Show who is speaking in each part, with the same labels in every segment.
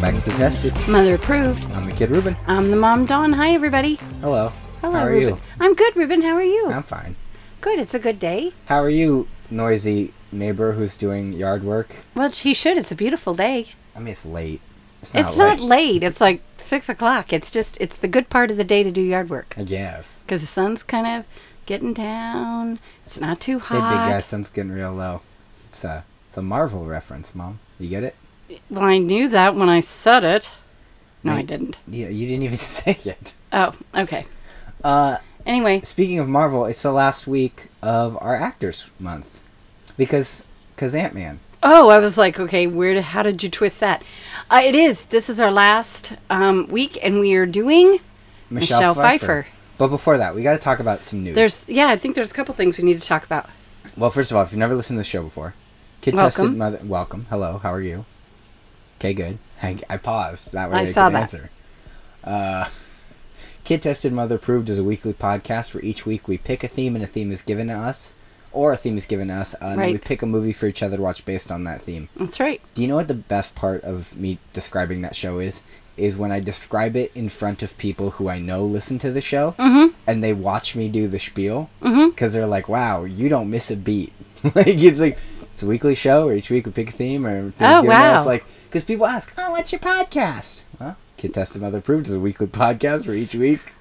Speaker 1: back to the tested.
Speaker 2: Mother approved.
Speaker 1: I'm the kid Ruben.
Speaker 2: I'm the mom, Dawn. Hi, everybody.
Speaker 1: Hello.
Speaker 2: Hello,
Speaker 1: How are
Speaker 2: Ruben.
Speaker 1: you?
Speaker 2: I'm good, Ruben. How are you?
Speaker 1: I'm fine.
Speaker 2: good. It's a good day.
Speaker 1: How are you, noisy neighbor who's doing yard work?
Speaker 2: Well, he should. It's a beautiful day.
Speaker 1: I mean, it's late. It's not
Speaker 2: It's
Speaker 1: late.
Speaker 2: not late. It's like six o'clock. It's just it's the good part of the day to do yard work
Speaker 1: I guess.
Speaker 2: because the sun's kind of getting down. It's not too
Speaker 1: Hey, big guy,
Speaker 2: hot.
Speaker 1: sun's getting real low. It's a, it's a Marvel reference, Mom. You get it?
Speaker 2: well, I knew that when I said it. No, I
Speaker 1: Right.
Speaker 2: didn't.
Speaker 1: Yeah, you didn't even say it.
Speaker 2: Oh, okay.
Speaker 1: Uh,
Speaker 2: Anyway,
Speaker 1: speaking of Marvel, it's the last week of our Actors Month. Because cause Ant-Man.
Speaker 2: Oh, I was like, okay, where? How did you twist that? Uh, it is. This is our last um, week, and we are doing.
Speaker 1: Michelle,
Speaker 2: Michelle
Speaker 1: Pfeiffer.
Speaker 2: Pfeiffer.
Speaker 1: But before that, we got to talk about some news.
Speaker 2: There's, yeah, I think there's a couple things we need to talk about.
Speaker 1: Well, first of all, if you've never listened to the show before, Kid Tested
Speaker 2: Welcome.
Speaker 1: Mother, welcome. Hello, how are you? Okay, good. I, I paused. That way
Speaker 2: I
Speaker 1: I,
Speaker 2: saw
Speaker 1: could
Speaker 2: that.
Speaker 1: answer. Uh, Kid Tested Mother Proved is a weekly podcast where each week we pick a theme and a theme is given to us, or a theme is given to us, uh, and then we
Speaker 2: Right.
Speaker 1: pick a movie for each other to watch based on that theme.
Speaker 2: That's right.
Speaker 1: Do you know what the best part of me describing that show is? Is when I describe it in front of people who I know listen to the show
Speaker 2: Mm-hmm.
Speaker 1: and they watch me do the spiel because they're like, wow, you don't miss a beat. like, it's like, it's a weekly show or each week we pick a theme or things
Speaker 2: Oh,
Speaker 1: given to us,
Speaker 2: wow.
Speaker 1: Like, because people ask, oh, what's your podcast? Well, Kid Tested Mother Proved is a weekly podcast for each week.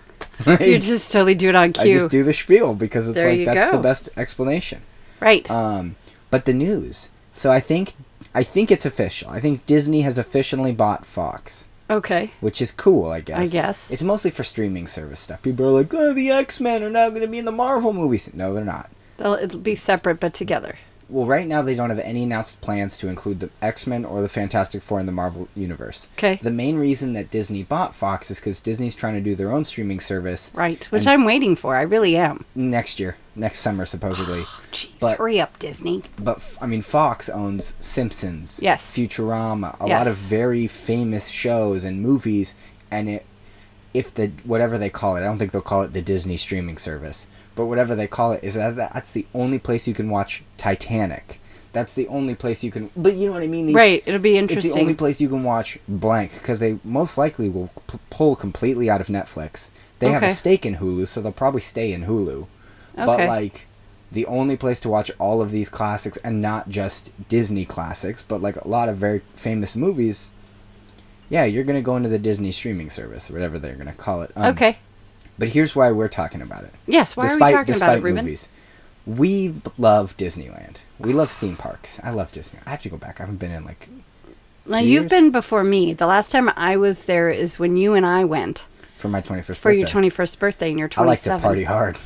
Speaker 2: You just totally do it on
Speaker 1: I
Speaker 2: cue.
Speaker 1: just do the spiel because it's
Speaker 2: There
Speaker 1: like,
Speaker 2: you
Speaker 1: that's the
Speaker 2: go.
Speaker 1: best explanation.
Speaker 2: right.
Speaker 1: Um, but the news. So I think I think it's official. I think Disney has officially bought Fox,
Speaker 2: okay.
Speaker 1: which is cool, I guess.
Speaker 2: guess.
Speaker 1: It's mostly for streaming service stuff. People are like, "Oh, the X-Men are now going to be in the Marvel movies." No, they're not.
Speaker 2: They'll, it'll be separate but together.
Speaker 1: Well, right now they don't have any announced plans to include the X-Men or the Fantastic Four in the Marvel universe.
Speaker 2: 'Kay.
Speaker 1: The main reason that Disney bought Fox is cuz Disney's trying to do their own streaming service
Speaker 2: Right. Which
Speaker 1: And f-
Speaker 2: I'm waiting for. I really am.
Speaker 1: next year, next summer supposedly.
Speaker 2: Jeez,
Speaker 1: But-
Speaker 2: hurry up, Disney.
Speaker 1: but f- I mean, Fox owns Simpsons,
Speaker 2: Yes.
Speaker 1: Futurama, a lot
Speaker 2: Yes.
Speaker 1: of very famous shows and movies, and it, if the whatever they call it, I don't think they'll call it the Disney streaming service, but whatever they call it, is that that's the only place you can watch Titanic. That's the only place you can. But you know what I mean. These,
Speaker 2: Right. It'll be
Speaker 1: It's
Speaker 2: interesting.
Speaker 1: the only place you can watch blank because they most likely will p- pull completely out of Netflix. They have a
Speaker 2: Okay.
Speaker 1: stake in Hulu, so they'll probably stay in Hulu but
Speaker 2: Okay.
Speaker 1: like the only place to watch all of these classics and not just Disney classics, but like a lot of very famous movies. Yeah, you're gonna go into the Disney streaming service, or whatever they're gonna call it. Um,
Speaker 2: okay.
Speaker 1: But here's why we're talking about it.
Speaker 2: Yes. Why are we talking about it, Ruben?
Speaker 1: we b- love Disneyland. We love theme parks. I love Disney. I have to go back. I haven't been in like
Speaker 2: Now,
Speaker 1: two
Speaker 2: you've
Speaker 1: years?
Speaker 2: been before me. The last time I was there is when you and I went
Speaker 1: for my 21st birthday.
Speaker 2: for your 21st birthday and your 27th.
Speaker 1: I like to party hard.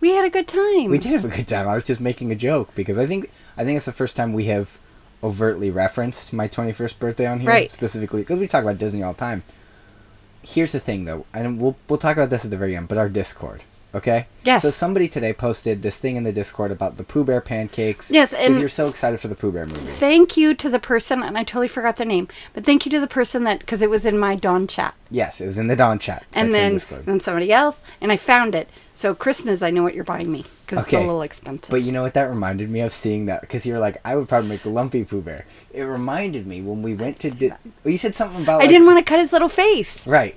Speaker 2: We had a good time.
Speaker 1: We did have a good time. I was just making a joke because I think I think it's the first time we have overtly referenced my 21st birthday on here
Speaker 2: Right.
Speaker 1: specifically because we talk about Disney all the time. Here's the thing though, and we'll we'll talk about this at the very end, but our Discord, okay?
Speaker 2: Yes.
Speaker 1: So somebody today posted this thing in the Discord about the Pooh Bear pancakes.
Speaker 2: Yes,
Speaker 1: because
Speaker 2: and-
Speaker 1: you're so excited for the Pooh Bear movie.
Speaker 2: Thank you to the person, and I totally forgot their name, but thank you to the person that, because it was in my Dawn chat.
Speaker 1: Yes, it was in the Dawn chat section
Speaker 2: and
Speaker 1: of
Speaker 2: then
Speaker 1: Discord.
Speaker 2: then somebody else, and I found it. So Christmas, I know what you're buying me because
Speaker 1: Okay.
Speaker 2: it's a little expensive.
Speaker 1: But you know what that reminded me of seeing that because you were like, I would probably make a lumpy Pooh Bear. It reminded me when we went to. Di- well, you said something about.
Speaker 2: I
Speaker 1: like,
Speaker 2: didn't want to cut his little face.
Speaker 1: Right.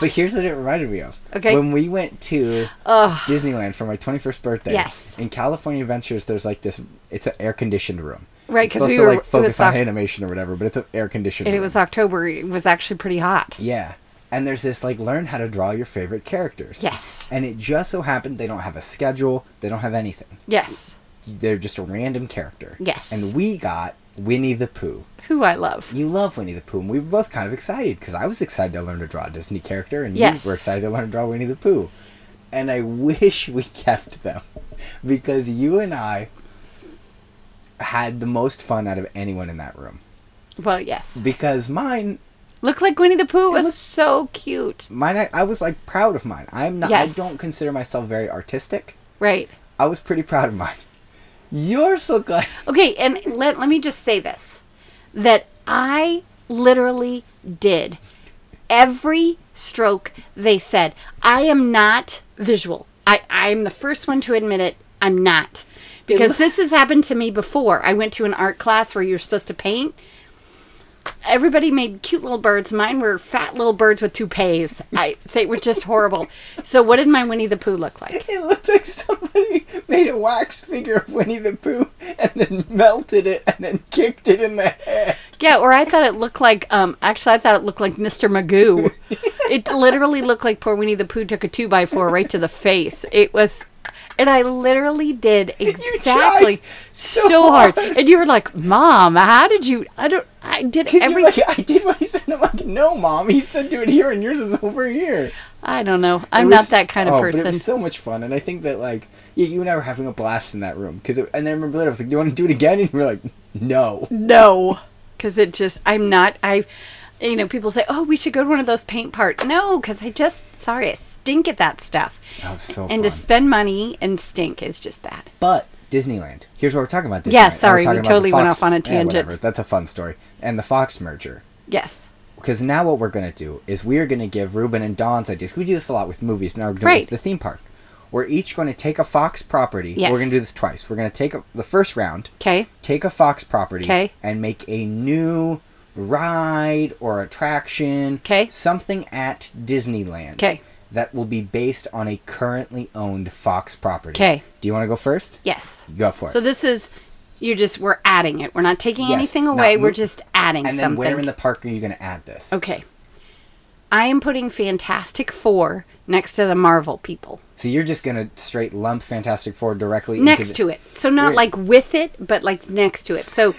Speaker 1: but here's what it reminded me of.
Speaker 2: Okay.
Speaker 1: When we went to Disneyland for my 21st birthday.
Speaker 2: Yes.
Speaker 1: In California Adventures, there's like this. It's an air conditioned room.
Speaker 2: Right,
Speaker 1: It's
Speaker 2: 'cause
Speaker 1: supposed
Speaker 2: we
Speaker 1: to
Speaker 2: were-
Speaker 1: like
Speaker 2: it
Speaker 1: focus
Speaker 2: was
Speaker 1: on
Speaker 2: oc-
Speaker 1: animation or whatever, but it's an air conditioned.
Speaker 2: And it
Speaker 1: room.
Speaker 2: was October. It was actually pretty hot.
Speaker 1: Yeah. And there's this like learn how to draw your favorite characters.
Speaker 2: Yes.
Speaker 1: And it just so happened they don't have a schedule. They don't have anything.
Speaker 2: Yes.
Speaker 1: They're just a random character.
Speaker 2: Yes.
Speaker 1: And we got Winnie the Pooh.
Speaker 2: Who I love.
Speaker 1: You love Winnie the Pooh, and we were both kind of excited because I was excited to learn to draw a Disney character, and
Speaker 2: Yes.
Speaker 1: you were excited to learn to draw Winnie the Pooh. And I wish we kept them because you and I had the most fun out of anyone in that room.
Speaker 2: Well, yes.
Speaker 1: Because mine,
Speaker 2: Look like Winnie the Pooh was
Speaker 1: looks-
Speaker 2: so cute.
Speaker 1: mine, I, I was like proud of mine. I'm not.
Speaker 2: Yes.
Speaker 1: I don't consider myself very artistic.
Speaker 2: Right.
Speaker 1: I was pretty proud of mine. Yours look like
Speaker 2: Okay, and let, let me just say this that I literally did every stroke they said. I am not visual. I, I'm the first one to admit it. I'm not. Because this has happened to me before. I went to an art class where you're supposed to paint. everybody made cute little birds. Mine were fat little birds with toupees. I they were just horrible. So what did my Winnie the Pooh look like?
Speaker 1: It looked like somebody made a wax figure of Winnie the Pooh and then melted it and then kicked it in the head.
Speaker 2: Yeah, or I thought it looked like um actually I thought it looked like Mr. Magoo. it literally looked like poor Winnie the Pooh took a two by four right to the face. It was and I literally did exactly so, hard. And you were like, Mom, how did you I don't I did
Speaker 1: Because
Speaker 2: everything
Speaker 1: you're like, I did what he said. I'm like, no, mom. He said do it here, and yours is over here.
Speaker 2: I don't know. I'm
Speaker 1: It
Speaker 2: not
Speaker 1: was-
Speaker 2: that kind
Speaker 1: oh,
Speaker 2: of
Speaker 1: But it
Speaker 2: person.
Speaker 1: was so much fun, and I think that like yeah, you and I were having a blast in that room. Because and then I remember later I was like, "Do you want to do it again?" And you were like, "No."
Speaker 2: No, because it just I'm not I. You know, people say, "Oh, we should go to one of those paint part." No, because I just sorry, I stink at that stuff.
Speaker 1: That was so
Speaker 2: and to
Speaker 1: fun.
Speaker 2: spend money and stink is just bad.
Speaker 1: But Disneyland. Here's what we're talking about. Disneyland.
Speaker 2: Yeah,
Speaker 1: I was
Speaker 2: sorry, we
Speaker 1: talking about the
Speaker 2: totally went
Speaker 1: Fox-
Speaker 2: off on a
Speaker 1: Yeah,
Speaker 2: tangent.
Speaker 1: whatever, That's a fun story. And the Fox merger.
Speaker 2: Yes,
Speaker 1: Because now what we're gonna do is we are gonna give Ruben and Don's ideas. We do this a lot with movies, but now we're doing it
Speaker 2: Right.
Speaker 1: with the theme park. We're each going to take a Fox property.
Speaker 2: Yes.
Speaker 1: We're going to do this twice. We're going to take a, the first round,
Speaker 2: okay,
Speaker 1: take a Fox property
Speaker 2: 'Kay.
Speaker 1: and make a new ride or attraction,
Speaker 2: 'Kay.
Speaker 1: something at Disneyland
Speaker 2: 'Kay.
Speaker 1: that will be based on a currently owned Fox property.
Speaker 2: 'Kay.
Speaker 1: Do you want to go first?
Speaker 2: yes.
Speaker 1: Go for it.
Speaker 2: So this is you're just we're adding it. We're not taking
Speaker 1: Yes,
Speaker 2: anything
Speaker 1: not
Speaker 2: away.
Speaker 1: mo-
Speaker 2: we're just adding
Speaker 1: and then
Speaker 2: something.
Speaker 1: where in the park are you going to add this?
Speaker 2: okay, I am putting Fantastic Four next to the Marvel people.
Speaker 1: So you're just going to straight lump Fantastic Four directly into
Speaker 2: Next
Speaker 1: the-
Speaker 2: to it, so not
Speaker 1: Weird.
Speaker 2: like with it, but like next to it. So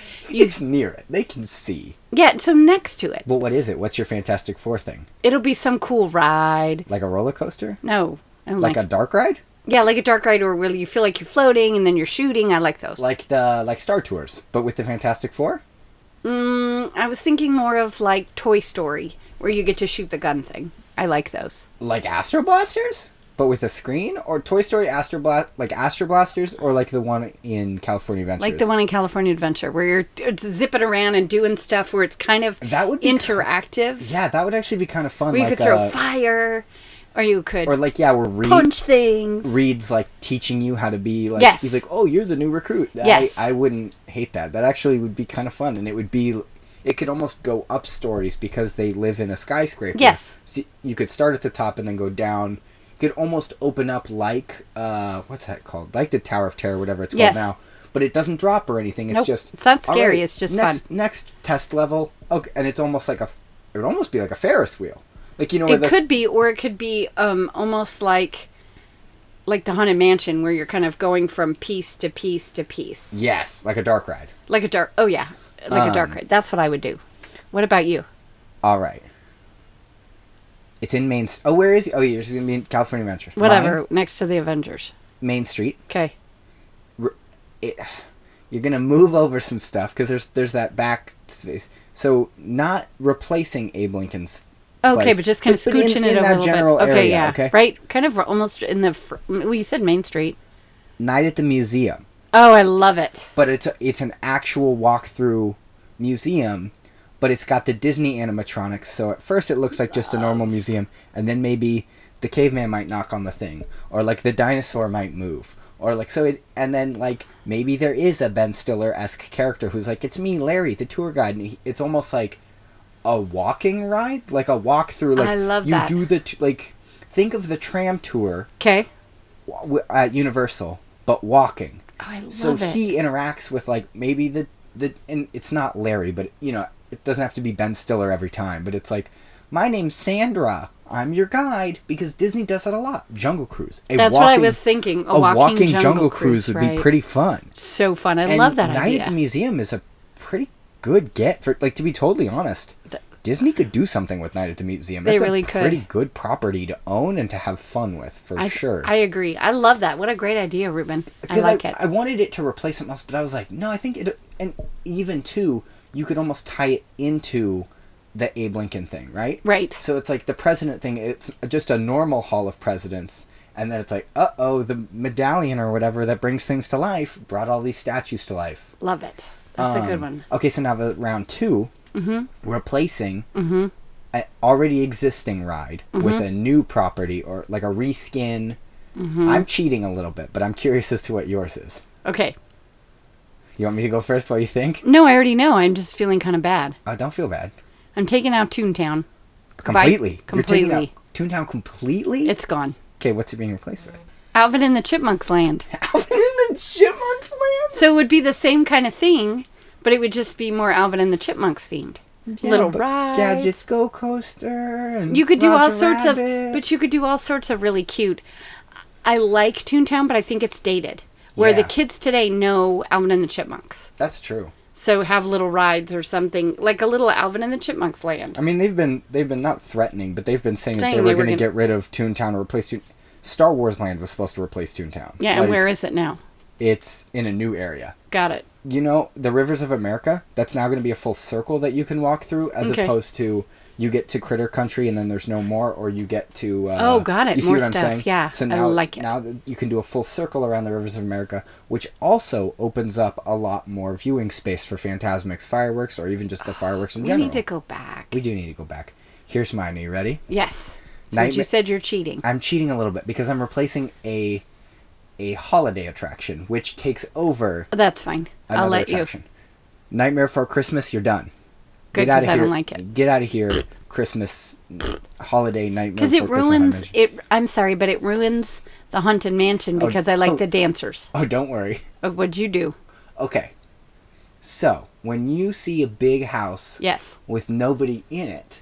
Speaker 2: you
Speaker 1: It's near it. They can see.
Speaker 2: Yeah, so next to it.
Speaker 1: But what is it? What's your Fantastic Four thing?
Speaker 2: It'll be some cool ride.
Speaker 1: Like a roller coaster?
Speaker 2: No. I don't
Speaker 1: Like
Speaker 2: like,
Speaker 1: a dark ride?
Speaker 2: yeah, like a dark ride or where you feel like you're floating and then you're shooting. I like those.
Speaker 1: Like the like Star Tours, but with the Fantastic Four?
Speaker 2: Mm, I was thinking more of like Toy Story where you get to shoot the gun thing. I like those.
Speaker 1: like Astro Blasters, but with a screen, or Toy Story Astro Blast, like Astro Blasters, or like the one in California Adventures.
Speaker 2: Like the one in California Adventure where you're t- it's zipping around and doing stuff where it's kind of
Speaker 1: That would be cool.
Speaker 2: interactive.
Speaker 1: Yeah, that would actually be kind of fun.
Speaker 2: where you
Speaker 1: like
Speaker 2: could throw Oh,
Speaker 1: uh,
Speaker 2: fire or you could
Speaker 1: or like yeah, where Reed
Speaker 2: punch things.
Speaker 1: Reed's like teaching you how to be like.
Speaker 2: Yes.
Speaker 1: He's like, oh, you're the new recruit. I-
Speaker 2: Yes.
Speaker 1: I, wouldn't hate that. That actually would be kind of fun, and it would be. It could almost go up stories because they live in a skyscraper.
Speaker 2: Yes.
Speaker 1: So you could start at the top and then go down. You could almost open up like uh, what's that called? Like the Tower of Terror, whatever it's called
Speaker 2: Yes.
Speaker 1: now. But it doesn't drop or anything. It's
Speaker 2: Nope.
Speaker 1: just
Speaker 2: It's not
Speaker 1: "All
Speaker 2: scary, it's just
Speaker 1: next,
Speaker 2: fun."
Speaker 1: Next test level. Okay, and it's almost like a. f- It would almost be like a Ferris wheel. Like you know, where
Speaker 2: it
Speaker 1: this,
Speaker 2: could be or it could be um almost like like the haunted mansion where you're kind of going from piece to piece to piece
Speaker 1: Yes, like a dark ride.
Speaker 2: like a dark oh yeah like a dark
Speaker 1: Mm. Um,
Speaker 2: ride that's what i would do what about you
Speaker 1: All right. It's in Main. St- oh, where is? Oh, yeah, it's gonna be in California Adventure.
Speaker 2: whatever
Speaker 1: Mine,
Speaker 2: next to the avengers
Speaker 1: Main Street.
Speaker 2: okay
Speaker 1: It, you're gonna move over some stuff because there's there's that back space. So not replacing Abe Lincoln's.
Speaker 2: okay
Speaker 1: place,
Speaker 2: but just kind of
Speaker 1: but in-
Speaker 2: scooching
Speaker 1: in
Speaker 2: it over
Speaker 1: that
Speaker 2: a little
Speaker 1: general
Speaker 2: bit okay
Speaker 1: area,
Speaker 2: yeah
Speaker 1: Okay.
Speaker 2: right kind of almost in the fr- well you said main street
Speaker 1: Night at the museum,
Speaker 2: oh i love it
Speaker 1: but it's a, it's an actual walkthrough museum. But it's got the Disney animatronics, so at first it looks like just a normal museum, and then maybe the caveman might knock on the thing, or like the dinosaur might move, or like so. It, and then like maybe there is a Ben Stiller esque character who's like, "It's me, Larry, the tour guide." And he, it's almost like a walking ride, like a walk through. Like
Speaker 2: I love
Speaker 1: you
Speaker 2: that.
Speaker 1: do the t- like think of the tram tour
Speaker 2: okay
Speaker 1: w- at Universal, but walking
Speaker 2: oh i love
Speaker 1: so
Speaker 2: it
Speaker 1: he interacts with like maybe the the and it's not Larry, but you know it doesn't have to be Ben Stiller every time. But it's like, my name's Sandra. I'm your guide because Disney does that a lot. Jungle Cruise. A
Speaker 2: That's what I was thinking, a walking Jungle Cruise,
Speaker 1: would
Speaker 2: right.
Speaker 1: be pretty fun.
Speaker 2: so fun i
Speaker 1: And
Speaker 2: love that
Speaker 1: Night at the
Speaker 2: idea
Speaker 1: Museum is a pretty good get for like to be totally honest. Disney could do something with Night at the Museum.
Speaker 2: They
Speaker 1: That's
Speaker 2: really
Speaker 1: a
Speaker 2: could.
Speaker 1: pretty good property to own and to have fun with for
Speaker 2: I,
Speaker 1: sure.
Speaker 2: I agree. I love that. What a great idea, Ruben. I
Speaker 1: because
Speaker 2: like it.
Speaker 1: I wanted it to replace something else, but I was like, no, I think it. And even too, you could almost tie it into the Abe Lincoln thing, right?
Speaker 2: Right.
Speaker 1: So it's like the president thing. It's just a normal Hall of Presidents, and then it's like, uh oh, the medallion or whatever that brings things to life brought all these statues to life.
Speaker 2: Love it. That's a good
Speaker 1: Um,
Speaker 2: one. Mm-hmm.
Speaker 1: Okay, so now the round 2 replacing an already existing ride
Speaker 2: Mm-hmm.
Speaker 1: with a new property or like a
Speaker 2: Mm-hmm.
Speaker 1: reskin. I'm cheating a little bit, but I'm curious as to what yours is.
Speaker 2: Okay.
Speaker 1: You want me to go first while you think?
Speaker 2: No, I already know. I'm just feeling kind of bad.
Speaker 1: Oh, don't feel bad.
Speaker 2: I'm taking out Toontown.
Speaker 1: Completely. You're
Speaker 2: completely.
Speaker 1: taking out Toontown completely?
Speaker 2: It's gone.
Speaker 1: okay, what's it being replaced with?
Speaker 2: Alvin and the Chipmunks land.
Speaker 1: Alvin and the Chipmunks Land?
Speaker 2: So it would be the same kind of thing, but it would just be more Alvin and the Chipmunks themed. Little
Speaker 1: but
Speaker 2: rides.
Speaker 1: Gadgets Go Coaster. And
Speaker 2: You could do
Speaker 1: Roger
Speaker 2: all sorts
Speaker 1: Rabbit.
Speaker 2: of, but you could do all sorts of really cute. I like Toontown, but I think it's dated. Where the
Speaker 1: Yeah.
Speaker 2: kids today know Alvin and the Chipmunks,
Speaker 1: That's true.
Speaker 2: so have little rides or something like a little Alvin and the Chipmunks land.
Speaker 1: I mean, they've been they've been not threatening, but they've been saying,
Speaker 2: Saying
Speaker 1: that they
Speaker 2: they
Speaker 1: were
Speaker 2: were
Speaker 1: going to
Speaker 2: gonna-
Speaker 1: get rid of Toontown and replace Toon. Star Wars Land was supposed to replace Toontown.
Speaker 2: Yeah, and
Speaker 1: Like,
Speaker 2: where is it now?
Speaker 1: It's in a new area.
Speaker 2: Got it.
Speaker 1: You know, the Rivers of America. That's now going to be a full circle that you can walk through, as
Speaker 2: Okay.
Speaker 1: opposed to you get to Critter Country and then there's no more, or you get to uh,
Speaker 2: Oh, got it.
Speaker 1: You see
Speaker 2: More
Speaker 1: what I'm
Speaker 2: stuff.
Speaker 1: saying?
Speaker 2: Yeah,
Speaker 1: So
Speaker 2: I
Speaker 1: now,
Speaker 2: like it.
Speaker 1: now that you can do a full circle around the Rivers of America, which also opens up a lot more viewing space for Phantasmic's fireworks, or even just the fireworks in
Speaker 2: Ah, We
Speaker 1: general.
Speaker 2: need to go back.
Speaker 1: We do need to go back. Here's mine. Are you ready?
Speaker 2: yes, but
Speaker 1: Nightma-
Speaker 2: you said you're cheating.
Speaker 1: I'm cheating a little bit because I'm replacing a a holiday attraction, which takes over
Speaker 2: That's fine.
Speaker 1: another
Speaker 2: I'll let
Speaker 1: attraction. Nightmare Before Christmas, you're done.
Speaker 2: Good, 'cause
Speaker 1: outta
Speaker 2: I
Speaker 1: here.
Speaker 2: don't like it.
Speaker 1: Get out of here, Christmas holiday
Speaker 2: you
Speaker 1: nightmare.
Speaker 2: because it
Speaker 1: Before Christmas, I
Speaker 2: ruins
Speaker 1: mentioned.
Speaker 2: it. I'm sorry, but it ruins the haunted mansion because I like
Speaker 1: oh.
Speaker 2: the dancers.
Speaker 1: Oh, don't worry.
Speaker 2: Of what'd you do?
Speaker 1: Okay. So when you see a big house
Speaker 2: Yes,
Speaker 1: with nobody in it,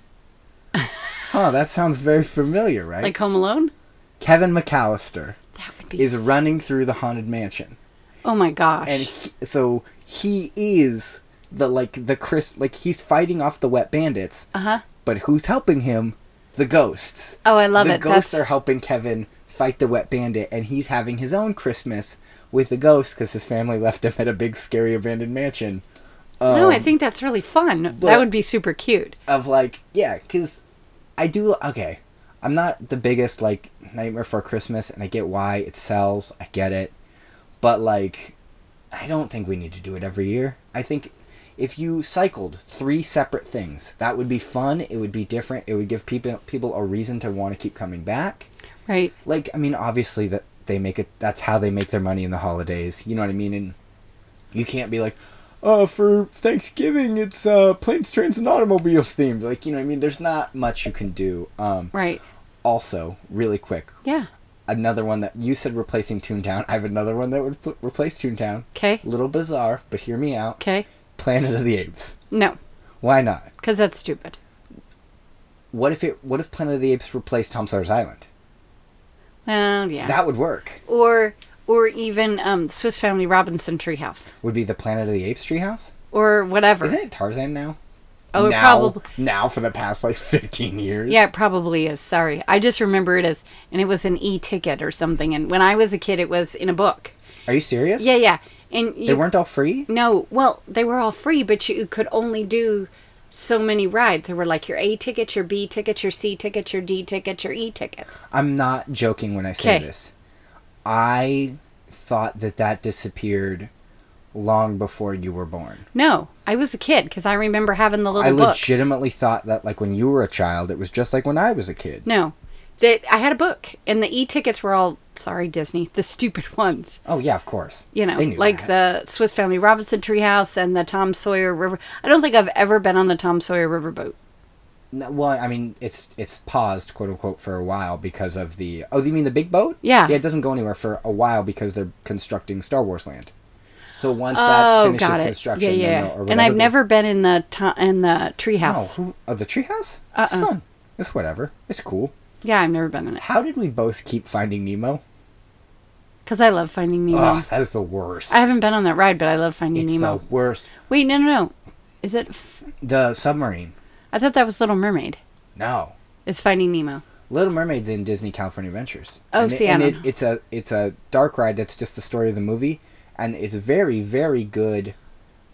Speaker 1: huh? That sounds very familiar, right?
Speaker 2: like Home Alone.
Speaker 1: Kevin McAllister
Speaker 2: That would be.
Speaker 1: is
Speaker 2: s-
Speaker 1: running through the haunted mansion.
Speaker 2: oh my gosh.
Speaker 1: and he, so he is the like the crisp like he's fighting off the wet bandits
Speaker 2: uh huh.
Speaker 1: but who's helping him the ghosts
Speaker 2: Oh, I love
Speaker 1: the
Speaker 2: it.
Speaker 1: ghosts
Speaker 2: That's-
Speaker 1: are helping kevin fight the wet bandit and he's having his own christmas with the ghosts because his family left him at a big scary abandoned mansion
Speaker 2: no, I think that's really fun. That
Speaker 1: Um, but-
Speaker 2: would be super cute.
Speaker 1: of like yeah because i do okay i'm not the biggest like nightmare for christmas and i get why it sells i get it but like i don't think we need to do it every year i think if you cycled three separate things that would be fun it would be different it would give people people a reason to want to keep coming back
Speaker 2: Right.
Speaker 1: like i mean obviously that they make it that's how they make their money in the holidays you know what i mean and you can't be like uh for thanksgiving it's uh planes trains and automobiles themed like you know what i mean there's not much you can do um
Speaker 2: Right.
Speaker 1: also really quick
Speaker 2: Yeah.
Speaker 1: another one that you said replacing toontown i have another one that would fl- replace toontown
Speaker 2: Okay.
Speaker 1: little bizarre but hear me out
Speaker 2: Okay.
Speaker 1: planet of the apes
Speaker 2: No,
Speaker 1: why not
Speaker 2: because that's stupid.
Speaker 1: what if it what if planet of the apes replaced tom sawyer's island
Speaker 2: Well, yeah.
Speaker 1: that would work
Speaker 2: or or even um, Swiss Family Robinson Treehouse
Speaker 1: would be the planet of the apes treehouse
Speaker 2: or whatever.
Speaker 1: Isn't it Tarzan now?
Speaker 2: Oh, it
Speaker 1: now,
Speaker 2: probably-
Speaker 1: now for the past like fifteen years.
Speaker 2: Yeah, it probably is. Sorry, I just remember it as, and it was an e-ticket or something. And when I was a kid, it was in a book.
Speaker 1: Are you serious?
Speaker 2: Yeah, yeah. And you,
Speaker 1: They weren't all free.
Speaker 2: No, well, they were all free, but you could only do so many rides. There were like your A tickets, your B tickets, your C tickets, your D tickets, your E tickets.
Speaker 1: I'm not joking when I say
Speaker 2: 'Kay.
Speaker 1: this. I thought that that disappeared long before you were born.
Speaker 2: No, I was a kid because I remember having the little
Speaker 1: I
Speaker 2: book.
Speaker 1: legitimately thought that like when you were a child, it was just like when I was a kid.
Speaker 2: No, that I had a book, and the E tickets were all sorry Disney, the stupid ones.
Speaker 1: Oh yeah, of course.
Speaker 2: You know,
Speaker 1: They knew
Speaker 2: like
Speaker 1: that.
Speaker 2: the Swiss Family Robinson Treehouse and the Tom Sawyer River. I don't think I've ever been on the Tom Sawyer Riverboat.
Speaker 1: No, well, I mean, it's it's paused quote unquote for a while because of the. Oh, you mean the big boat?
Speaker 2: Yeah.
Speaker 1: Yeah, it doesn't go anywhere for a while because they're constructing Star Wars Land. So once that
Speaker 2: Oh,
Speaker 1: finishes
Speaker 2: got it. Yeah,
Speaker 1: construction, then
Speaker 2: yeah.
Speaker 1: they'll- or
Speaker 2: and
Speaker 1: whatever
Speaker 2: I've
Speaker 1: the-
Speaker 2: never been in the to- in the
Speaker 1: Oh,
Speaker 2: treehouse.
Speaker 1: who, oh, the treehouse? It's
Speaker 2: Uh-uh.
Speaker 1: fun. It's whatever. It's cool.
Speaker 2: Yeah, I've never been in it
Speaker 1: How did we both keep finding Nemo?
Speaker 2: because I love Finding Nemo.
Speaker 1: Ugh, that is the worst.
Speaker 2: I haven't been on that ride, but I love Finding
Speaker 1: it's
Speaker 2: Nemo.
Speaker 1: the worst.
Speaker 2: Wait, no, no, no. Is it? F-
Speaker 1: The submarine.
Speaker 2: I thought that was Little Mermaid.
Speaker 1: No.
Speaker 2: It's Finding Nemo.
Speaker 1: Little Mermaid's in Disney California Adventures.
Speaker 2: Oh,
Speaker 1: and
Speaker 2: see,
Speaker 1: it,
Speaker 2: I
Speaker 1: and
Speaker 2: don't
Speaker 1: it,
Speaker 2: know.
Speaker 1: it's a it's a dark ride that's just the story of the movie, and it's very very good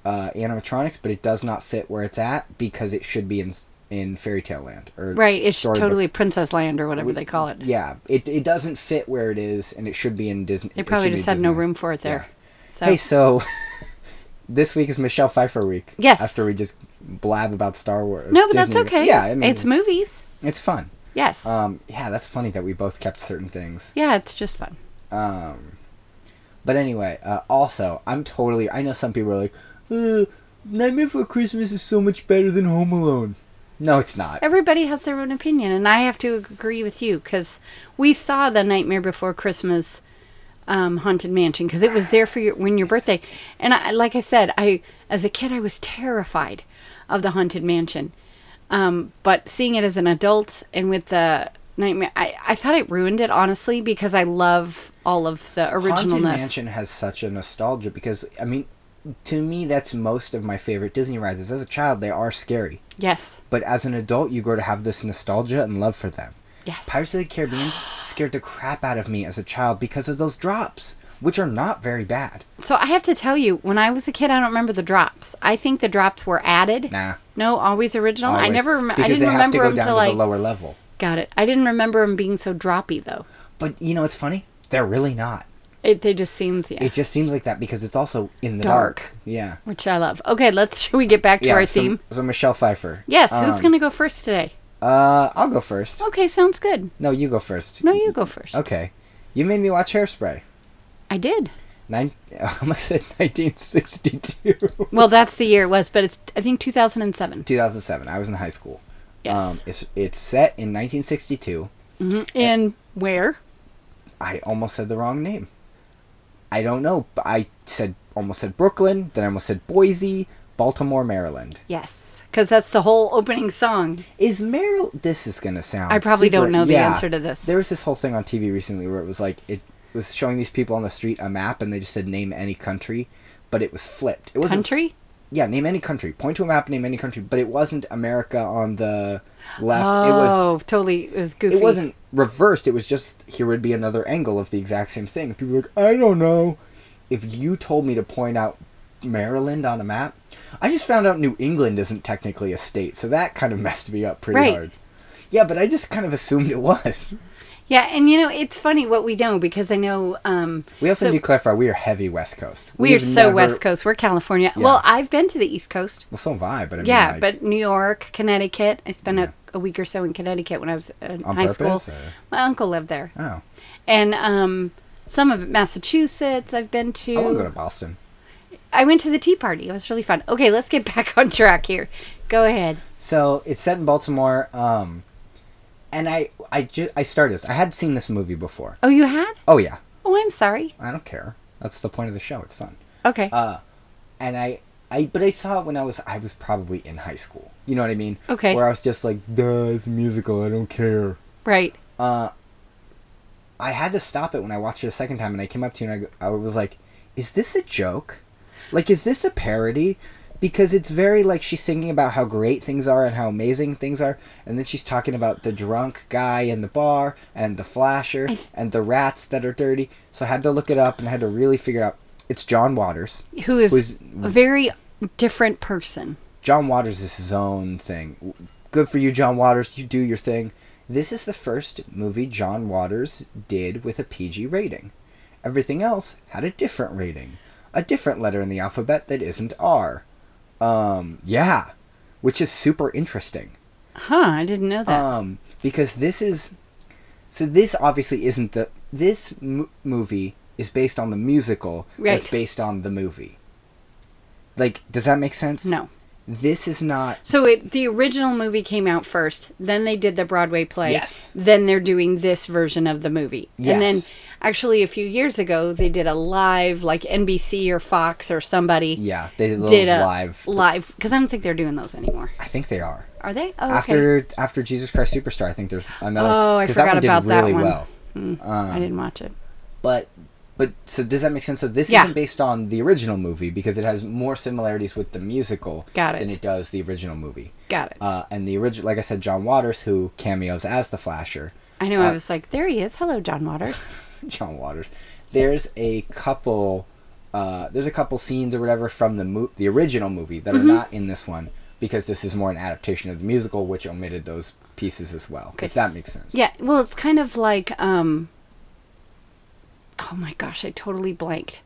Speaker 1: uh, animatronics, but it does not fit where it's at because it should be in s- in Fairy Tale Land or
Speaker 2: Right, it's
Speaker 1: storybook-
Speaker 2: totally Princess Land or whatever they call it.
Speaker 1: Yeah, it it doesn't fit where it is, and it should be in Disney.
Speaker 2: They
Speaker 1: it
Speaker 2: probably
Speaker 1: should be
Speaker 2: just had no
Speaker 1: Disney.
Speaker 2: room for it there. So
Speaker 1: Hey, so this week is Michelle Pfeiffer week.
Speaker 2: Yes.
Speaker 1: After we just blab about Star Wars.
Speaker 2: no, but
Speaker 1: Disney.
Speaker 2: that's okay.
Speaker 1: Yeah, I mean, uh,
Speaker 2: it's movies.
Speaker 1: it's fun.
Speaker 2: Yes.
Speaker 1: Um, yeah, that's funny that we both kept certain things.
Speaker 2: yeah, it's just fun.
Speaker 1: Um, But anyway, uh, also, I'm totally. I know some people are like, uh, Nightmare Before Christmas is so much better than Home Alone. No, it's not.
Speaker 2: Everybody has their own opinion, and I have to agree with you because we saw the Nightmare Before Christmas um, haunted mansion because it was there for your when your birthday. And I, like I said, I as a kid I was terrified of the haunted mansion, um, but seeing it as an adult and with the nightmare, I, I thought it ruined it honestly because I love all of the
Speaker 1: Haunted
Speaker 2: originalness.
Speaker 1: Mansion has such a nostalgia because I mean, to me, that's most of my favorite Disney rides. Is as a child, they are scary,
Speaker 2: Yes,
Speaker 1: but as an adult, you grow to have this nostalgia and love for them.
Speaker 2: yes.
Speaker 1: Pirates of the Caribbean scared the crap out of me as a child because of those drops, which are not very bad.
Speaker 2: So I have to tell you, when I was a kid, I don't remember the drops. I think the drops were added.
Speaker 1: Nah.
Speaker 2: No, always original. I
Speaker 1: always,
Speaker 2: never. Rem- I
Speaker 1: because they
Speaker 2: didn't
Speaker 1: have to
Speaker 2: remember
Speaker 1: go
Speaker 2: them
Speaker 1: down
Speaker 2: till
Speaker 1: to
Speaker 2: like.
Speaker 1: the lower level.
Speaker 2: Got it. I didn't remember them being so droppy though.
Speaker 1: But you know, it's funny. They're really not.
Speaker 2: It they just seemed yeah,
Speaker 1: It just seems like that because it's also in the dark.
Speaker 2: Dark.
Speaker 1: Yeah.
Speaker 2: which I love. Okay, let's should we get back to
Speaker 1: yeah.
Speaker 2: our
Speaker 1: so,
Speaker 2: theme?
Speaker 1: so Michelle Pfeiffer.
Speaker 2: Yes. who's
Speaker 1: Um,
Speaker 2: gonna go first today?
Speaker 1: Uh, I'll go first.
Speaker 2: Okay, sounds good.
Speaker 1: No, you go first.
Speaker 2: No, you go first.
Speaker 1: Okay. You made me watch Hairspray.
Speaker 2: I did.
Speaker 1: Nine. I almost said 1962.
Speaker 2: Well, that's the year it was, but it's I think 2007
Speaker 1: 2007. I was in high school. Um,
Speaker 2: Yes.
Speaker 1: it's it's set in 1962.
Speaker 2: Mm, and where?
Speaker 1: I almost said the wrong name. I don't know. but I said almost said Brooklyn. Then I almost said Boise, Baltimore, Maryland.
Speaker 2: Yes, because that's the whole opening song.
Speaker 1: Is Maryland? This is gonna sound.
Speaker 2: I probably don't know the answer to this.
Speaker 1: There was this whole thing on TV recently where it was like it was showing these people on the street a map and they just said name any country, but it was flipped. It wasn't f-
Speaker 2: Country?
Speaker 1: yeah, name any country. Point to a map, name any country. But it wasn't America on the left. it was.
Speaker 2: oh, totally. It was goofy.
Speaker 1: It wasn't reversed. It was just here would be another angle of the exact same thing. People were like, I don't know. If you told me to point out Maryland on a map, I just found out New England isn't technically a state, so that kind of messed me up pretty
Speaker 2: Right.
Speaker 1: hard. Yeah, but I just kind of assumed it was.
Speaker 2: Yeah, and you know it's funny what we know because I know um,
Speaker 1: We also
Speaker 2: So-
Speaker 1: need to clarify we are heavy West Coast.
Speaker 2: we are
Speaker 1: We've
Speaker 2: so
Speaker 1: never-
Speaker 2: West Coast. We're California. Well, I've been to the East Coast.
Speaker 1: Well, so have I, but I mean,
Speaker 2: Yeah,
Speaker 1: like,
Speaker 2: but New York, Connecticut. I spent a, a week or so in Connecticut when I was in
Speaker 1: On
Speaker 2: high
Speaker 1: purpose,
Speaker 2: school.
Speaker 1: or-
Speaker 2: My uncle lived there,
Speaker 1: oh,
Speaker 2: and um, some of it, Massachusetts. I've been to.
Speaker 1: I want to go to Boston.
Speaker 2: I went to the Tea Party. It was really fun. Okay, let's get back on track here. Go ahead.
Speaker 1: So it's set in Baltimore, um, and I I ju- I started this. I had seen this movie before.
Speaker 2: Oh, you had?
Speaker 1: Oh yeah,
Speaker 2: Oh, I'm sorry.
Speaker 1: I don't care. That's the point of the show. It's fun.
Speaker 2: Okay.
Speaker 1: Uh, and I I but I saw it when I was I was probably in high school. You know what I mean?
Speaker 2: Okay.
Speaker 1: Where I was just like, duh, it's a musical. I don't care.
Speaker 2: right.
Speaker 1: Uh, I had to stop it when I watched it a second time, and I came up to you and I go- I, was like, "Is this a joke? Like, is this a parody?" Because it's very like she's singing about how great things are and how amazing things are, and then she's talking about the drunk guy in the bar and the flasher
Speaker 2: I th-
Speaker 1: and the rats that are dirty. So I had to look it up and I had to really figure out. It's John Waters.
Speaker 2: Who is
Speaker 1: Who's-
Speaker 2: a very different person?
Speaker 1: John Waters is his own thing. Good for you, John Waters. You do your thing. This is the first movie John Waters did with a PG rating. Everything else had a different rating, a different letter in the alphabet that isn't R. Um, yeah, which is super interesting.
Speaker 2: Huh? I didn't know that.
Speaker 1: Um, because this is, so this obviously isn't the this m- movie is based on the musical that's
Speaker 2: Right.
Speaker 1: based on the movie. Like, does that make sense?
Speaker 2: no.
Speaker 1: This is not
Speaker 2: So it, the original movie came out first, then they did the Broadway play.
Speaker 1: Yes.
Speaker 2: Then they're doing this version of the movie. And then
Speaker 1: Yes.
Speaker 2: actually a few years ago they did a live like NBC or Fox or somebody
Speaker 1: Yeah, they did those
Speaker 2: did a
Speaker 1: live.
Speaker 2: live cuz I don't think they're doing those anymore.
Speaker 1: I think they are.
Speaker 2: Are they? Oh, okay.
Speaker 1: After after Jesus Christ Superstar, I think there's another.
Speaker 2: Oh, I
Speaker 1: 'cause
Speaker 2: forgot about that one. Hmm.
Speaker 1: well. Um,
Speaker 2: I didn't watch it.
Speaker 1: But but so does that make sense? So this
Speaker 2: Yeah.
Speaker 1: isn't based on the original movie because it has more similarities with the musical
Speaker 2: Got it.
Speaker 1: than it does the original movie.
Speaker 2: Got it.
Speaker 1: Uh, and the original, like I said, John Waters, who cameos as the Flasher,
Speaker 2: I know
Speaker 1: uh,
Speaker 2: I was like, "There he is. Hello, John Waters."
Speaker 1: John Waters. There's a couple, uh, there's a couple scenes or whatever from the mo- the original movie
Speaker 2: Mm-hmm.
Speaker 1: that are not in this one because this is more an adaptation of the musical, which omitted those pieces as well.
Speaker 2: Okay.
Speaker 1: If that makes sense.
Speaker 2: yeah, well, it's kind of like um Oh my gosh, I totally blanked.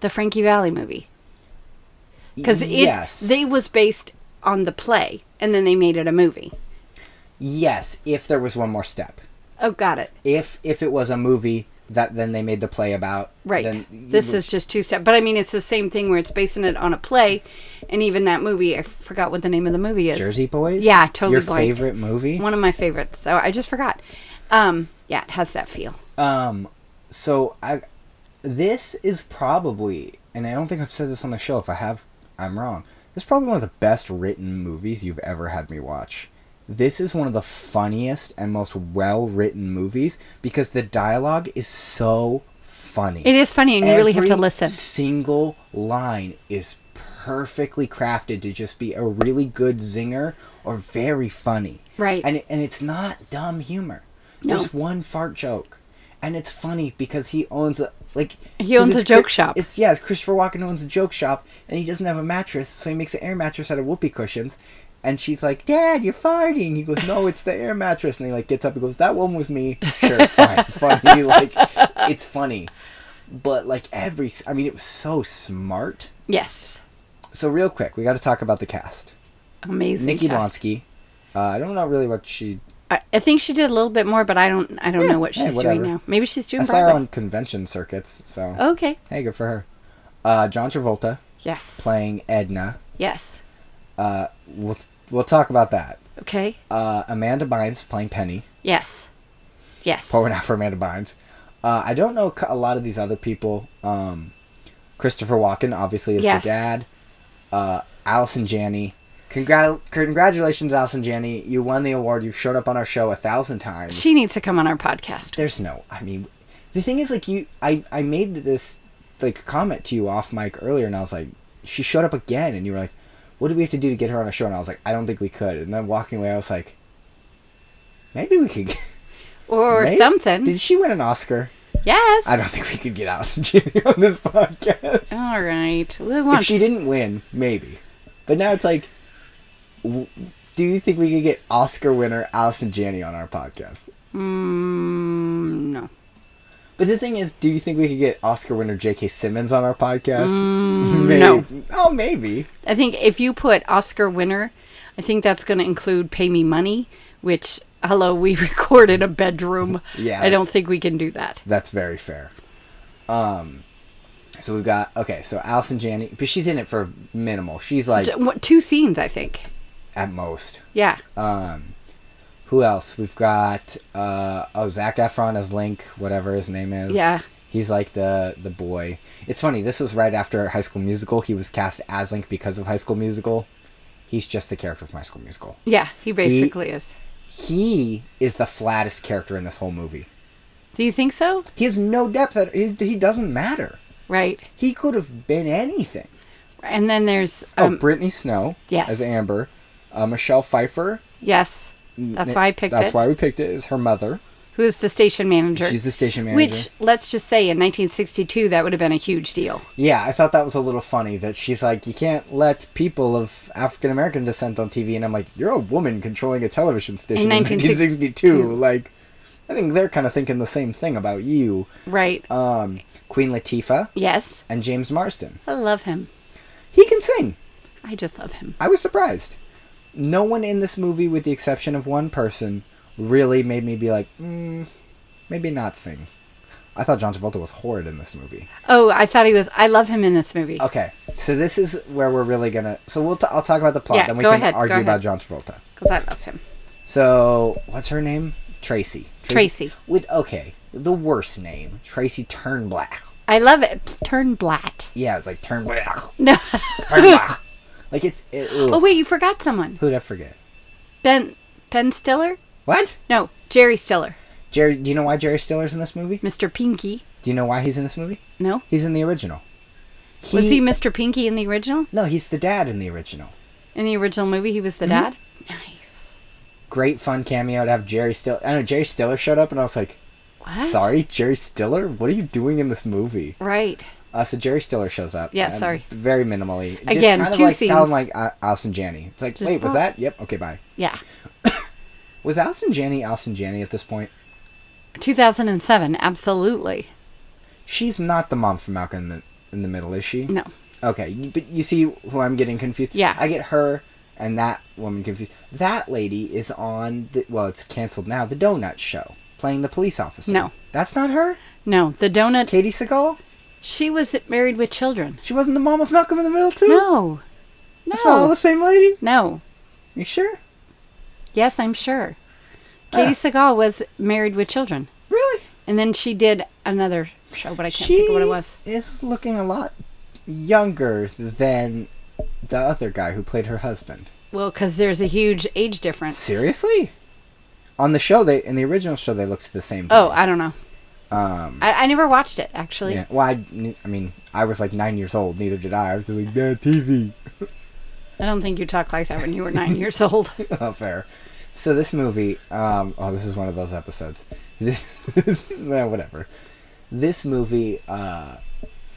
Speaker 2: The Frankie Valley movie. because it
Speaker 1: yes,
Speaker 2: they was based on the play and then they made it a movie
Speaker 1: yes, if there was one more step,
Speaker 2: oh got it
Speaker 1: if if it was a movie that then they made the play about.
Speaker 2: Right.
Speaker 1: Then
Speaker 2: this is just two step, but I mean, it's the same thing where it's basing it on a play, and even that movie. I forgot what the name of the movie is.
Speaker 1: Jersey Boys.
Speaker 2: Yeah, totally
Speaker 1: Your
Speaker 2: blanked.
Speaker 1: favorite movie.
Speaker 2: One of my favorites. So I just forgot. Um, yeah, it has that feel.
Speaker 1: Um, so I, this is probably, and I don't think I've said this on the show. If I have, I'm wrong. This is probably one of the best written movies you've ever had me watch. This is one of the funniest and most well written movies because the dialogue is so funny.
Speaker 2: It is funny, and you really have to
Speaker 1: Every
Speaker 2: listen.
Speaker 1: Single line is perfectly crafted to just be a really good zinger or very funny.
Speaker 2: Right.
Speaker 1: And and it's not dumb humor. There's one fart joke, and it's funny because he owns a like
Speaker 2: He owns
Speaker 1: 'cause
Speaker 2: a
Speaker 1: it's
Speaker 2: joke
Speaker 1: Chri-
Speaker 2: shop.
Speaker 1: It's yeah, Christopher Walken owns a joke shop, and he doesn't have a mattress, so he makes an air mattress out of whoopee cushions. And she's like, "Dad, you're farting." He goes, "No, it's the air mattress." And he like gets up. He goes, "That one was me." Sure, fine, funny. Like, it's funny, but like every, s- I mean, it was so smart.
Speaker 2: Yes,
Speaker 1: So real quick, we got to talk about the cast.
Speaker 2: amazing.
Speaker 1: Nikki
Speaker 2: cast.
Speaker 1: Blonsky. Uh, I don't know really what she
Speaker 2: I, I think she did a little bit more, but I don't. I don't know what
Speaker 1: hey,
Speaker 2: she's
Speaker 1: eh, whatever.
Speaker 2: doing now. Maybe she's doing.
Speaker 1: I saw her
Speaker 2: Broadway. Oh.
Speaker 1: on convention circuits, so
Speaker 2: Okay.
Speaker 1: hey, good for her. Uh, John Travolta
Speaker 2: Yes.
Speaker 1: playing Edna.
Speaker 2: Yes.
Speaker 1: Uh, we'll we'll talk about that.
Speaker 2: Okay.
Speaker 1: Uh, Amanda Bynes playing Penny.
Speaker 2: Yes. Yes.
Speaker 1: Pour one out for Amanda Bynes. Uh, I don't know c- a lot of these other people. Um, Christopher Walken obviously is
Speaker 2: Yes.
Speaker 1: the dad. Uh, Allison Janney. Congrat- congratulations, Allison Janney. You won the award. You've showed up on our show a thousand times.
Speaker 2: She needs to come on our podcast.
Speaker 1: there's no i mean the thing is like you i i made this like comment to you off mic earlier and i was like she showed up again and you were like what do we have to do to get her on a show and i was like i don't think we could and then walking away i was like maybe we could get,
Speaker 2: Or
Speaker 1: maybe-
Speaker 2: something.
Speaker 1: did she win an oscar
Speaker 2: yes.
Speaker 1: i don't think we could get allison Janney on this podcast
Speaker 2: All right. We
Speaker 1: if
Speaker 2: want
Speaker 1: she didn't win maybe but now it's like w- do you think we could get oscar winner allison Janney on our podcast
Speaker 2: Mm, no.
Speaker 1: But the thing is, do you think we could get Oscar winner J.K. Simmons on our podcast? May-
Speaker 2: Mm, no.
Speaker 1: Oh, maybe.
Speaker 2: I think if you put Oscar winner, I think that's going to include pay me money, which hello, we record in a bedroom.
Speaker 1: Yeah,
Speaker 2: I don't
Speaker 1: that's-
Speaker 2: think we can do that.
Speaker 1: That's very fair. Um, so we've got okay. So Allison Janney, but she's in it for minimal. She's like
Speaker 2: J- what- Two scenes, I think.
Speaker 1: at most.
Speaker 2: Yeah.
Speaker 1: Um, who else? We've got uh oh Zach Efron as Link, whatever his name is.
Speaker 2: Yeah.
Speaker 1: He's like the the boy. It's funny. This was right after High School Musical. He was cast as Link because of High School Musical. He's just the character from High School Musical.
Speaker 2: yeah, he basically is.
Speaker 1: he is the flattest character in this whole movie.
Speaker 2: Do you think so?
Speaker 1: He has no depth. At, he's, he doesn't matter.
Speaker 2: Right.
Speaker 1: He could have been anything.
Speaker 2: And then there's
Speaker 1: oh,
Speaker 2: um,
Speaker 1: Brittany Snow
Speaker 2: yes.
Speaker 1: as Amber, uh, Michelle Pfeiffer.
Speaker 2: yes. That's why I picked
Speaker 1: That's
Speaker 2: it.
Speaker 1: why we picked it. Is her mother?
Speaker 2: Who's the station manager?
Speaker 1: She's the station manager.
Speaker 2: Which let's just say in 1962 that would have been a huge deal.
Speaker 1: Yeah, I thought that was a little funny that she's like, you can't let people of African American descent on TV, and I'm like, you're a woman controlling a television station in 1962.
Speaker 2: 1962.
Speaker 1: Like, I think they're kind of thinking the same thing about you.
Speaker 2: Right.
Speaker 1: Um, Queen Latifah
Speaker 2: yes.
Speaker 1: and James Marston.
Speaker 2: I love him.
Speaker 1: He can sing.
Speaker 2: I just love him.
Speaker 1: I was surprised. No one in this movie, with the exception of one person, really made me be like, mm, maybe not sing. I thought John Travolta was horrid in this movie.
Speaker 2: Oh, I thought he was. I love him in this movie.
Speaker 1: Okay, so this is where we're really gonna. So we'll t- I'll talk about the plot,
Speaker 2: Yeah,
Speaker 1: then we
Speaker 2: go
Speaker 1: can
Speaker 2: ahead, go
Speaker 1: argue
Speaker 2: ahead.
Speaker 1: about John Travolta.
Speaker 2: Because I love him.
Speaker 1: So what's her name? Tracy.
Speaker 2: Tracy.
Speaker 1: With okay, the worst name, Tracy Turnblack.
Speaker 2: I love it. P- Turn Blatt.
Speaker 1: Yeah, it's like Turnblack.
Speaker 2: No.
Speaker 1: Turnblack. like it's. It,
Speaker 2: oh, wait, you forgot someone.
Speaker 1: Who'd I forget?
Speaker 2: Ben Ben Stiller?
Speaker 1: What?
Speaker 2: No, Jerry Stiller.
Speaker 1: Jerry? Do you know why Jerry Stiller's in this movie?
Speaker 2: Mr. Pinky.
Speaker 1: Do you know why he's in this movie?
Speaker 2: No?
Speaker 1: He's in the original.
Speaker 2: was he Mr. Pinky in the original?
Speaker 1: No, he's the dad in the original.
Speaker 2: In the original movie, he was the dad?
Speaker 1: Mm-hmm.
Speaker 2: Nice.
Speaker 1: Great fun cameo to have Jerry Stiller. I know Jerry Stiller showed up, and I was like,
Speaker 2: What?
Speaker 1: "Sorry, Jerry Stiller, what are you doing in this movie?"
Speaker 2: Right.
Speaker 1: Uh, so Jerry Stiller shows up.
Speaker 2: Yeah,
Speaker 1: um,
Speaker 2: sorry.
Speaker 1: Very minimally. Just
Speaker 2: Again,
Speaker 1: kind of
Speaker 2: two
Speaker 1: like,
Speaker 2: scenes.
Speaker 1: Kind of like uh, Allison Janney. It's like,
Speaker 2: Just
Speaker 1: wait, was
Speaker 2: pop.
Speaker 1: that? Yep. Okay, bye.
Speaker 2: Yeah.
Speaker 1: Was Allison Janney Allison Janney at this point?
Speaker 2: 2007. Absolutely.
Speaker 1: She's not the mom from Malcolm in the, in the Middle, is she?
Speaker 2: No.
Speaker 1: Okay, you- but you see who I'm getting confused.
Speaker 2: Yeah.
Speaker 1: I get her and that woman confused. That lady is on the well, it's canceled now. The Donut Show, playing the police officer.
Speaker 2: No.
Speaker 1: That's not her?
Speaker 2: No, the donut.
Speaker 1: Katie Seagal?
Speaker 2: She was married with children.
Speaker 1: She wasn't the mom of Malcolm in the Middle, too?
Speaker 2: No. No.
Speaker 1: It's all the same lady?
Speaker 2: no.
Speaker 1: You sure?
Speaker 2: Yes, I'm sure.
Speaker 1: Ah.
Speaker 2: Katie Seagal was married with children.
Speaker 1: Really?
Speaker 2: And then she did another show, but I can't think of what it was.
Speaker 1: is looking a lot younger than the other guy who played her husband.
Speaker 2: Well, because there's a huge age difference.
Speaker 1: Seriously? On the show, they in the original show, they looked the same. to
Speaker 2: Oh,
Speaker 1: me.
Speaker 2: I don't know.
Speaker 1: um,
Speaker 2: I, I never watched it, actually.
Speaker 1: yeah. Well, I, I mean, I was like nine years old. Neither did I. I was just like, "Nah, TV."
Speaker 2: I don't think you talked like that when you were nine years old.
Speaker 1: oh, fair. So this movie, um, oh, this is one of those episodes. Well, whatever. This movie, uh,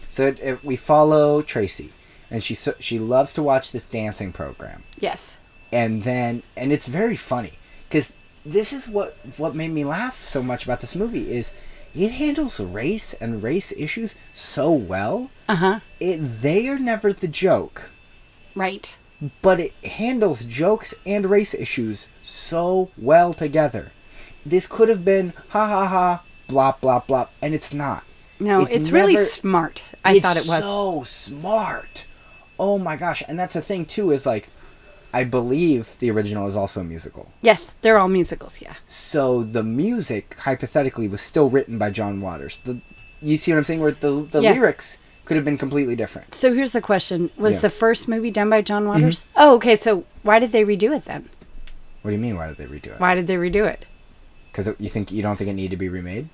Speaker 1: so it, it, we follow Tracy, and she so, she loves to watch this dancing program,
Speaker 2: Yes.
Speaker 1: and then and it's very funny because this is what what made me laugh so much about this movie is it handles race and race issues so well.
Speaker 2: Uh huh.
Speaker 1: It they are never the joke
Speaker 2: Right.
Speaker 1: but it handles jokes and race issues so well together. This could have been ha ha ha, blah blah blah, and it's not.
Speaker 2: No, it's, really
Speaker 1: never-
Speaker 2: smart. I
Speaker 1: it's
Speaker 2: thought it was.
Speaker 1: so smart. Oh my gosh! And that's the thing too is like, I believe the original is also a musical,
Speaker 2: Yes, they're all musicals, yeah.
Speaker 1: so the music hypothetically was still written by John Waters. The you see what I'm saying? Where the the
Speaker 2: Yeah.
Speaker 1: lyrics could have been completely different.
Speaker 2: So here's the question Was
Speaker 1: Yeah. Mm-hmm.
Speaker 2: the first movie done by John Waters? Oh, okay. So why did they redo it then?
Speaker 1: What do you mean? Why did they redo it?
Speaker 2: Why did they redo it?
Speaker 1: Because you think you don't think it needed to be remade?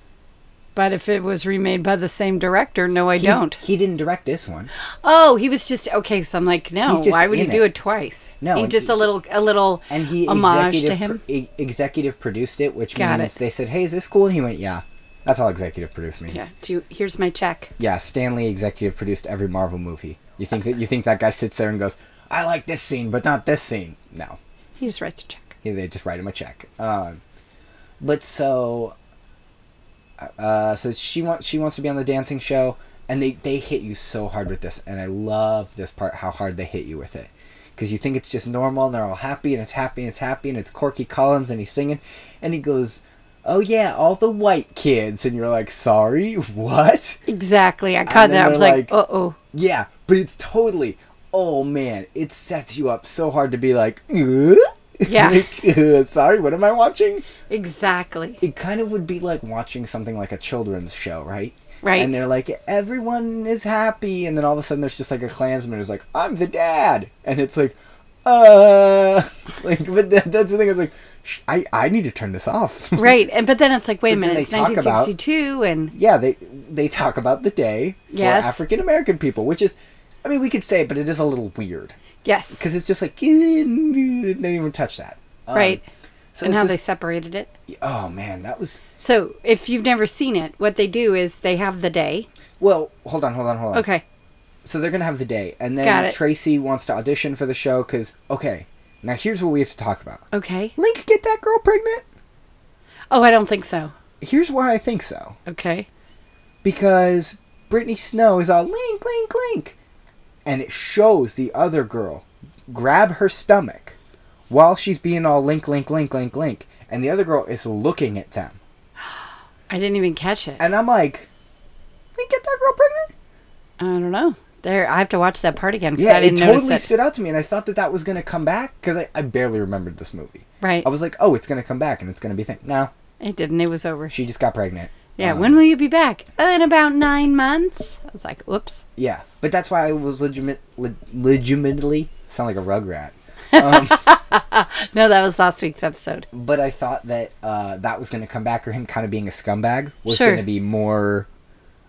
Speaker 2: But if it was remade by the same director, no, I
Speaker 1: He-
Speaker 2: don't.
Speaker 1: He didn't direct this one.
Speaker 2: Oh, he was just okay. So I'm like, no.
Speaker 1: He's just
Speaker 2: Why would he
Speaker 1: in
Speaker 2: do
Speaker 1: it.
Speaker 2: it twice?
Speaker 1: No,
Speaker 2: he
Speaker 1: and
Speaker 2: just a
Speaker 1: he-
Speaker 2: little, a little
Speaker 1: and he
Speaker 2: homage
Speaker 1: executive
Speaker 2: to him.
Speaker 1: pro- e- executive produced it, which
Speaker 2: Got
Speaker 1: means
Speaker 2: it.
Speaker 1: they said, "Hey, is this cool?" And he went, "Yeah." That's all executive produced means.
Speaker 2: yeah.
Speaker 1: Yeah.
Speaker 2: Do you, here's my check.
Speaker 1: Stanley executive produced every Marvel movie. You think that you think that guy sits there and goes, "I like this scene, but not this scene." No,
Speaker 2: He just writes a check.
Speaker 1: He- they just write him a check. Um, but so, uh, so she wants she wants to be on the dancing show, and they they hit you so hard with this, and I love this part how hard they hit you with it, because you think it's just normal and they're all happy and it's happy and it's happy and it's Corky Collins and he's singing, and he goes, "Oh yeah, all the white kids," and you're like, "Sorry, what?"
Speaker 2: Exactly. I caught
Speaker 1: then
Speaker 2: that. I
Speaker 1: they're
Speaker 2: was like,
Speaker 1: like-
Speaker 2: uh oh.
Speaker 1: Yeah, but it's totally. Oh man, it sets you up so hard to be like, "Uh?"
Speaker 2: Yeah.
Speaker 1: Like, "Uh, sorry, what am I watching?
Speaker 2: Exactly.
Speaker 1: it kind of would be like watching something like a children's show, right?
Speaker 2: Right.
Speaker 1: And they're like, everyone is happy, and then all of a sudden there's just like a Klansman who's like, I'm the dad, and it's like, uh, like, but that, that's the thing. It's like, Shh, I I need to turn this off.
Speaker 2: Right. And but then it's like, wait a
Speaker 1: But then
Speaker 2: minute.
Speaker 1: they
Speaker 2: It's
Speaker 1: talk about-
Speaker 2: 1962, and
Speaker 1: yeah, they they talk about the day for
Speaker 2: Yes.
Speaker 1: African American people, which is, I mean, we could say, it, but it is a little weird
Speaker 2: yes,
Speaker 1: because it's just like, eh, they didn't even touch that, Um,
Speaker 2: right.
Speaker 1: So
Speaker 2: and
Speaker 1: it's
Speaker 2: how they
Speaker 1: just-
Speaker 2: separated it.
Speaker 1: oh man, that was
Speaker 2: So if you've never seen it, what they do is they have the day.
Speaker 1: well. Hold on, hold on, hold on.
Speaker 2: Okay.
Speaker 1: so they're gonna have the day, and
Speaker 2: Got
Speaker 1: then
Speaker 2: it.
Speaker 1: Tracy wants to audition for the show because okay, now here's what we have to talk about.
Speaker 2: Okay.
Speaker 1: Link get that girl pregnant?
Speaker 2: Oh, I don't think so.
Speaker 1: Here's why I think so
Speaker 2: Okay.
Speaker 1: because Brittany Snow is all Link, Link, Link, and it shows the other girl grab her stomach while she's being all Link, Link, Link, Link, Link, and the other girl is looking at them,
Speaker 2: I didn't even catch it.
Speaker 1: and I'm like, Link get that girl pregnant?
Speaker 2: I don't know. There, I have to watch that part again because
Speaker 1: Yeah,
Speaker 2: I
Speaker 1: it
Speaker 2: didn't
Speaker 1: totally
Speaker 2: notice it.
Speaker 1: stood out to me, and I thought that that was gonna come back because I, I barely remembered this movie.
Speaker 2: Right.
Speaker 1: I was like, oh, it's gonna come back and it's gonna be thing. No,
Speaker 2: It didn't. It was over.
Speaker 1: she just got pregnant.
Speaker 2: Yeah.
Speaker 1: Um,
Speaker 2: when will you be back? Uh, in about nine months. I was like, whoops.
Speaker 1: Yeah, but that's why I was legitimate, le- legitimately sound like a rugrat. Um,
Speaker 2: No, that was last week's episode.
Speaker 1: but I thought that uh, that was gonna come back, or him kind of being a scumbag was
Speaker 2: Sure.
Speaker 1: gonna be more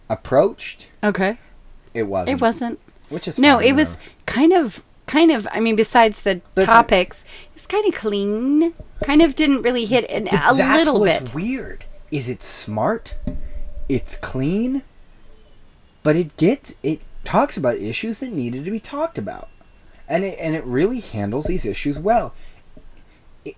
Speaker 1: approached.
Speaker 2: Okay.
Speaker 1: It wasn't.
Speaker 2: It wasn't.
Speaker 1: Which is
Speaker 2: No,
Speaker 1: fine,
Speaker 2: it was
Speaker 1: whatever.
Speaker 2: kind of, kind of. I mean, besides the
Speaker 1: That's what-
Speaker 2: topics, it's kind of clean. Kind of didn't really hit an,
Speaker 1: But
Speaker 2: a
Speaker 1: that's
Speaker 2: little
Speaker 1: what's
Speaker 2: bit.
Speaker 1: weird. Is it smart? It's clean, but it gets it talks about issues that needed to be talked about, and it and it really handles these issues well. It-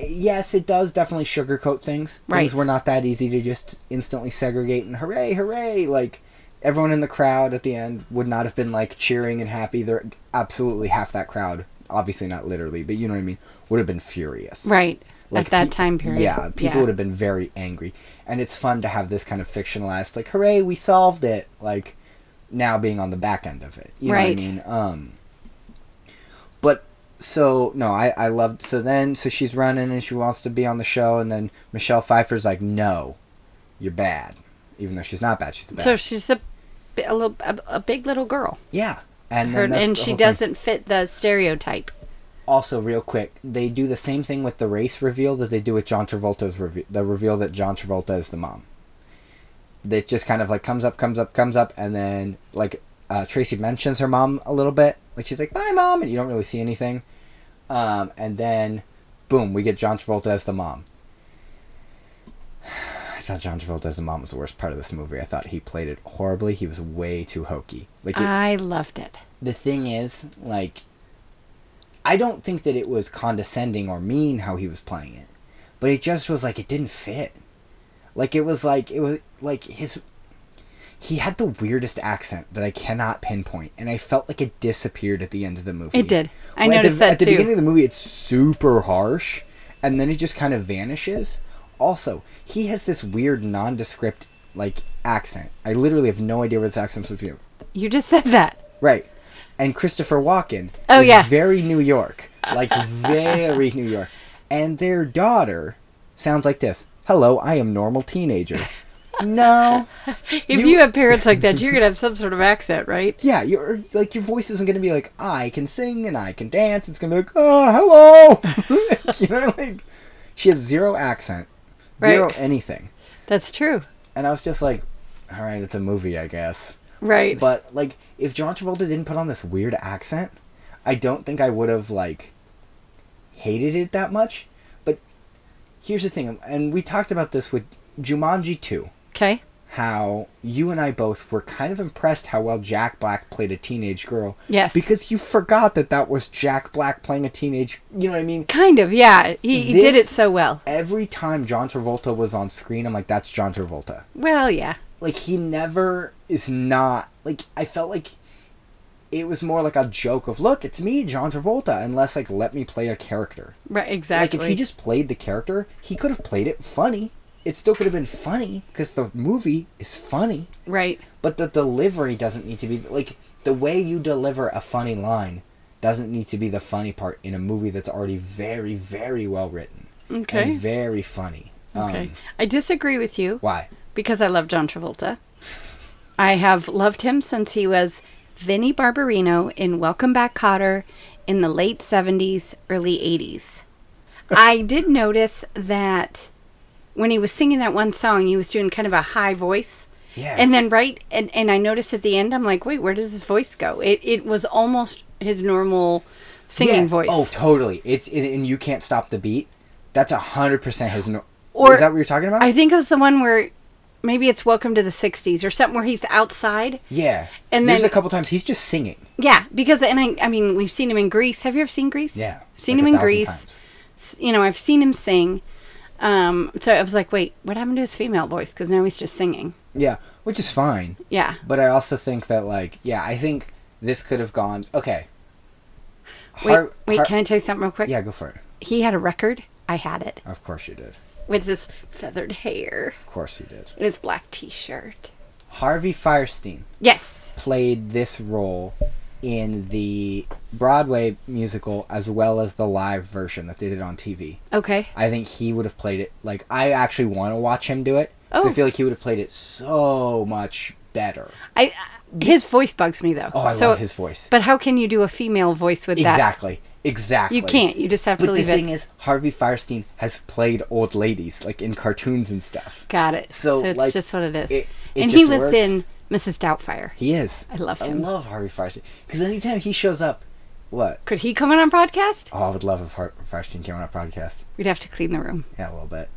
Speaker 1: Yes, it does definitely sugarcoat things.
Speaker 2: Right.
Speaker 1: Things were not that easy to just instantly segregate and hooray, hooray! Like everyone in the crowd at the end would not have been like cheering and happy. They're absolutely half that crowd, obviously not literally, but you know what I mean. Would have been furious
Speaker 2: Right. At that time period.
Speaker 1: Yeah, people
Speaker 2: Yeah.
Speaker 1: would have been very angry, and it's fun to have this kind of fictionalized, like, "Hooray, we solved it!" Like now being on the back end of it. You
Speaker 2: Right.
Speaker 1: know what I mean? Um, but so no, I I loved. So then, so she's running and she wants to be on the show, and then Michelle Pfeiffer's like, "No, you're bad," even though she's not bad. She's bad.
Speaker 2: So she's a, bi- a little a, a big little girl,
Speaker 1: yeah, and
Speaker 2: Her,
Speaker 1: then that's the
Speaker 2: and she
Speaker 1: whole thing.
Speaker 2: doesn't fit the stereotype.
Speaker 1: also real quick they do the same thing with the race reveal that they do with john travolta's reveal the reveal that john travolta is the mom that just kind of like comes up comes up comes up and then like uh, tracy mentions her mom a little bit like she's like bye mom and you don't really see anything um, and then boom we get john travolta as the mom I thought John Travolta as the mom was the worst part of this movie. I thought he played it horribly. He was way too hokey. Like it,
Speaker 2: I loved it.
Speaker 1: the thing is, like, I don't think that it was condescending or mean how he was playing it, but it just was like it didn't fit. Like it was like it was like his. He had the weirdest accent that I cannot pinpoint, and I felt like it disappeared at the end of the movie.
Speaker 2: It did. I
Speaker 1: Well, at the-
Speaker 2: noticed that
Speaker 1: at the
Speaker 2: too.
Speaker 1: beginning of the movie. It's super harsh, and then it just kind of vanishes. Also, he has this weird nondescript like accent. I literally have no idea where this accent's supposed to be.
Speaker 2: You just said that.
Speaker 1: Right. And Christopher Walken
Speaker 2: Oh,
Speaker 1: is
Speaker 2: yeah.
Speaker 1: very New York. Like very New York. And their daughter sounds like this. Hello, I am normal teenager. no.
Speaker 2: If you,
Speaker 1: You-
Speaker 2: have parents like that, you're gonna have some sort of accent, right?
Speaker 1: Yeah, your like your voice isn't gonna be like I can sing and I can dance. It's gonna be like oh hello, you know like she has zero accent, zero
Speaker 2: Right.
Speaker 1: anything,
Speaker 2: That's true.
Speaker 1: and I was just like, all right, it's a movie, I guess.
Speaker 2: Right.
Speaker 1: But like, if John Travolta didn't put on this weird accent, I don't think I would have like hated it that much. But here's the thing, and we talked about this with Jumanji Two,
Speaker 2: okay.
Speaker 1: how you and I both were kind of impressed how well Jack Black played a teenage girl.
Speaker 2: Yes.
Speaker 1: Because you forgot that that was Jack Black playing a teenage. You know what I mean?
Speaker 2: Kind of, yeah. He, he did it
Speaker 1: This-
Speaker 2: so well.
Speaker 1: Every time John Travolta was on screen, I'm like, that's John Travolta.
Speaker 2: Well, yeah.
Speaker 1: like he never is not like I felt like it was more like a joke of look, it's me, John Travolta, unless like let me play a character.
Speaker 2: Right. Exactly.
Speaker 1: Like if he just played the character, he could have played it funny. It still could have been funny because the movie is funny,
Speaker 2: right.
Speaker 1: but the delivery doesn't need to be like the way you deliver a funny line doesn't need to be the funny part in a movie that's already very very well written.
Speaker 2: Okay.
Speaker 1: And very funny.
Speaker 2: Okay.
Speaker 1: Um
Speaker 2: I disagree with you.
Speaker 1: why?
Speaker 2: because I love John Travolta. I have loved him since he was Vinnie Barbarino in Welcome Back Cotter in the late 70s, early 80s. I did notice that when he was singing that one song, he was doing kind of a high voice.
Speaker 1: Yeah.
Speaker 2: And then right and, and I noticed at the end I'm like, "Wait, where does his voice go?" It it was almost his normal singing
Speaker 1: Yeah.
Speaker 2: voice.
Speaker 1: Oh, totally. It's and and you can't stop the beat. That's a hundred percent his. No-
Speaker 2: Or-
Speaker 1: is that what you're talking about?
Speaker 2: I think it was the one where maybe it's Welcome to the 60s or something where he's outside
Speaker 1: yeah.
Speaker 2: and
Speaker 1: there's
Speaker 2: then-
Speaker 1: a couple times he's just singing.
Speaker 2: Yeah, because and I, I mean, we've seen him in Greece. Have you ever seen Greece?
Speaker 1: Yeah,
Speaker 2: seen
Speaker 1: like a
Speaker 2: him in
Speaker 1: thousand
Speaker 2: Greece.
Speaker 1: times.
Speaker 2: S- You know, I've seen him sing. Um, so I was like, wait, what happened to his female voice? Because now he's just singing.
Speaker 1: Yeah, which is fine.
Speaker 2: Yeah,
Speaker 1: But I also think that like yeah, I think this could have gone okay.
Speaker 2: wait,
Speaker 1: Har-
Speaker 2: wait,
Speaker 1: har-
Speaker 2: can I tell you something real quick?
Speaker 1: yeah, go for it.
Speaker 2: he had a record. I had it
Speaker 1: Of course you did.
Speaker 2: with his feathered hair
Speaker 1: Of course you did.
Speaker 2: and his black T-shirt.
Speaker 1: Harvey Firestein
Speaker 2: Yes,
Speaker 1: played this role in the Broadway musical as well as the live version that they did on TV.
Speaker 2: okay,
Speaker 1: I think he would have played it. Like I actually want to watch him do it. 'cause
Speaker 2: Oh.
Speaker 1: I feel like he would have played it so much better.
Speaker 2: I his voice bugs me though.
Speaker 1: Oh, I
Speaker 2: So-
Speaker 1: love his voice.
Speaker 2: But how can you do a female voice with that?
Speaker 1: exactly, exactly.
Speaker 2: You can't. You just have to
Speaker 1: But the
Speaker 2: leave
Speaker 1: thing
Speaker 2: it.
Speaker 1: is, Harvey Firestein has played old ladies like in cartoons and stuff.
Speaker 2: Got it.
Speaker 1: So,
Speaker 2: it's
Speaker 1: like,
Speaker 2: just what it is.
Speaker 1: it- it
Speaker 2: and he
Speaker 1: just
Speaker 2: was
Speaker 1: works.
Speaker 2: in Mrs. Doubtfire.
Speaker 1: He is.
Speaker 2: I love
Speaker 1: I
Speaker 2: him.
Speaker 1: love Harvey Firestein because anytime he shows up, what?
Speaker 2: Could he come on our podcast?
Speaker 1: Oh, I would love if Harvey Firestein came on our podcast.
Speaker 2: We'd have to clean the room.
Speaker 1: Yeah, a little bit.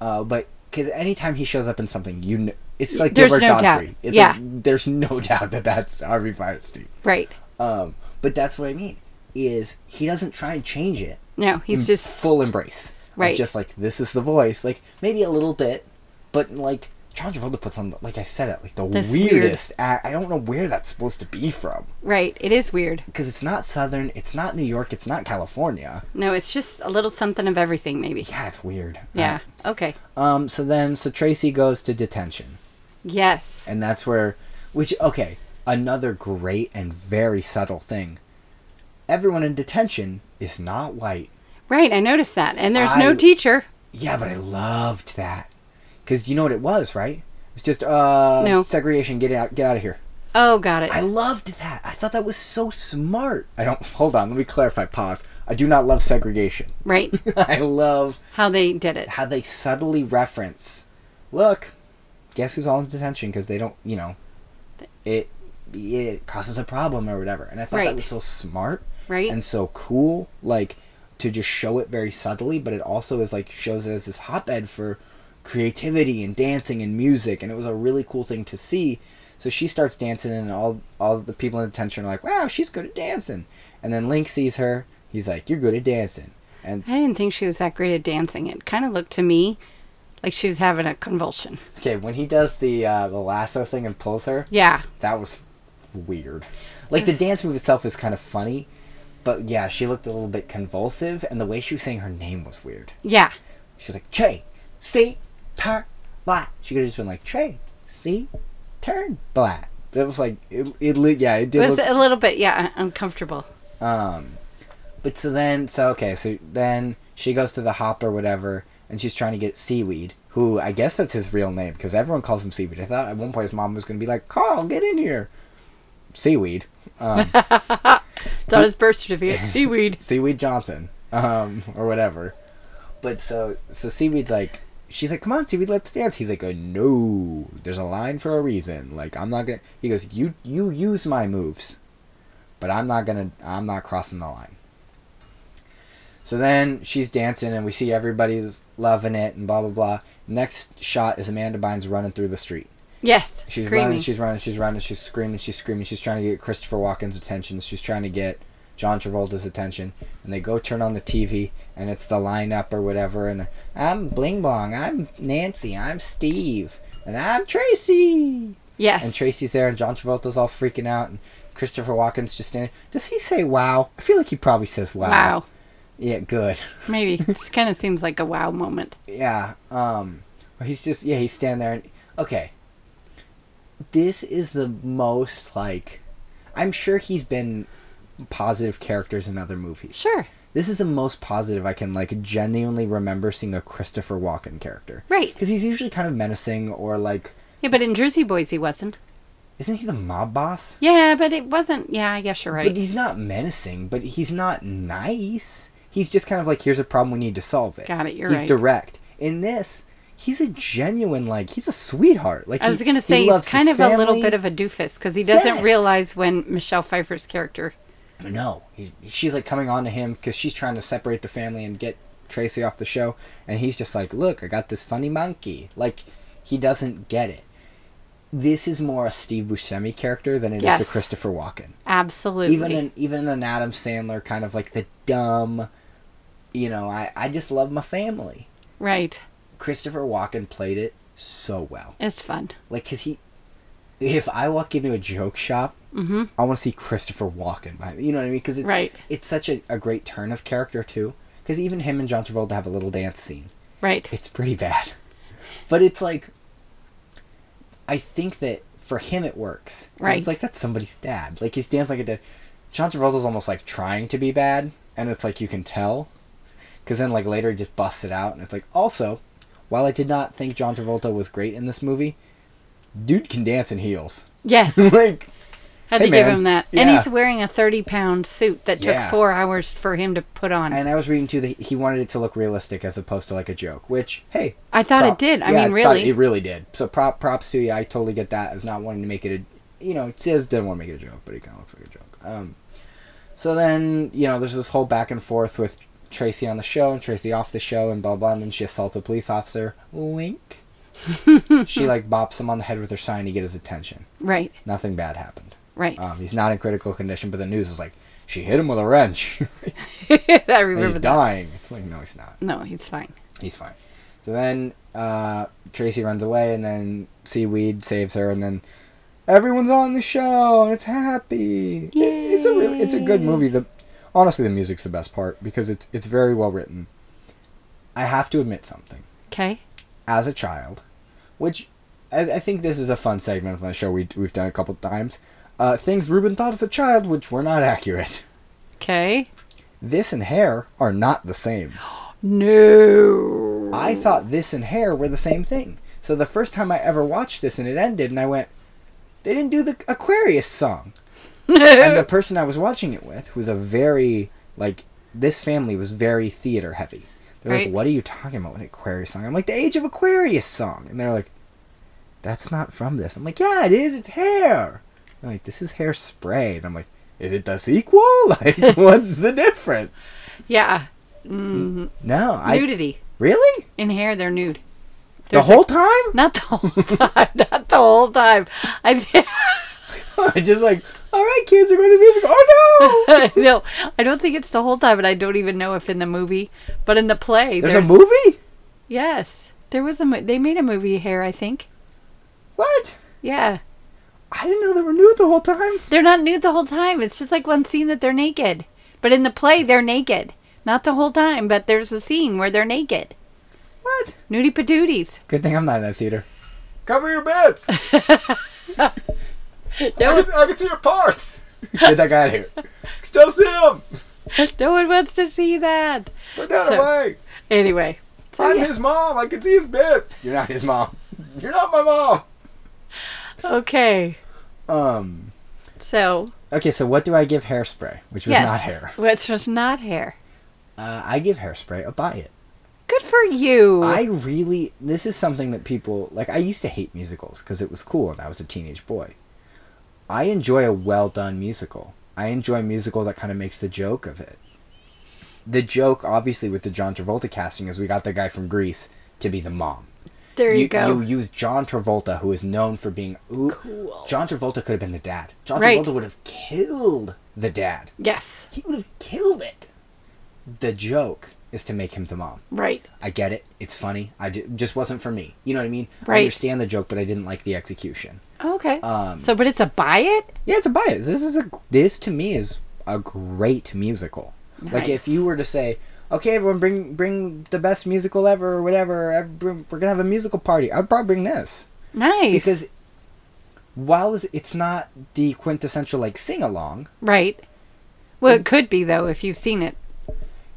Speaker 1: Uh, but because anytime he shows up in something, you kn- it's like
Speaker 2: There's
Speaker 1: Gilbert
Speaker 2: no doubt.
Speaker 1: Godfrey. It's
Speaker 2: Yeah.
Speaker 1: like, there's no doubt that that's Harvey Firestein.
Speaker 2: Right.
Speaker 1: Um, but that's what I mean. Is he doesn't try and change it?
Speaker 2: No,
Speaker 1: Mm.
Speaker 2: he's just
Speaker 1: full embrace. of
Speaker 2: Right.
Speaker 1: Just like this is the voice. Like maybe a little bit, but like John Travolta puts on, like I said, it like the
Speaker 2: This weird-
Speaker 1: weirdest. Act. I don't know where that's supposed to be from
Speaker 2: Right. It is weird.
Speaker 1: because it's not Southern, it's not New York, it's not California.
Speaker 2: No, it's just a little something of everything, maybe.
Speaker 1: Yeah, it's weird. Uh,
Speaker 2: Yeah. Okay.
Speaker 1: Um. So then, so Tracy goes to detention,
Speaker 2: Yes.
Speaker 1: and that's where, which okay, another great and very subtle thing. Everyone in detention is not white.
Speaker 2: Right. I noticed that. And there's
Speaker 1: I-
Speaker 2: no teacher.
Speaker 1: Yeah, but I loved that because you know what it was, right? It was just uh
Speaker 2: No.
Speaker 1: segregation. Get out. Get out of here.
Speaker 2: Oh, got it.
Speaker 1: I loved that. I thought that was so smart. I don't. Hold on. Let me clarify. Pause. I do not love segregation.
Speaker 2: right.
Speaker 1: I love
Speaker 2: How they did it.
Speaker 1: how they subtly reference. Look, guess who's all in detention because they don't. You know, it it causes a problem or whatever. And I thought
Speaker 2: Right.
Speaker 1: that was so smart.
Speaker 2: Right.
Speaker 1: And so cool. Like to just show it very subtly, but it also is like shows it as this hotbed for creativity and dancing and music, and it was a really cool thing to see. So she starts dancing, and all all the people in detention are like, "Wow, she's good at dancing." And then Link sees her. He's like, "You're good at dancing." And
Speaker 2: I didn't think she was that great at dancing. It kind of looked to me like she was having a convulsion.
Speaker 1: Okay, when he does the uh, the lasso thing and pulls her,
Speaker 2: Yeah.
Speaker 1: that was weird. Like the dance move itself is kind of funny, but yeah, she looked a little bit convulsive, and the way she was saying her name was weird.
Speaker 2: Yeah.
Speaker 1: She was like Che, see, turn, blah. She could have just been like Che, see, turn, blah. But it was like it, it li- yeah, it
Speaker 2: It
Speaker 1: did.
Speaker 2: was
Speaker 1: Look,
Speaker 2: a little bit, yeah, un- uncomfortable.
Speaker 1: um, but so then so okay, so then she goes to the hop or whatever, and she's trying to get seaweed. Who I guess that's his real name because everyone calls him seaweed. I thought at one point his mom was going to be like, "Carl, get in here." Seaweed.
Speaker 2: That was birth certificate. Seaweed.
Speaker 1: Seaweed Johnson, um, or whatever. But so so seaweed's like she's like, "Come on, seaweed, let's dance." He's like, uh, "No, there's a line for a reason. Like I'm not gonna." He goes, "You you use my moves, but I'm not gonna. I'm not crossing the line." So then she's dancing, and we see everybody's loving it, and blah blah blah. Next shot is Amanda Bynes running through the street.
Speaker 2: Yes.
Speaker 1: She's
Speaker 2: screaming.
Speaker 1: running, she's running, she's running, she's screaming, she's screaming. She's trying to get Christopher Walken's attention. She's trying to get John Travolta's attention. And they go turn on the TV, and it's the lineup or whatever. And they're, I'm Bling Blong, I'm Nancy, I'm Steve, and I'm Tracy.
Speaker 2: yes.
Speaker 1: And Tracy's there, and John Travolta's all freaking out, and Christopher Walken's just standing. Does he say wow? I feel like he probably says wow.
Speaker 2: wow.
Speaker 1: Yeah, good.
Speaker 2: Maybe. This kind of seems like a wow moment.
Speaker 1: Yeah. Um or he's just yeah, he's standing there and okay. This is the most like I'm sure he's been positive characters in other movies.
Speaker 2: Sure.
Speaker 1: This is the most positive I can like genuinely remember seeing a Christopher Walken character.
Speaker 2: Right.
Speaker 1: Cuz he's usually kind of menacing or like
Speaker 2: Yeah, but in Jersey Boys, he wasn't.
Speaker 1: isn't he the mob boss?
Speaker 2: Yeah, but it wasn't. Yeah, I guess you're
Speaker 1: But
Speaker 2: right.
Speaker 1: he's not menacing, but he's not nice. He's just kind of like, here's a problem, we need to solve it.
Speaker 2: Got it, you're
Speaker 1: he's
Speaker 2: right.
Speaker 1: direct. In this, he's a genuine, like, he's a sweetheart. Like
Speaker 2: I was
Speaker 1: he-
Speaker 2: going to
Speaker 1: he
Speaker 2: say he's
Speaker 1: loves
Speaker 2: kind
Speaker 1: his
Speaker 2: of a little
Speaker 1: family.
Speaker 2: bit of a doofus because he doesn't
Speaker 1: Yes.
Speaker 2: realize when Michelle Pfeiffer's character.
Speaker 1: No, he's, she's like coming on to him because she's trying to separate the family and get Tracy off the show, and he's just like, "Look, I got this funny monkey." Like, he doesn't get it. This is more a Steve Buscemi character than it is
Speaker 2: Yes.
Speaker 1: a Christopher Walken.
Speaker 2: Absolutely.
Speaker 1: even an even an Adam Sandler kind of like the dumb, you know. I I just love my family.
Speaker 2: right.
Speaker 1: Christopher Walken played it so well.
Speaker 2: It's fun.
Speaker 1: Like, cause he, if I walk into a joke shop, mm I want to see Christopher Walken. behind- You know what I mean? Because it,
Speaker 2: Right.
Speaker 1: it's such a, a great turn of character too. Because even him and John Travolta have a little dance scene.
Speaker 2: Right.
Speaker 1: It's pretty bad, but it's like, I think that for him it works. 'Cause
Speaker 2: Right.
Speaker 1: It's like that's somebody's dad. Like he's dancing like a dad. John Travolta's almost like trying to be bad, and it's like you can tell. Because then, like later, he just busts it out, and it's like, also, while I did not think John Travolta was great in this movie, dude can dance in heels.
Speaker 2: yes.
Speaker 1: like,
Speaker 2: Had
Speaker 1: Hey,
Speaker 2: to give
Speaker 1: man.
Speaker 2: him that. And
Speaker 1: Yeah.
Speaker 2: he's wearing a 30 pound suit that took
Speaker 1: Yeah.
Speaker 2: four hours for him to put on.
Speaker 1: and I was reading too that he wanted it to look realistic as opposed to like a joke. Which, hey,
Speaker 2: I thought it
Speaker 1: prop-
Speaker 2: did. I
Speaker 1: Yeah,
Speaker 2: mean,
Speaker 1: thought
Speaker 2: really.
Speaker 1: it really did. So prop props to you. I totally get that as not wanting to make it a, you know, it says didn't want to make it a joke, but it kind of looks like a joke. Um, so then you know, there's this whole back and forth with Tracy on the show and Tracy off the show and blah blah, and then she assaults a police officer. Wink. she like bops him on the head with her sign to get his attention.
Speaker 2: right.
Speaker 1: Nothing bad happened.
Speaker 2: Right.
Speaker 1: Um, he's not in critical condition, but the news is like, she hit him with a wrench.
Speaker 2: I
Speaker 1: And he's
Speaker 2: remember that.
Speaker 1: dying. It's like, no, he's not.
Speaker 2: No, he's fine.
Speaker 1: He's fine. So then uh, Tracy runs away, and then Seaweed saves her, and then everyone's on the show, and it's happy. It- it's a really, it's a good movie. The honestly, the music's the best part because it's it's very well written. I have to admit something.
Speaker 2: Okay.
Speaker 1: As a child, which I, I think this is a fun segment on the show we we've done a couple times. Uh, things Ruben thought as a child, which were not accurate.
Speaker 2: Okay.
Speaker 1: This and hair are not the same.
Speaker 2: No.
Speaker 1: I thought this and hair were the same thing. So the first time I ever watched this and it ended, and I went, they didn't do the Aquarius song. and the person I was watching it with, who was a very, like, this family was very theater heavy. They're
Speaker 2: Right.
Speaker 1: like, what are you talking about with an Aquarius song? I'm like, the Age of Aquarius song. And they're like, that's not from this. I'm like, yeah, it is. It's hair. They're like, this is hairspray. And I'm like, is it the sequel? Like, what's the difference?
Speaker 2: Yeah. Mm-hmm.
Speaker 1: No, I.
Speaker 2: Nudity.
Speaker 1: Really?
Speaker 2: In hair, they're nude.
Speaker 1: The
Speaker 2: There's
Speaker 1: whole time?
Speaker 2: Not the whole time. Not the whole time. I think.
Speaker 1: It's just like, all right, kids, we're going to music. Oh no!
Speaker 2: no, I don't think it's the whole time, and I don't even know if in the movie, but in the play,
Speaker 1: There's, a movie.
Speaker 2: Yes, there was a. mo- They made a movie here, I think.
Speaker 1: What?
Speaker 2: Yeah,
Speaker 1: I didn't know they were nude the whole time.
Speaker 2: they're not nude the whole time. It's just like one scene that they're naked, but in the play, they're naked. Not the whole time, but there's a scene where they're naked.
Speaker 1: What?
Speaker 2: Nudie patooties.
Speaker 1: Good thing I'm not in that theater. Cover your bits. I,
Speaker 2: No,
Speaker 1: I can see your parts. Get that guy out of here. Still see him.
Speaker 2: no one wants to see that.
Speaker 1: Put that
Speaker 2: So-
Speaker 1: away.
Speaker 2: Anyway, so yeah.
Speaker 1: his mom. I can see his bits. You're not his mom. You're not my mom.
Speaker 2: okay.
Speaker 1: Um.
Speaker 2: So
Speaker 1: Okay, so what do I give hairspray? Which was
Speaker 2: yes,
Speaker 1: not hair.
Speaker 2: which was not hair.
Speaker 1: Uh, I give hairspray a buy it.
Speaker 2: Good for you.
Speaker 1: I really this is something that people like I used to hate musicals because it was cool and I was a teenage boy. I enjoy a well done musical. I enjoy a musical that kind of makes the joke of it. The joke obviously with the John Travolta casting is we got the guy from Greece to be the mom.
Speaker 2: there you, go.
Speaker 1: You use John Travolta who is known for being ooh,
Speaker 2: Cool.
Speaker 1: John Travolta could have been the dad. John
Speaker 2: Right.
Speaker 1: Travolta would have killed the dad.
Speaker 2: yes.
Speaker 1: He would have killed it. The joke is to make him the mom.
Speaker 2: Right.
Speaker 1: I get it. It's funny. I ju- just wasn't for me. You know what I mean? I
Speaker 2: Right.
Speaker 1: understand the joke, but I didn't like the execution.
Speaker 2: Oh, Okay.
Speaker 1: Um,
Speaker 2: so, but it's a buy it.
Speaker 1: Yeah, it's a bias. This is a this to me is a great musical. Like
Speaker 2: Nice.
Speaker 1: if you were to say, okay, everyone, bring bring the best musical ever or whatever. ev- bring- We're gonna have a musical party. I'd probably bring this
Speaker 2: Nice.
Speaker 1: because while it's- it's not the quintessential like sing along.
Speaker 2: right. Well, it
Speaker 1: It's-
Speaker 2: could be though if you've seen it.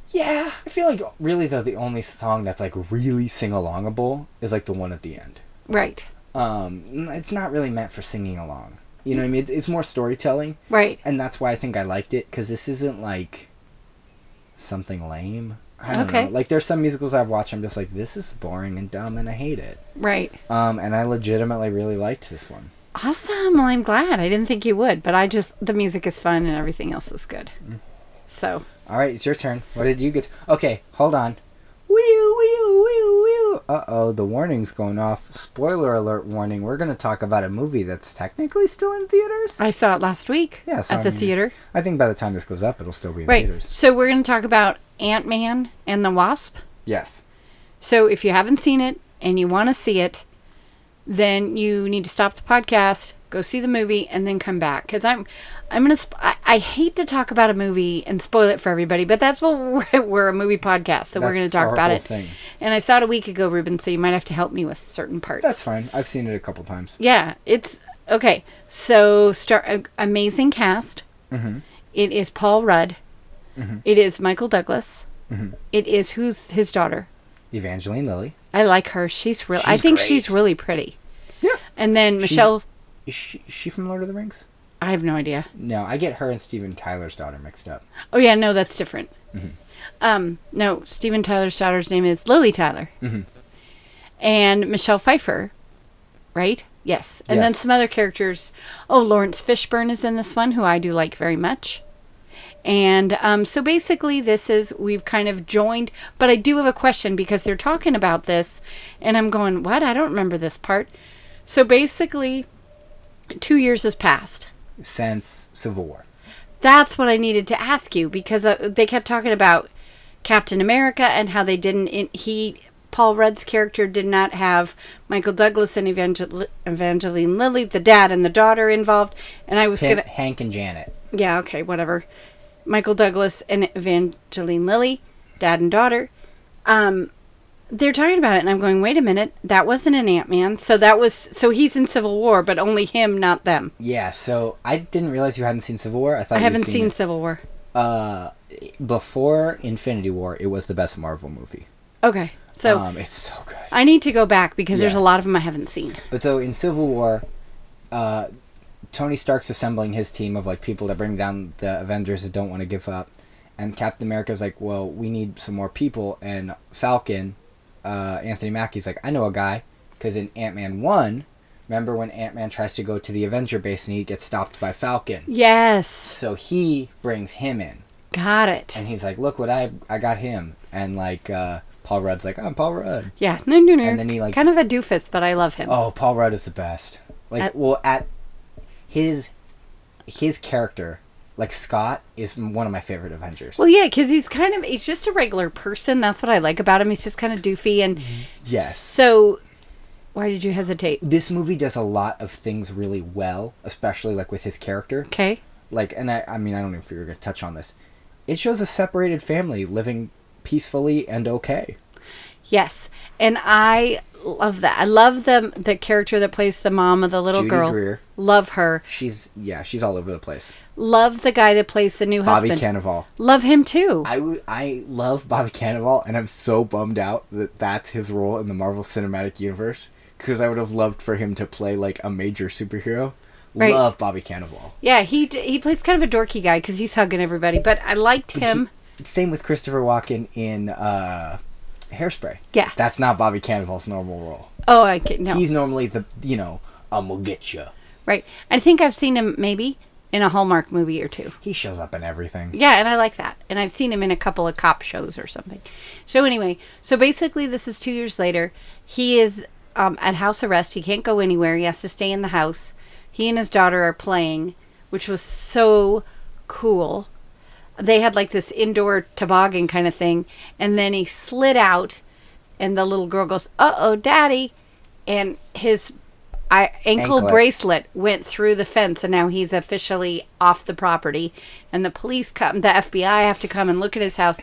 Speaker 1: Yeah, I feel like really though the only song that's like really sing alongable is like the one at the end.
Speaker 2: Right.
Speaker 1: um, n- it's not really meant for singing along. You know what I mean? It's, it's more storytelling,
Speaker 2: Right.
Speaker 1: and that's why I think I liked it because this isn't like something lame. I don't
Speaker 2: Okay.
Speaker 1: know. Like there's some musicals I've watched, I'm just like, this is boring and dumb, and I hate it.
Speaker 2: Right.
Speaker 1: Um, and I legitimately really liked this one.
Speaker 2: Awesome. Well, I'm glad. I didn't think you would, but I just the music is fun and everything else is good.
Speaker 1: Mm.
Speaker 2: So
Speaker 1: All right, it's your turn. What did you get? Okay, hold on. Wee wee wee. Uh oh, the warning's going off. Spoiler alert warning. We're gonna talk about a movie that's technically still in theaters.
Speaker 2: I saw it last week
Speaker 1: Yeah, so
Speaker 2: at the
Speaker 1: I mean-
Speaker 2: theater.
Speaker 1: I think by the time this goes up, it'll still be in
Speaker 2: Right.
Speaker 1: theaters.
Speaker 2: So we're going to talk about Ant Man and the Wasp.
Speaker 1: Yes.
Speaker 2: So if you haven't seen it and you want to see it, then you need to stop the podcast, go see the movie, and then come back. Because I'm, I'm gonna. Sp- I, I hate to talk about a movie and spoil it for everybody, but that's what we're, we're a movie podcast, so we're
Speaker 1: That's
Speaker 2: gonna talk
Speaker 1: our
Speaker 2: about
Speaker 1: whole
Speaker 2: it.
Speaker 1: thing.
Speaker 2: And I saw it a week ago, Ruben. So you might have to help me with certain parts.
Speaker 1: That's fine. I've seen it a couple times.
Speaker 2: Yeah, it's okay. So, star a- amazing cast. It is Paul Rudd.
Speaker 1: Mm-hmm.
Speaker 2: It is Michael Douglas. It is who's his daughter.
Speaker 1: Evangeline Lilly.
Speaker 2: I like her. She's real. I
Speaker 1: She's
Speaker 2: think she's
Speaker 1: great.
Speaker 2: really pretty.
Speaker 1: Yeah.
Speaker 2: And then
Speaker 1: She's-
Speaker 2: Michelle.
Speaker 1: Is she, is she from Lord of the Rings?
Speaker 2: I have no idea.
Speaker 1: No, I get her and Steven Tyler's daughter mixed up.
Speaker 2: Oh yeah, no, that's different. Um, no, Steven Tyler's daughter's name is Lily Tyler, and Michelle Pfeiffer, right? Yes, and then
Speaker 1: Yes.
Speaker 2: some other characters. Oh, Lawrence Fishburne is in this one, who I do like very much. And um, so basically, this is we've kind of joined, but I do have a question because they're talking about this, and I'm going, what? I don't remember this part. So basically, two years has passed.
Speaker 1: Since Civil War.
Speaker 2: That's what I needed to ask you because uh, they kept talking about Captain America and how they didn't. In, he Paul Rudd's character did not have Michael Douglas and Evangel- Evangeline Lilly, the dad and the daughter involved. And I was
Speaker 1: Pan-
Speaker 2: going to.
Speaker 1: Hank and Janet.
Speaker 2: Yeah, okay, whatever. Michael Douglas and Evangeline Lilly, dad and daughter. Um, they're talking about it, and I'm going, wait a minute, that wasn't an Ant Man. So that was so he's in Civil War, but only him, not them.
Speaker 1: Yeah, so I didn't realize you hadn't seen Civil War. I thought
Speaker 2: I
Speaker 1: you
Speaker 2: haven't
Speaker 1: seen,
Speaker 2: seen
Speaker 1: it.
Speaker 2: Civil War.
Speaker 1: uh before Infinity War. It was the best Marvel movie.
Speaker 2: Okay, so
Speaker 1: um, it's so good.
Speaker 2: I need to go back because there's a
Speaker 1: Yeah.
Speaker 2: lot of them I haven't seen.
Speaker 1: But so in Civil War, uh, Tony Stark's assembling his team of like people that bring down the Avengers that don't want to give up, and Captain America's like, "Well, we need some more people." And Falcon, uh, Anthony Mackie's like, "I know a guy," because in Ant Man one, remember when Ant Man tries to go to the Avenger base and he gets stopped by Falcon,
Speaker 2: Yes,
Speaker 1: so he brings him in,
Speaker 2: got it.
Speaker 1: and he's like, "Look what I I got him," and like uh, Paul Rudd's like, "I'm Paul Rudd."
Speaker 2: Yeah, no, no, no.
Speaker 1: And then he, like-
Speaker 2: kind of a doofus, but I love him.
Speaker 1: Oh, Paul Rudd is the best. Like,
Speaker 2: At-
Speaker 1: well, at his his character, like Scott, is m- one of my favorite Avengers.
Speaker 2: Well, yeah, because he's kind of he's just a regular person. That's what I like about him. He's just kind of doofy and
Speaker 1: Mm-hmm. Yes.
Speaker 2: So, why did you hesitate?
Speaker 1: this movie does a lot of things really well, especially like with his character.
Speaker 2: Okay.
Speaker 1: Like, and I, I mean, I don't know if you were going to touch on this. It shows a separated family living peacefully and okay.
Speaker 2: Yes, and I love that. I love the the character that plays the mom of the little
Speaker 1: Judy
Speaker 2: girl.
Speaker 1: Greer.
Speaker 2: Love her.
Speaker 1: She's yeah, she's all over the place.
Speaker 2: Love the guy that plays the new
Speaker 1: Bobby
Speaker 2: husband.
Speaker 1: Cannavale.
Speaker 2: Love him too.
Speaker 1: I would- I love Bobby Cannavale, and I'm so bummed out that that's his role in the Marvel Cinematic Universe because I would have loved for him to play like a major superhero.
Speaker 2: Right.
Speaker 1: Love Bobby Cannavale.
Speaker 2: yeah, he d- he plays kind of a dorky guy because he's hugging everybody. But I liked him.
Speaker 1: Same with Christopher Walken in uh, Hairspray.
Speaker 2: Yeah.
Speaker 1: that's not Bobby Cannavale's normal role.
Speaker 2: oh, I can no
Speaker 1: He's normally the you know I'm gonna get you.
Speaker 2: right. I think I've seen him maybe in a Hallmark movie or two.
Speaker 1: He shows up in everything.
Speaker 2: Yeah, and I like that. And I've seen him in a couple of cop shows or something. So anyway, so basically, this is two years later. He is um, at house arrest. He can't go anywhere. He has to stay in the house. He and his daughter are playing, which was so cool. They had like this indoor toboggan kind of thing, and then he slid out, and the little girl goes, "Uh oh, daddy," and his. I, ankle
Speaker 1: Anklet.
Speaker 2: brace bracelet went through the fence and now he's officially off the property and the police come the FBI have to come and look at his house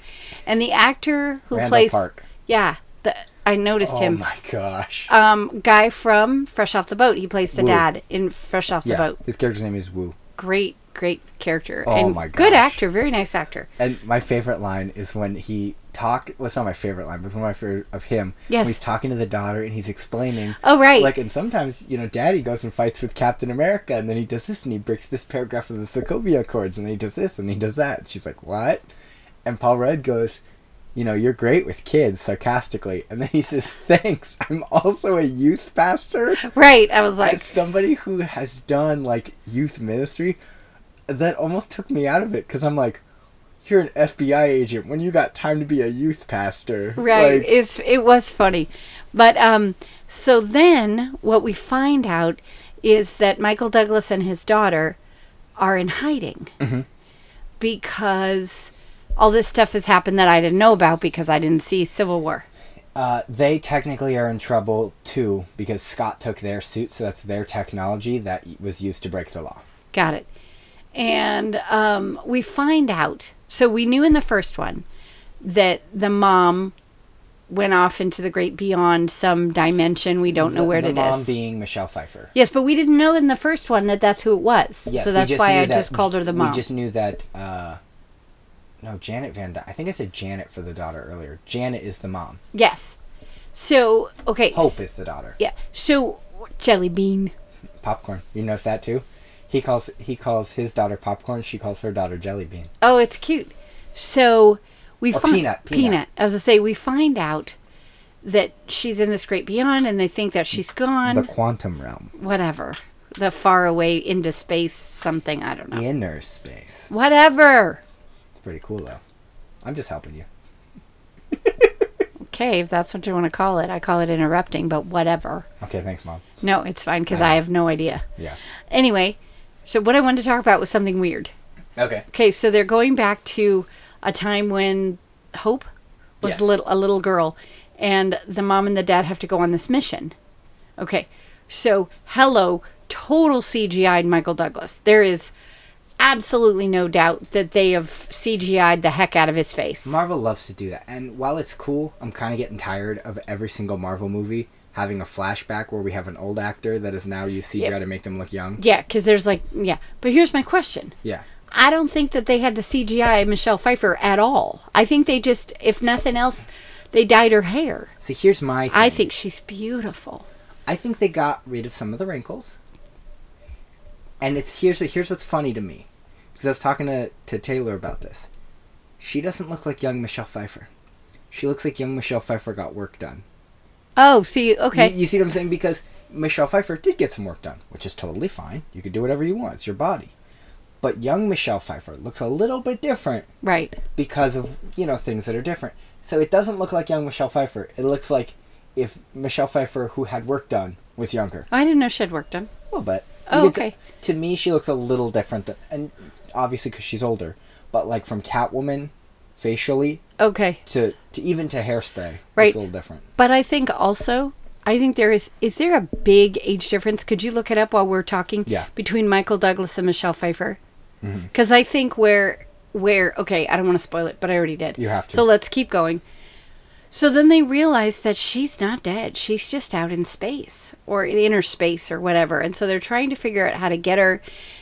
Speaker 2: and the actor who
Speaker 1: Randall
Speaker 2: plays
Speaker 1: Park.
Speaker 2: yeah the, I noticed
Speaker 1: Oh
Speaker 2: him
Speaker 1: my gosh.
Speaker 2: um guy from Fresh Off the Boat he plays the
Speaker 1: Woo.
Speaker 2: dad in Fresh Off
Speaker 1: yeah,
Speaker 2: the Boat
Speaker 1: his character's name is Wu.
Speaker 2: great great character
Speaker 1: Oh
Speaker 2: and
Speaker 1: my
Speaker 2: good
Speaker 1: gosh.
Speaker 2: actor very nice actor
Speaker 1: And my favorite line is when he talk. Well, it's not my favorite line, but it's one of my favorite of him.
Speaker 2: Yes.
Speaker 1: When he's talking to the daughter and he's explaining.
Speaker 2: Oh, right.
Speaker 1: Like, and sometimes you know, Daddy goes and fights with Captain America, and then he does this, and he breaks this paragraph of the Sokovia Accords, and then he does this, and he does that. And she's like, "What?" And Paul Rudd goes, "You know, you're great with kids," sarcastically, and then he says, "Thanks. I'm also a youth pastor."
Speaker 2: right I was like
Speaker 1: As somebody who has done like youth ministry, that almost took me out of it because I'm like, you're an FBI agent when you got time to be a youth pastor.
Speaker 2: Right.
Speaker 1: Like,
Speaker 2: it's it was funny. But um so then what we find out is that Michael Douglas and his daughter are in hiding
Speaker 1: Mm-hmm.
Speaker 2: because all this stuff has happened that I didn't know about because I didn't see Civil War.
Speaker 1: uh, they technically are in trouble too because Scott took their suit, so that's their technology that y- was used to break the law.
Speaker 2: Got it. And um, we find out. So we knew in the first one that the mom went off into the great beyond some dimension we don't know
Speaker 1: The-
Speaker 2: where
Speaker 1: the
Speaker 2: it is.
Speaker 1: mom being Michelle Pfeiffer.
Speaker 2: Yes, but we didn't know in the first one that that's who it was.
Speaker 1: Yes,
Speaker 2: so
Speaker 1: we
Speaker 2: that's
Speaker 1: just
Speaker 2: why
Speaker 1: knew
Speaker 2: I
Speaker 1: that-
Speaker 2: just called her the mom.
Speaker 1: We just knew that. Uh, no, Janet Van. Dyne. I think I said Janet for the daughter earlier. Janet is the mom.
Speaker 2: yes. So okay.
Speaker 1: Hope is the daughter.
Speaker 2: Yeah. So jelly bean.
Speaker 1: popcorn. You notice that too? He calls he calls his daughter popcorn. She calls her daughter jelly bean.
Speaker 2: Oh, it's cute. So we
Speaker 1: Or
Speaker 2: find
Speaker 1: peanut, peanut.
Speaker 2: As I say, we find out that she's in this great beyond, and they think that she's gone.
Speaker 1: The quantum realm,
Speaker 2: whatever. The far away into space something. I don't know.
Speaker 1: inner space.
Speaker 2: Whatever.
Speaker 1: It's pretty cool though. I'm just helping you.
Speaker 2: Okay, if that's what you want to call it. I call it interrupting, but whatever.
Speaker 1: Okay, thanks, mom.
Speaker 2: No, it's fine because I have no idea.
Speaker 1: Yeah.
Speaker 2: Anyway, so what I wanted to talk about was something weird.
Speaker 1: Okay.
Speaker 2: Okay, so they're going back to a time when Hope was
Speaker 1: Yeah.
Speaker 2: little, a little girl, and the mom and the dad have to go on this mission. Okay, so hello, total CGI'd Michael Douglas. There is absolutely no doubt that they have CGI'd the heck out of his face.
Speaker 1: Marvel loves to do that. And while it's cool, I'm kind of getting tired of every single Marvel movie having a flashback where we have an old actor that is now used CGI to make them look young.
Speaker 2: Yeah, because there's like, yeah. But here's my question.
Speaker 1: Yeah.
Speaker 2: I don't think that they had to CGI Michelle Pfeiffer at all. I think they just, if nothing else, they dyed her hair.
Speaker 1: So here's my thing.
Speaker 2: I think she's beautiful.
Speaker 1: I think they got rid of some of the wrinkles. And it's here's here's what's funny to me, because I was talking to, to Taylor about this. She doesn't look like young Michelle Pfeiffer. She looks like young Michelle Pfeiffer got work done.
Speaker 2: Oh, see,
Speaker 1: You-
Speaker 2: okay.
Speaker 1: You, see what I'm saying? Because Michelle Pfeiffer did get some work done, which is totally fine. You can do whatever you want. It's your body. But young Michelle Pfeiffer looks a little bit different
Speaker 2: Right.
Speaker 1: because of you know things that are different. So it doesn't look like young Michelle Pfeiffer. It looks like if Michelle Pfeiffer, who had work done, was younger.
Speaker 2: Oh, I didn't know she had work done.
Speaker 1: A little bit.
Speaker 2: Oh,
Speaker 1: You could-
Speaker 2: okay.
Speaker 1: To me, she looks a little different than, and obviously because she's older. But like from Catwoman, facially
Speaker 2: Okay.
Speaker 1: to, to even to hairspray,
Speaker 2: Right.
Speaker 1: it's a little different.
Speaker 2: But I think also, I think there is, is there a big age difference? Could you look it up while we're talking?
Speaker 1: Yeah. Mm-hmm.
Speaker 2: Between Michael Douglas and Michelle Pfeiffer? Because I think where, where, okay, I don't want to spoil it, but I already did.
Speaker 1: You have to.
Speaker 2: So let's keep going. So then they realize that she's not dead. She's just out in space or in inner space or whatever. And so they're trying to figure out how to get her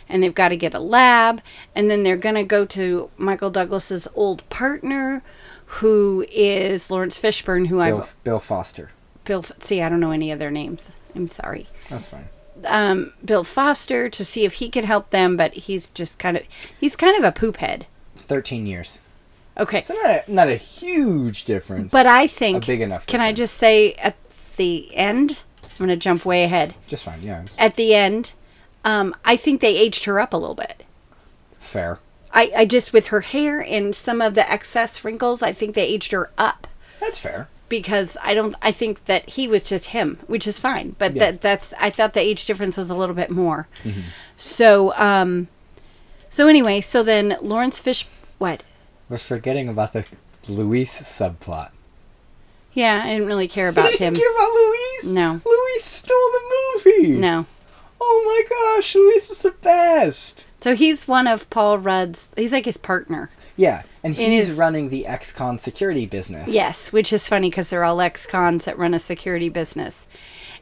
Speaker 2: and they've got to get a lab and then they're going to go to Michael Douglas's old partner who is Lawrence Fishburne who
Speaker 1: Bill,
Speaker 2: I've
Speaker 1: Bill Foster.
Speaker 2: Bill F- see I don't know any of their names. I'm sorry.
Speaker 1: That's fine.
Speaker 2: Um Bill Foster to see if he could help them, but he's just kind of he's kind of a poop head.
Speaker 1: Thirteen years.
Speaker 2: Okay.
Speaker 1: So not a, not a huge difference.
Speaker 2: But I think
Speaker 1: A big enough
Speaker 2: Can I
Speaker 1: difference.
Speaker 2: just say at the end? I'm going to jump way ahead.
Speaker 1: just fine. Yeah,
Speaker 2: At the end, um, I think they aged her up a little bit.
Speaker 1: fair.
Speaker 2: I, I just with her hair and some of the excess wrinkles, I think they aged her up
Speaker 1: That's fair.
Speaker 2: because I don't. I think that he was just him, which is fine. But that that's I thought the age difference was a little bit more.
Speaker 1: Mm-hmm.
Speaker 2: So um, so anyway, so then Lawrence Fish, what?
Speaker 1: We're forgetting about the Luis subplot.
Speaker 2: Yeah, I didn't really care about him.
Speaker 1: care about Luis?
Speaker 2: No.
Speaker 1: Luis stole the movie.
Speaker 2: No.
Speaker 1: Oh my gosh, Luis is the best.
Speaker 2: So he's one of Paul Rudd's. He's like his partner.
Speaker 1: Yeah, and he's
Speaker 2: is-
Speaker 1: running the ex-con security business.
Speaker 2: Yes, which is funny because they're all ex-cons that run a security business.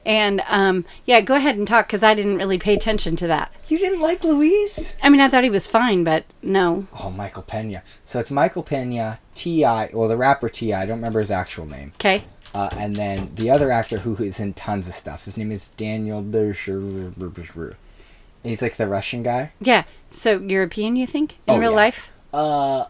Speaker 2: And um, yeah, go ahead and talk because I didn't really pay attention to that.
Speaker 1: You didn't like Luis?
Speaker 2: I mean, I thought he was fine, but no.
Speaker 1: Oh, Michael Pena. So it's Michael Pena, T.I., well, the rapper T.I., I don't remember his actual name.
Speaker 2: Okay.
Speaker 1: Uh, and then the other actor who is in tons of stuff. His name is Daniel Dershowitz. He's like the Russian guy.
Speaker 2: Yeah. So European, you think in
Speaker 1: Oh,
Speaker 2: real
Speaker 1: yeah.
Speaker 2: life?
Speaker 1: Uh,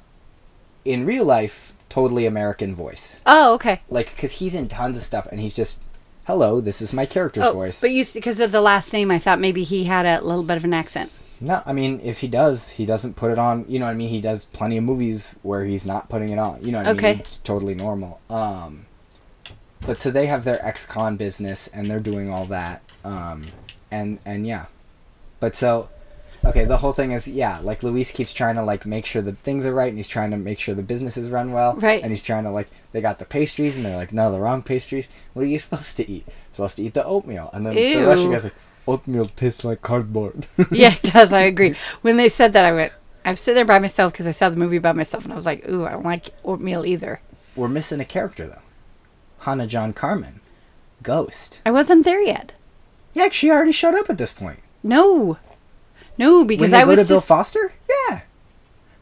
Speaker 1: In real life, totally American voice.
Speaker 2: Oh, okay.
Speaker 1: Like, because he's in tons of stuff and he's just, hello, this is my character's
Speaker 2: Oh,
Speaker 1: voice.
Speaker 2: but you because of the last name, I thought maybe he had a little bit of an accent.
Speaker 1: No, I mean, if he does, he doesn't put it on. You know what I mean? He does plenty of movies where he's not putting it on. You know what I
Speaker 2: Okay.
Speaker 1: mean? It's totally normal. Um, but so they have their ex-con business and they're doing all that. Um, and and yeah, but so okay, the whole thing is yeah. Like Luis keeps trying to like make sure the things are right, and he's trying to make sure the business is run well.
Speaker 2: Right.
Speaker 1: And he's trying to like they got the pastries, and they're like, no, the wrong pastries. What are you supposed to eat? supposed to eat the oatmeal, and then the Russian
Speaker 2: Ew.
Speaker 1: guy's like, oatmeal tastes like cardboard.
Speaker 2: yeah, it does. I agree. When they said that, I went. I was sitting there by myself because I saw the movie by myself, and I was like, "Ooh, I don't like oatmeal either."
Speaker 1: we're missing a character though. Hannah John Carmen, Ghost.
Speaker 2: I wasn't there yet.
Speaker 1: Yeah, she already showed up at this point.
Speaker 2: No, no,
Speaker 1: When
Speaker 2: because
Speaker 1: they
Speaker 2: I
Speaker 1: go to
Speaker 2: was
Speaker 1: Bill
Speaker 2: just
Speaker 1: Foster, yeah,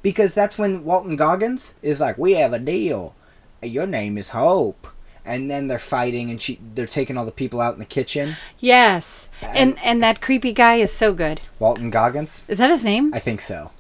Speaker 1: because that's when Walton Goggins is like, "We have a deal. Your name is Hope." And then they're fighting, and she they're taking all the people out in the kitchen.
Speaker 2: Yes, and and that creepy guy is so good.
Speaker 1: Walton Goggins,
Speaker 2: Is that his name?
Speaker 1: I think so.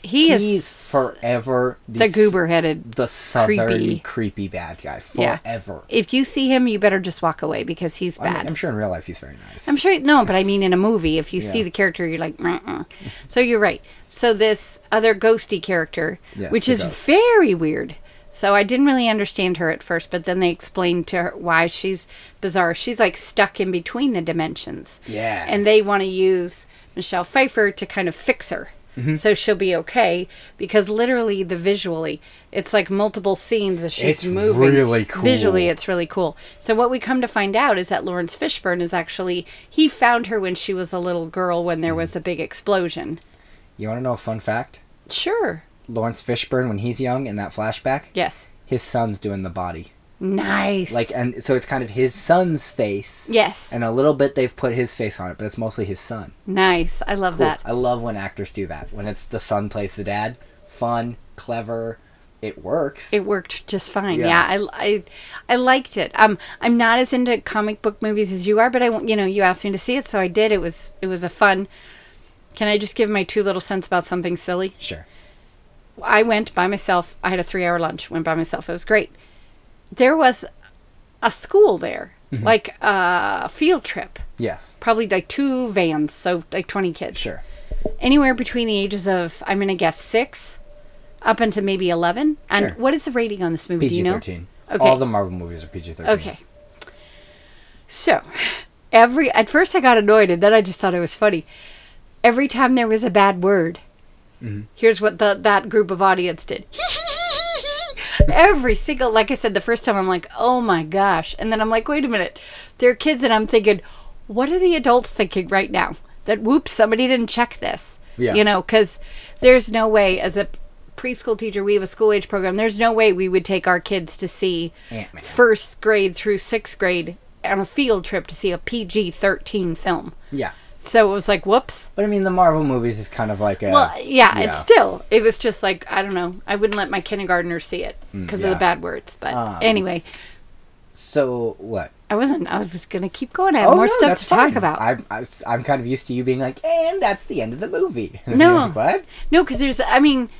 Speaker 2: He
Speaker 1: He's
Speaker 2: is
Speaker 1: forever the,
Speaker 2: the
Speaker 1: s-
Speaker 2: goober headed.
Speaker 1: the southern
Speaker 2: creepy.
Speaker 1: creepy. bad guy
Speaker 2: Yeah.
Speaker 1: forever.
Speaker 2: If you see him, you better just walk away because he's
Speaker 1: I mean,
Speaker 2: bad.
Speaker 1: I'm sure in real life he's very nice.
Speaker 2: I'm sure. No, but I mean in a movie, if you see
Speaker 1: Yeah.
Speaker 2: the character, you're like, "Uh-uh." so you're right. So this other ghosty character,
Speaker 1: Yes,
Speaker 2: which
Speaker 1: the
Speaker 2: is
Speaker 1: ghost.
Speaker 2: very weird. So I didn't really understand her at first, but then they explained to her why she's bizarre. She's like stuck in between the dimensions.
Speaker 1: Yeah.
Speaker 2: And they want to use Michelle Pfeiffer to kind of fix her.
Speaker 1: Mm-hmm.
Speaker 2: so she'll be okay because literally the visually it's like multiple scenes as she's
Speaker 1: It's
Speaker 2: moving
Speaker 1: really cool.
Speaker 2: visually it's really cool so what we come to find out is that lawrence fishburne is actually he found her when she was a little girl when there was a big explosion
Speaker 1: You want to know a fun fact?
Speaker 2: sure
Speaker 1: Lawrence Fishburne, when he's young in that flashback,
Speaker 2: yes
Speaker 1: his son's doing the body.
Speaker 2: nice
Speaker 1: Like, and so it's kind of his son's face.
Speaker 2: Yes.
Speaker 1: And a little bit they've put his face on it, but it's mostly his son.
Speaker 2: nice i love
Speaker 1: Cool.
Speaker 2: that
Speaker 1: I love when actors do that. When it's the son plays the dad. Fun, clever. It works.
Speaker 2: it worked just fine.
Speaker 1: Yeah.
Speaker 2: Yeah, I, I, I liked it. Um, I'm not as into comic book movies as you are, but I, want- you know, you asked me to see it, so I did. It was, it was a fun. Can I just give my two little cents about something silly?
Speaker 1: sure.
Speaker 2: I went by myself. I had a three hour lunch. Went by myself. It was great. There was a school there,
Speaker 1: Mm-hmm.
Speaker 2: like a field trip,
Speaker 1: Yes.
Speaker 2: probably like two vans, so like 20 kids.
Speaker 1: Sure.
Speaker 2: Anywhere between the ages of, I'm gonna guess six, up into maybe 11.
Speaker 1: Sure.
Speaker 2: And what is the rating on this movie? do
Speaker 1: PG
Speaker 2: you know?
Speaker 1: thirteen.
Speaker 2: Okay.
Speaker 1: All the Marvel movies are PG thirteen.
Speaker 2: Okay. So, every at first I got annoyed and then I just thought it was funny. Every time there was a bad word, here's what the, that group of audience did. every single, like I said, the first time I'm like, oh my gosh. And then I'm like, wait a minute. There are kids and I'm thinking, what are the adults thinking right now? That whoops, somebody didn't check this.
Speaker 1: Yeah.
Speaker 2: You know, because there's no way as a preschool teacher, we have a school age program. There's no way we would take our kids to see
Speaker 1: Ant-Man.
Speaker 2: first grade through sixth grade on a field trip to see a PG 13 film.
Speaker 1: Yeah.
Speaker 2: So it was like, whoops.
Speaker 1: But I mean the Marvel movies is kind of like a
Speaker 2: Well, yeah, it's
Speaker 1: yeah.
Speaker 2: still, it was just like, I don't know. I wouldn't let my kindergartner see it because of
Speaker 1: Mm, yeah.
Speaker 2: the bad words. But
Speaker 1: Um,
Speaker 2: anyway,
Speaker 1: so what?
Speaker 2: I wasn't, I was just going to keep going. I have more stuff to
Speaker 1: Oh, fine.
Speaker 2: talk about.
Speaker 1: I'm, I, I'm kind of used to you being like, and that's the end of the movie. And
Speaker 2: No.
Speaker 1: you're like, what?
Speaker 2: No, because there's, I mean,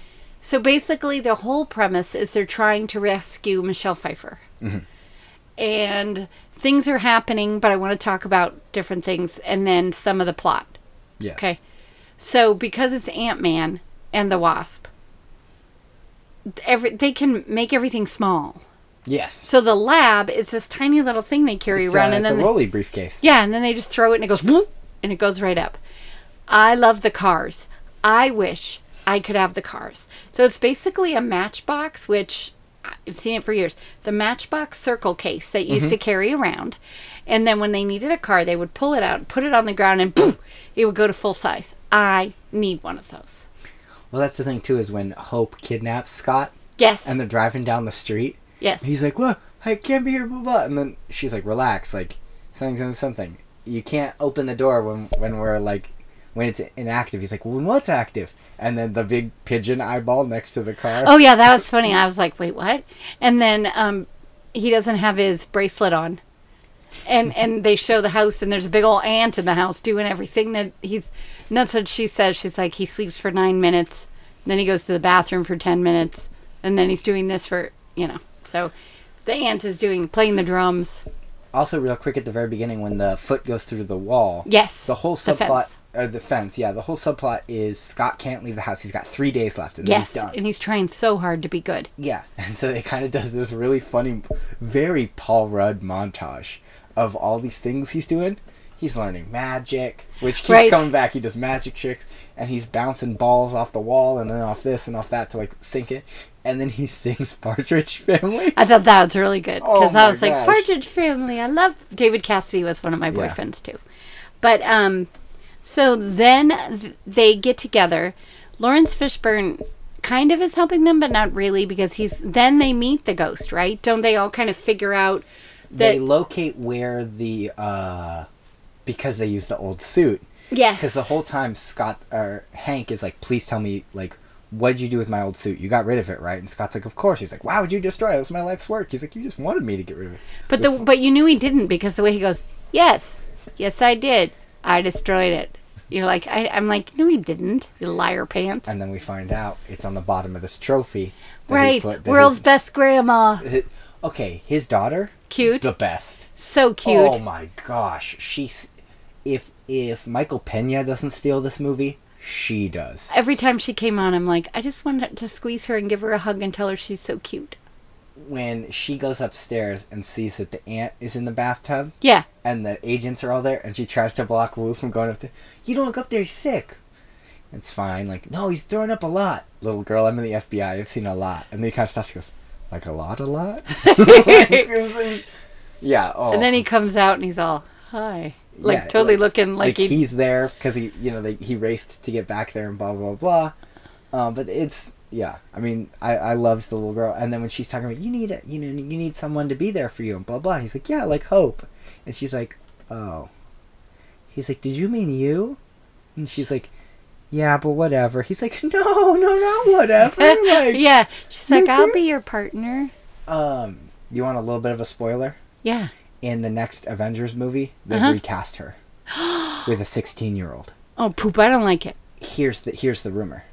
Speaker 2: so basically the whole premise is they're trying to rescue Michelle Pfeiffer.
Speaker 1: Mm-hmm.
Speaker 2: And things are happening, but I want to talk about different things and then some of the plot.
Speaker 1: Yes.
Speaker 2: Okay. So because it's Ant Man and the Wasp, every, they can make everything small.
Speaker 1: Yes.
Speaker 2: So the lab is this tiny little thing they carry
Speaker 1: it's,
Speaker 2: around,
Speaker 1: uh,
Speaker 2: and
Speaker 1: it's
Speaker 2: then
Speaker 1: a
Speaker 2: they-
Speaker 1: rolly briefcase.
Speaker 2: yeah, and then they just throw it and it goes whoop, and it goes right up. I love the cars. I wish I could have the cars. So it's basically a matchbox, which I've seen it for years. The matchbox circle case that used to
Speaker 1: Mm-hmm.
Speaker 2: carry around. And then when they needed a car, they would pull it out, put it on the ground, and boom, it would go to full size. I need one of those.
Speaker 1: Well, that's the thing too is when Hope kidnaps Scott
Speaker 2: Yes.
Speaker 1: and they're driving down the street.
Speaker 2: yes.
Speaker 1: He's like, "What? I can't be here." Blah blah. And then she's like, "Relax. Like something, something, something. You can't open the door when when we're like when it's inactive." He's like, "Well, what's active?" And then the big pigeon eyeball next to the car.
Speaker 2: Oh yeah, that was funny. I was like, wait, what? And then um, he doesn't have his bracelet on, and and they show the house, and there's a big old ant in the house doing everything that he's. And that's what she says. She's like, he sleeps for nine minutes, then he goes to the bathroom for ten minutes, and then he's doing this for you know. So the ant is doing playing the drums.
Speaker 1: Also, real quick at the very beginning when the foot goes through the wall.
Speaker 2: Yes,
Speaker 1: The whole
Speaker 2: the
Speaker 1: subplot
Speaker 2: fence.
Speaker 1: or the fence. Yeah, the whole subplot is Scott can't leave the house. He's got three days left, and then
Speaker 2: Yes,
Speaker 1: he's done.
Speaker 2: and he's trying so hard to be good.
Speaker 1: Yeah, and so it kind of does this really funny, very Paul Rudd montage of all these things he's doing. He's learning magic, which keeps
Speaker 2: Right.
Speaker 1: coming back. He does magic tricks, and he's bouncing balls off the wall, and then off this and off that to like sink it, and then he sings Partridge Family.
Speaker 2: I thought that was really good
Speaker 1: Oh
Speaker 2: because
Speaker 1: my
Speaker 2: I was like
Speaker 1: gosh.
Speaker 2: Partridge Family. I love David Cassidy was one of my boyfriends too, but um, so then th- they get together. Lawrence Fishburne kind of is helping them, but not really because he's. Then they meet the ghost, right? Don't they all kind of figure out that?
Speaker 1: they locate where the uh, because they use the old suit.
Speaker 2: yes,
Speaker 1: Because the whole time Scott or Hank is like, "Please tell me, like, what'd you do with my old suit? You got rid of it, right?" And Scott's like, "Of course." He's like, "Why would you destroy it? It was my life's work." He's like, "You just wanted me to get rid of it."
Speaker 2: but the but you knew he didn't because the way he goes, yes, yes, I did. I destroyed it. You're like I, I'm like no, he didn't. You liar pants.
Speaker 1: And then we find out it's on the bottom of this trophy. that he
Speaker 2: right,
Speaker 1: put- that
Speaker 2: world's
Speaker 1: his-
Speaker 2: best grandma.
Speaker 1: hi- okay, his daughter,
Speaker 2: Cute.
Speaker 1: the best.
Speaker 2: So cute.
Speaker 1: Oh my gosh, she's if if Michael Pena doesn't steal this movie, she does.
Speaker 2: Every time she came on, I'm like, I just wanted to squeeze her and give her a hug and tell her she's so cute.
Speaker 1: When she goes upstairs and sees that the aunt is in the bathtub,
Speaker 2: Yeah.
Speaker 1: and the agents are all there, and she tries to block Wu from going up to. You don't go up there, he's sick. It's fine. Like, no, he's throwing up a lot. Little girl, I'm in the FBI. I've seen a lot. And then he kind of stops. She goes, like a lot, a lot. Like, it was- it was- yeah. Oh.
Speaker 2: And then he comes out and he's all, hi. Like
Speaker 1: Yeah,
Speaker 2: totally looking like, he,
Speaker 1: he's there because he, you know, they, he raced to get back there and blah blah blah. Uh, but it's yeah. I mean, I I loved the little girl, and then when she's talking about you need a, you know you need someone to be there for you and blah blah. And he's like yeah, like Hope, and she's like oh. He's like, did you mean you? And she's like, yeah, but whatever. He's like, no, no, not whatever. Like,
Speaker 2: yeah. She's like,
Speaker 1: you're
Speaker 2: I'll
Speaker 1: here."
Speaker 2: be your partner.
Speaker 1: um, you want a little bit of a spoiler?
Speaker 2: Yeah.
Speaker 1: In the next Avengers movie, they've
Speaker 2: Uh-huh.
Speaker 1: recast her with a sixteen-year-old.
Speaker 2: Oh, poop. I don't like it.
Speaker 1: here's the here's the rumor.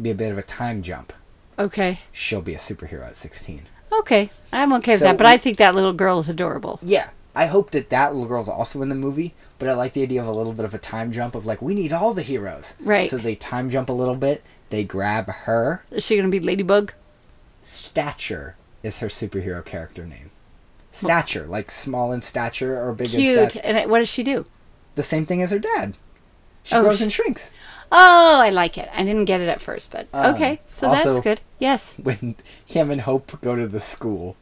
Speaker 1: Be a bit of a time jump.
Speaker 2: Okay.
Speaker 1: She'll be a superhero at 16.
Speaker 2: Okay. I'm okay with
Speaker 1: So
Speaker 2: that, but
Speaker 1: we-
Speaker 2: I think that little girl is adorable.
Speaker 1: Yeah, I hope that that little girl's also in the movie, but I like the idea of a little bit of a time jump of like we need all the heroes.
Speaker 2: Right.
Speaker 1: So they time jump a little bit. They grab her.
Speaker 2: Is she going to be Ladybug?
Speaker 1: Stature is her superhero character name. Stature, like small in stature or big in
Speaker 2: Cute.
Speaker 1: stature.
Speaker 2: And it- what does she do?
Speaker 1: The same thing as her dad. She
Speaker 2: Oh,
Speaker 1: grows
Speaker 2: she-
Speaker 1: and shrinks.
Speaker 2: Oh, I like it. I didn't get it at first, but
Speaker 1: Um,
Speaker 2: okay. So
Speaker 1: also-
Speaker 2: that's good. Yes.
Speaker 1: When him and Hope go to the school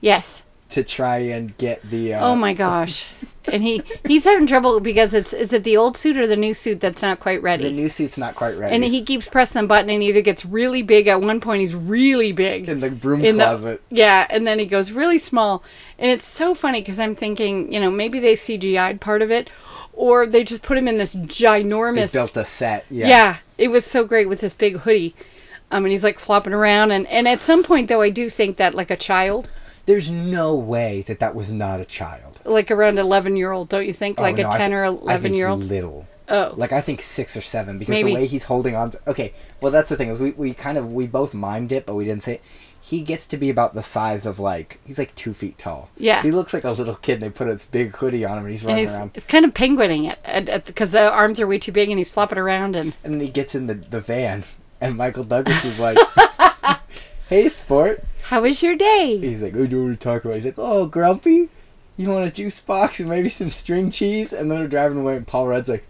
Speaker 2: Yes.
Speaker 1: to try and get the uh,
Speaker 2: Oh my gosh. And he he's having trouble because it's is it the old suit or the new suit that's not quite ready?
Speaker 1: the new suit's not quite ready.
Speaker 2: and he keeps pressing the button and he either gets really big at one point he's really big
Speaker 1: in the broom
Speaker 2: in the-
Speaker 1: closet.
Speaker 2: yeah, and then he goes really small. And it's so funny because I'm thinking, you know, maybe they CGI'd part of it or they just put him in this
Speaker 1: They
Speaker 2: ginormous
Speaker 1: built a set. Yeah.
Speaker 2: yeah. it was so great with this big hoodie. Um, and he's like flopping around and and at some point though I do think that like a child,
Speaker 1: There's no way that that was not a child.
Speaker 2: like around 11 year old, don't you think? Like
Speaker 1: Oh, no,
Speaker 2: a
Speaker 1: I
Speaker 2: 10 or
Speaker 1: thi- I
Speaker 2: 11
Speaker 1: think
Speaker 2: year old.
Speaker 1: Little.
Speaker 2: Oh.
Speaker 1: Like I think six or seven because
Speaker 2: Maybe.
Speaker 1: the way he's holding on. To, okay, well that's the thing is we, we kind of we both mimed it but we didn't say it. He gets to be about the size of like he's like two feet tall.
Speaker 2: Yeah.
Speaker 1: He looks like a little kid. and They put this big hoodie on him and he's
Speaker 2: and
Speaker 1: running
Speaker 2: he's
Speaker 1: around.
Speaker 2: it's kind of penguining it because the arms are way too big and he's flopping around and
Speaker 1: And then he gets in the, the van and Michael Douglas is like, "Hey, sport."
Speaker 2: how is your day
Speaker 1: He's like, "What do you want to talk about?" He's like, "Oh, grumpy, you want a juice box and maybe some string cheese?" And then they're driving away, and Paul Rudd's like,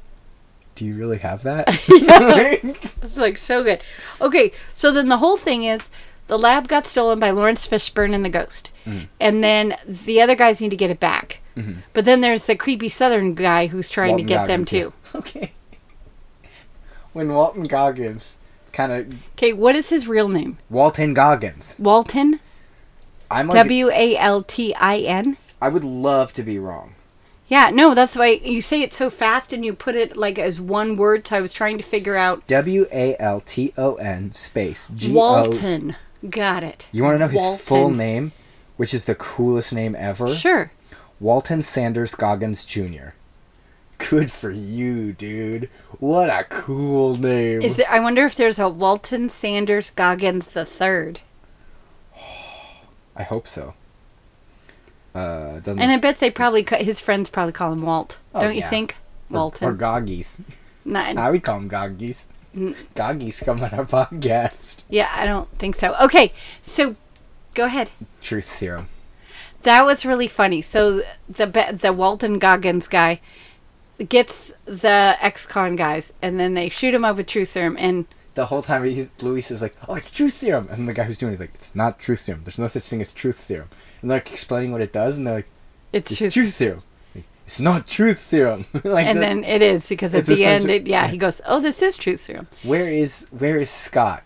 Speaker 1: "Do you really have that?"
Speaker 2: it's like so good okay so then the whole thing is the lab got stolen by lawrence fishburne and the ghost
Speaker 1: Mm-hmm.
Speaker 2: and then the other guys need to get it back but then there's the creepy southern guy who's trying
Speaker 1: Walton
Speaker 2: to get them
Speaker 1: Goggins,
Speaker 2: too
Speaker 1: yeah. Okay. When Walton Goggins, kind of
Speaker 2: okay what is his real name
Speaker 1: Walton Goggins,
Speaker 2: walton
Speaker 1: I'm like,
Speaker 2: w-a-l-t-i-n
Speaker 1: I would love to be wrong.
Speaker 2: yeah no that's why you say it so fast and you put it like as one word so i was trying to figure out
Speaker 1: W a l t o n space G O-
Speaker 2: walton got it
Speaker 1: uh, You want to know his full
Speaker 2: Walton.
Speaker 1: name, which is the coolest name ever?
Speaker 2: sure
Speaker 1: Walton Sanders Goggins Jr. Good for you, dude. What a cool name.
Speaker 2: Is there? I wonder if there's a Walton Sanders Goggins the third,
Speaker 1: I hope so. Uh, doesn't
Speaker 2: and I bet they probably cut his friends probably call him Walt.
Speaker 1: Oh,
Speaker 2: don't you
Speaker 1: yeah.
Speaker 2: think?
Speaker 1: or,
Speaker 2: Walton.
Speaker 1: or Goggies.
Speaker 2: Not-
Speaker 1: I would call him Goggies.
Speaker 2: Mm.
Speaker 1: Goggies come on our podcast.
Speaker 2: yeah, I don't think so. Okay, so go ahead.
Speaker 1: Truth serum.
Speaker 2: That was really funny. So the ba- the Walton Goggins guy gets the ex-con guys, and then they shoot him up with true serum, and
Speaker 1: The whole time, he, Luis is like, "Oh, it's truth serum," and the guy who's doing it is like, "It's not truth serum. There's no such thing as truth serum." And they're like explaining what it does, and they're like,
Speaker 2: it's,
Speaker 1: "It's
Speaker 2: truth.
Speaker 1: truth serum." Like, it's not truth serum. like,
Speaker 2: And
Speaker 1: the-
Speaker 2: then it is because
Speaker 1: It's
Speaker 2: at the end,
Speaker 1: essential-
Speaker 2: it, yeah, he goes, "Oh, this is truth serum."
Speaker 1: where is where is Scott?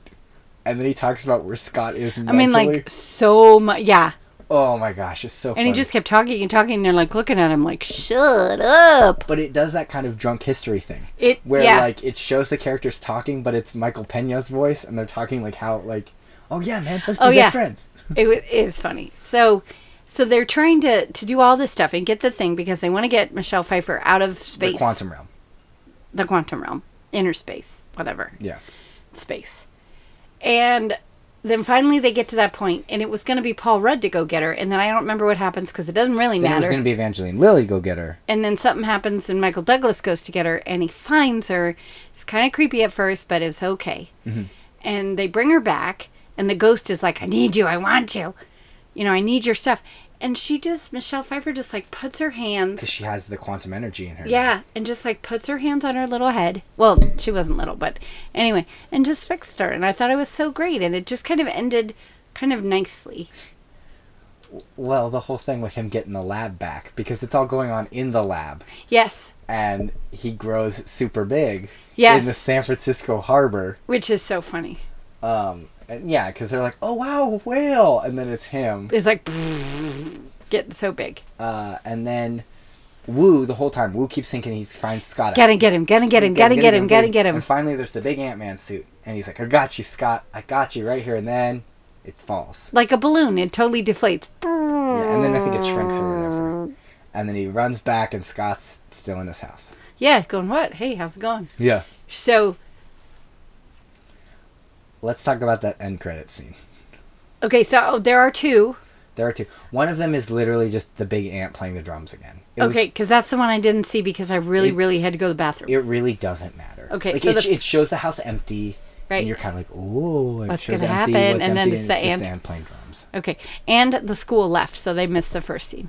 Speaker 1: And then he talks about where Scott is
Speaker 2: I
Speaker 1: mentally.
Speaker 2: mean, like so much. Yeah,
Speaker 1: oh my gosh, it's so.
Speaker 2: And
Speaker 1: funny.
Speaker 2: he just kept talking and talking, and they're like looking at him like, shut up.
Speaker 1: But it does that kind of drunk history thing.
Speaker 2: It-
Speaker 1: where
Speaker 2: yeah.
Speaker 1: like it shows the characters talking, but it's Michael Pena's voice, and they're talking like how like, oh yeah, man, let's be
Speaker 2: Oh,
Speaker 1: best
Speaker 2: yeah.
Speaker 1: friends.
Speaker 2: It wa- it is funny. So, so they're trying to, to do all this stuff and get the thing because they want to get Michelle Pfeiffer out of space.
Speaker 1: The quantum realm.
Speaker 2: The quantum realm. Inner space. Whatever.
Speaker 1: Yeah.
Speaker 2: Space. And then finally they get to that point, and it was going to be Paul Rudd to go get her, and then I don't remember what happens because it doesn't really
Speaker 1: Then it was
Speaker 2: matter.
Speaker 1: going to be Evangeline Lilly go get her.
Speaker 2: and then something happens and michael douglas goes to get her and he finds her it's kind of creepy at first but it's okay and they bring her back and the ghost is like i need you i want you you know i need your stuff And she just, Michelle Pfeiffer just like puts her hands.
Speaker 1: She has the quantum energy in her.
Speaker 2: Yeah, and just like puts her hands on her little head. Well, she wasn't little, but anyway, and just fixed her. And I thought it was so great. And it just kind of ended kind of nicely.
Speaker 1: Well, the whole thing with him getting the lab back because it's all going on in the lab,
Speaker 2: Yes,
Speaker 1: and he grows super big.
Speaker 2: Yes.
Speaker 1: In the San Francisco harbor.
Speaker 2: which is so funny.
Speaker 1: Um. And yeah, because they're like, oh wow, whale, and then it's him.
Speaker 2: It's like getting so big.
Speaker 1: Uh, and then Wu the whole time. Wu keeps thinking he finds Scott.
Speaker 2: Gotta get him, gotta get him, gotta get him, gotta get him.
Speaker 1: And finally, there's the big Ant Man suit, and he's like, "I got you, Scott. I got you right here." And then it falls,
Speaker 2: Like a balloon, it totally deflates.
Speaker 1: yeah, and then I think it shrinks or whatever. And then he runs back, and Scott's still in his house.
Speaker 2: Yeah, going, what? Hey, how's it going?
Speaker 1: Yeah.
Speaker 2: So,
Speaker 1: Let's talk about that end credit scene.
Speaker 2: okay, so oh, there are two.
Speaker 1: There are two. One of them is literally just the big ant playing the drums again. It was-
Speaker 2: Okay, because that's the one I didn't see because I really,
Speaker 1: It-
Speaker 2: really had to go to the bathroom.
Speaker 1: it really doesn't matter.
Speaker 2: Okay,
Speaker 1: Like
Speaker 2: so
Speaker 1: it,
Speaker 2: the-
Speaker 1: it shows the house empty.
Speaker 2: Right.
Speaker 1: And you're kind of like, oh, it
Speaker 2: What's
Speaker 1: shows
Speaker 2: gonna
Speaker 1: empty,
Speaker 2: happen?"
Speaker 1: what's
Speaker 2: And then
Speaker 1: empty,
Speaker 2: it's
Speaker 1: and
Speaker 2: the
Speaker 1: it's just
Speaker 2: ant-
Speaker 1: the ant playing drums.
Speaker 2: okay, and the school left, so they missed the first scene.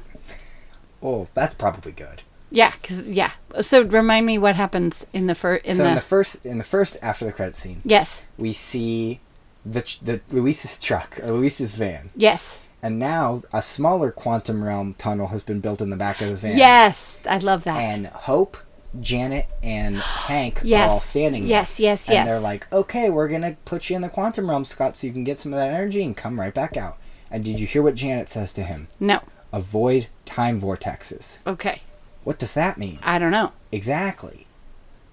Speaker 1: Oh, that's probably good.
Speaker 2: Yeah, because yeah. So remind me what happens in the first in
Speaker 1: so
Speaker 2: the,
Speaker 1: in the first, in the first after the credit scene,
Speaker 2: yes,
Speaker 1: we see the tr- the Luis's truck or Luis's van,
Speaker 2: yes,
Speaker 1: and now a smaller quantum realm tunnel has been built in the back of the van.
Speaker 2: yes. I love that.
Speaker 1: And Hope, Janet, and Hank
Speaker 2: Yes.
Speaker 1: are all standing. there.
Speaker 2: Yes, yes,
Speaker 1: And
Speaker 2: yes.
Speaker 1: they're like, "Okay, we're gonna put you in the quantum realm, Scott, so you can get some of that energy and come right back out." And did you hear what Janet says to him?
Speaker 2: no,
Speaker 1: Avoid time vortexes.
Speaker 2: okay.
Speaker 1: What does that mean
Speaker 2: I don't know.
Speaker 1: exactly?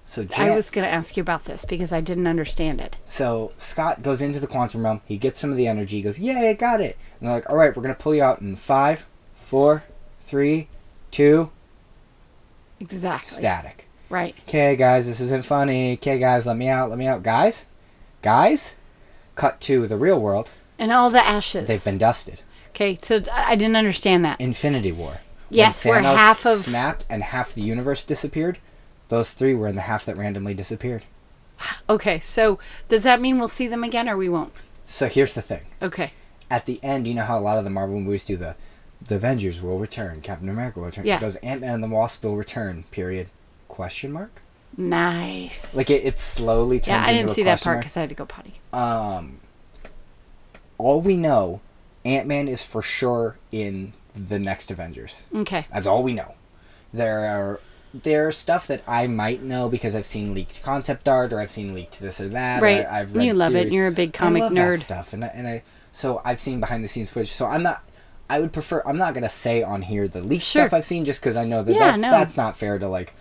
Speaker 1: So
Speaker 2: I
Speaker 1: Janet,
Speaker 2: was going to ask you about this because I didn't understand it.
Speaker 1: So Scott goes into the quantum realm. He gets some of the energy. He goes, "Yay, I got it!" And they're like, "All right, we're gonna pull you out in five, four, three, two,
Speaker 2: Exactly.
Speaker 1: static."
Speaker 2: Right.
Speaker 1: Okay, guys, this isn't funny. Okay, guys, let me out. Let me out, guys. Guys, cut to the real world.
Speaker 2: And all the ashes.
Speaker 1: They've been dusted.
Speaker 2: Okay, so d- I didn't understand that.
Speaker 1: Infinity War.
Speaker 2: Yes, where half of-
Speaker 1: snapped and half the universe disappeared. Those three were in the half that randomly disappeared.
Speaker 2: Okay, so does that mean we'll see them again or we won't?
Speaker 1: So here's the thing.
Speaker 2: Okay.
Speaker 1: at the end, you know how a lot of the Marvel movies do the the Avengers will return, Captain America will return.
Speaker 2: Yeah.
Speaker 1: It goes Ant Man and the Wasp will return. Period. Question mark.
Speaker 2: Nice.
Speaker 1: Like it, it slowly turns.
Speaker 2: yeah, I didn't
Speaker 1: into
Speaker 2: see
Speaker 1: a
Speaker 2: that
Speaker 1: question
Speaker 2: part because I had to go potty.
Speaker 1: Mark. Um, all we know, Ant Man is for sure in the next Avengers.
Speaker 2: Okay.
Speaker 1: That's all we know. There are there are stuff that I might know because I've seen leaked concept art or I've seen leaked this or that. or
Speaker 2: Right.
Speaker 1: I've
Speaker 2: You love it, and you're a big comic
Speaker 1: I love
Speaker 2: nerd.
Speaker 1: That stuff and I, and I so I've seen behind the scenes footage. So I'm not. I would prefer. I'm not gonna say on here the leaked
Speaker 2: Sure.
Speaker 1: stuff I've seen just because I know that
Speaker 2: Yeah,
Speaker 1: that's
Speaker 2: no.
Speaker 1: that's not fair to like.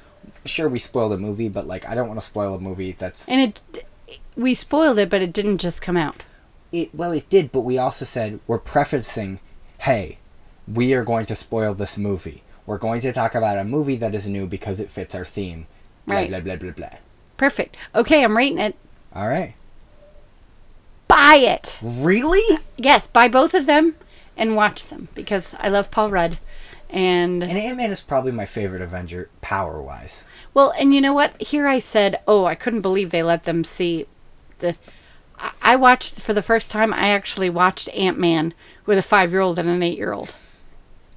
Speaker 1: Sure, we spoiled a movie, but like I don't want to spoil a movie that's
Speaker 2: And it, we spoiled it, but it didn't just come out.
Speaker 1: it well it did but we also said we're prefacing hey we are going to spoil this movie we're going to talk about a movie that is new because it fits our theme blah
Speaker 2: Right.
Speaker 1: blah blah blah blah
Speaker 2: Perfect. Okay, I'm rating it.
Speaker 1: all right
Speaker 2: Buy it.
Speaker 1: really
Speaker 2: Yes, buy both of them and watch them because I love Paul Rudd.
Speaker 1: and
Speaker 2: And
Speaker 1: ant-man is probably my favorite avenger power wise
Speaker 2: well, and you know what? Here I said, "Oh, I couldn't believe they let them see the." I- I watched for the first time. I actually watched Ant Man with a five-year-old and an eight-year-old.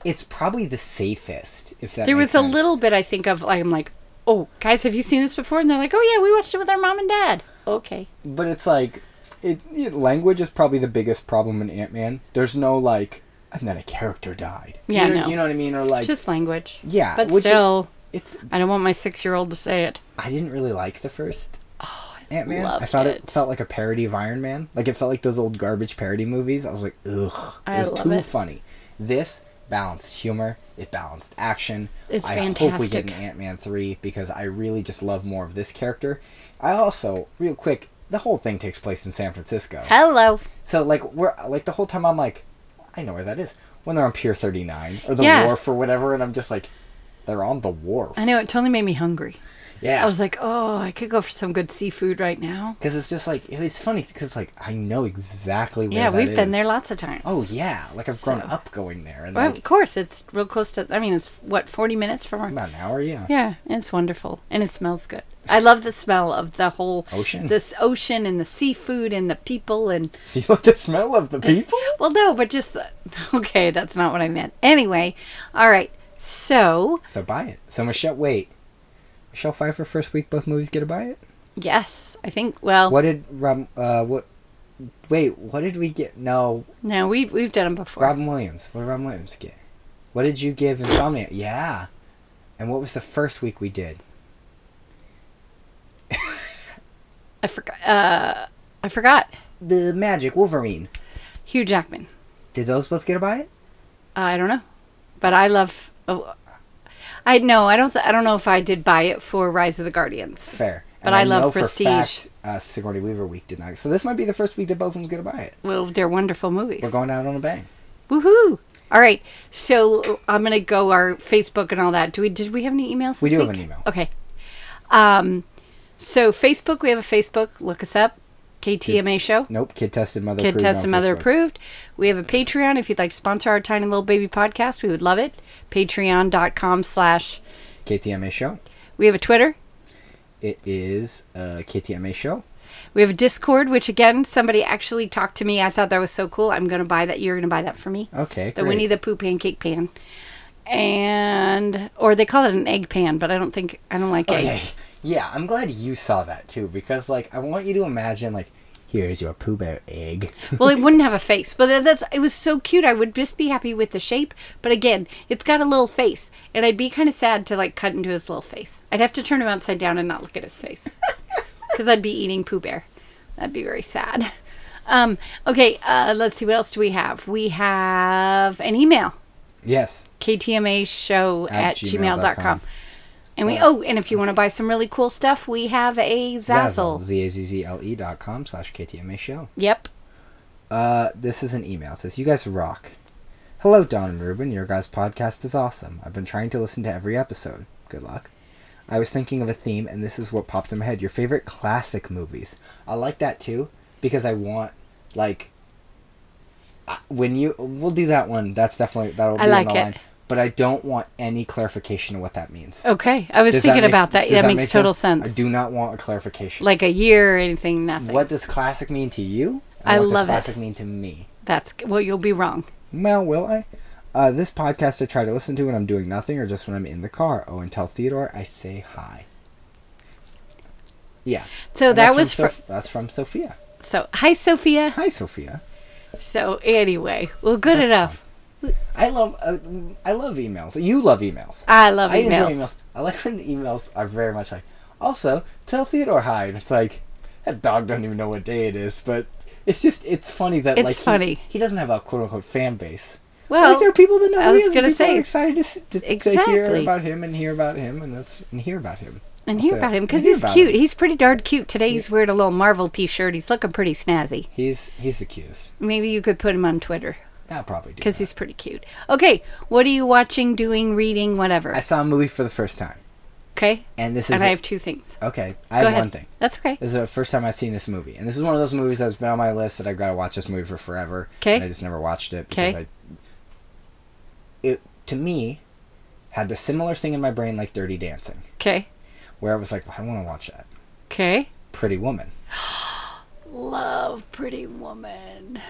Speaker 1: it's probably the safest if that
Speaker 2: There
Speaker 1: makes
Speaker 2: was a
Speaker 1: sense.
Speaker 2: little bit I think of. I'm like, "Oh, guys, have you seen this before?" And they're like, "Oh yeah, we watched it with our mom and dad." Okay.
Speaker 1: but it's like it, it language is probably the biggest problem in ant-man there's no like and then a character died
Speaker 2: Yeah,
Speaker 1: you know,
Speaker 2: no.
Speaker 1: you know what i mean or like
Speaker 2: just language.
Speaker 1: yeah
Speaker 2: But
Speaker 1: which is-
Speaker 2: still,
Speaker 1: it's
Speaker 2: I don't want my six-year-old to say it.
Speaker 1: I didn't really like the first Ant Man.
Speaker 2: Oh, loved
Speaker 1: I thought it.
Speaker 2: it.
Speaker 1: felt like a parody of Iron Man. Like it felt like those old garbage parody movies. I was like, ugh,
Speaker 2: I
Speaker 1: it was
Speaker 2: love
Speaker 1: too
Speaker 2: it.
Speaker 1: funny. This balanced humor. It balanced action.
Speaker 2: It's
Speaker 1: I hope we get an
Speaker 2: fantastic.
Speaker 1: Ant Man three because I really just love more of this character. I also, real quick, the whole thing takes place in San Francisco.
Speaker 2: Hello.
Speaker 1: So like we're like the whole time I'm like, I know where that is. When they're on Pier thirty nine or the
Speaker 2: Yeah.
Speaker 1: wharf or whatever, and I'm just like, they're on the wharf.
Speaker 2: I know it totally made me hungry.
Speaker 1: Yeah.
Speaker 2: I was like, oh, I could go for some good seafood right now.
Speaker 1: Because it's just like it's funny because like I know exactly where.
Speaker 2: Yeah,
Speaker 1: that
Speaker 2: we've been
Speaker 1: is.
Speaker 2: there lots of times.
Speaker 1: Oh yeah, like I've grown
Speaker 2: So-
Speaker 1: up going there, and
Speaker 2: Well,
Speaker 1: like
Speaker 2: of course, it's real close to. I mean, it's what forty minutes from our.
Speaker 1: about an hour, yeah.
Speaker 2: Yeah, and it's wonderful, and it smells good. I love the smell of the whole
Speaker 1: Ocean?
Speaker 2: this ocean, and the seafood, and the people, and
Speaker 1: You love the smell of the people.
Speaker 2: well, no, but just the, okay. That's not what I meant. Anyway, all right. So
Speaker 1: so buy it. So Michelle, wait, Michelle Pfeiffer first week both movies get to buy it.
Speaker 2: yes, I think. Well,
Speaker 1: What did Rob? Uh, what? Wait, what did we get? No,
Speaker 2: no, we we've done them before.
Speaker 1: Robin Williams. What did Robin Williams get? What did you give Insomnia? Yeah. And what was the first week we did?
Speaker 2: I forgot. Uh, I forgot.
Speaker 1: The Magic Wolverine.
Speaker 2: Hugh Jackman.
Speaker 1: Did those both get to buy it?
Speaker 2: I don't know, but I love. Oh, I no, I don't. Th- I don't know if I did buy it for Rise of the Guardians.
Speaker 1: Fair.
Speaker 2: But I love Prestige.
Speaker 1: uh, Sigourney Weaver week did not. So this might be the first week that both of them's gonna buy it.
Speaker 2: Well, they're wonderful movies.
Speaker 1: We're going out on a bang.
Speaker 2: Woohoo! All right, so I'm gonna go our Facebook and all that. Do we? Did we have any emails?
Speaker 1: We
Speaker 2: this
Speaker 1: do have
Speaker 2: week?
Speaker 1: an email.
Speaker 2: Okay. Um, so Facebook, we have a Facebook. Look us up, KTMA Show.
Speaker 1: Nope. Kid tested mother.
Speaker 2: Kid
Speaker 1: approved
Speaker 2: Test
Speaker 1: on
Speaker 2: and Mother
Speaker 1: Facebook.
Speaker 2: Approved. We have a Patreon. If you'd like to sponsor our tiny little baby podcast, we would love it. Patreon.com slash.
Speaker 1: KTMA show.
Speaker 2: We have a Twitter.
Speaker 1: It is uh, KTMA show.
Speaker 2: We have Discord, which again, somebody actually talked to me. I thought that was so cool. I'm going to buy that. You're going to buy that for me.
Speaker 1: Okay.
Speaker 2: The
Speaker 1: great.
Speaker 2: Winnie the Pooh pancake pan. And, or they call it an egg pan, but I don't think, I don't like
Speaker 1: Okay.
Speaker 2: eggs.
Speaker 1: Yeah, I'm glad you saw that too because like I want you to imagine like here's your Pooh Bear egg.
Speaker 2: Well, it wouldn't have a face, but that- that's, it was so cute. I would just be happy with the shape. But again, it's got a little face. And I'd be kind of sad to like cut into his little face. I'd have to turn him upside down and not look at his face. Because I'd be eating Pooh Bear. That'd be very sad. Um, okay, uh, let's see. What else do we have? We have an email.
Speaker 1: yes.
Speaker 2: KTMA show
Speaker 1: At
Speaker 2: at
Speaker 1: gmail dot com.
Speaker 2: gmail.com. And we, oh, and if you want to buy some really cool stuff, we have a Zazzle.
Speaker 1: Z A Z Z L E dot com slash KTMA show.
Speaker 2: Yep.
Speaker 1: Uh, this is an email. It says, You guys rock. Hello, Don and Ruben. Your guys' podcast is awesome. I've been trying to listen to every episode. Good luck. I was thinking of a theme, and this is what popped in my head your favorite classic movies. I like that too, because I want, like, I- when you. We'll do that one. That's definitely. That'll be
Speaker 2: I like
Speaker 1: on the
Speaker 2: it.
Speaker 1: line. But I don't want any clarification of what that means.
Speaker 2: Okay. I was
Speaker 1: Does
Speaker 2: thinking
Speaker 1: make-
Speaker 2: about that.
Speaker 1: does
Speaker 2: That, makes
Speaker 1: make
Speaker 2: total sense.
Speaker 1: I do not want a clarification.
Speaker 2: Like a year or anything, nothing.
Speaker 1: what does classic mean to you?
Speaker 2: I
Speaker 1: what
Speaker 2: love
Speaker 1: does
Speaker 2: it.
Speaker 1: classic mean to me?
Speaker 2: That's, well, you'll be wrong.
Speaker 1: Well, will I? Uh, this podcast I try to listen to when I'm doing nothing or just when I'm in the car. Oh, and tell Theodore I say hi. Yeah.
Speaker 2: So
Speaker 1: And
Speaker 2: that
Speaker 1: that's
Speaker 2: was,
Speaker 1: from
Speaker 2: fr-
Speaker 1: Soph- that's from Sophia.
Speaker 2: so, hi, Sophia.
Speaker 1: Hi, Sophia.
Speaker 2: So, anyway, well, good
Speaker 1: That's
Speaker 2: enough.
Speaker 1: I love uh, I love emails. You love emails.
Speaker 2: I love
Speaker 1: I
Speaker 2: emails.
Speaker 1: enjoy emails. I like when the emails are very much like. Also, tell Theodore hi. And it's like that dog doesn't even know what day it is, but it's just it's funny that
Speaker 2: It's
Speaker 1: like he-
Speaker 2: funny.
Speaker 1: He, doesn't have a quote unquote fan base.
Speaker 2: Well,
Speaker 1: like, there are people that know
Speaker 2: I
Speaker 1: who he
Speaker 2: was
Speaker 1: is, and
Speaker 2: gonna
Speaker 1: people
Speaker 2: say,
Speaker 1: are excited to, s- to, to hear
Speaker 2: exactly.
Speaker 1: about him and hear about him and that's and hear about him.
Speaker 2: And
Speaker 1: I'll
Speaker 2: hear
Speaker 1: say
Speaker 2: about
Speaker 1: it.
Speaker 2: him
Speaker 1: And
Speaker 2: because
Speaker 1: hear
Speaker 2: he's
Speaker 1: about
Speaker 2: cute.
Speaker 1: him.
Speaker 2: He's pretty darn cute. Today he's wearing a little Marvel T-shirt. He's looking pretty snazzy.
Speaker 1: He's he's the cutest.
Speaker 2: Maybe you could put him on Twitter
Speaker 1: I'll probably do.
Speaker 2: because
Speaker 1: That.
Speaker 2: he's pretty cute. Okay, what are you watching, doing, reading, whatever?
Speaker 1: I saw a movie for the first time,
Speaker 2: okay,
Speaker 1: and this is
Speaker 2: and I have two things.
Speaker 1: okay. I
Speaker 2: Go
Speaker 1: have
Speaker 2: ahead.
Speaker 1: one thing.
Speaker 2: That's okay.
Speaker 1: This is the first time I've seen this movie, and this is one of those movies that's been on my list that I've got to watch this movie for forever.
Speaker 2: 'Kay.
Speaker 1: and I just never watched it because
Speaker 2: 'Kay.
Speaker 1: I. It to me, had the similar thing in my brain like Dirty Dancing,
Speaker 2: Okay,
Speaker 1: where I was like, I want to watch that.
Speaker 2: okay.
Speaker 1: Pretty Woman.
Speaker 2: Love Pretty Woman.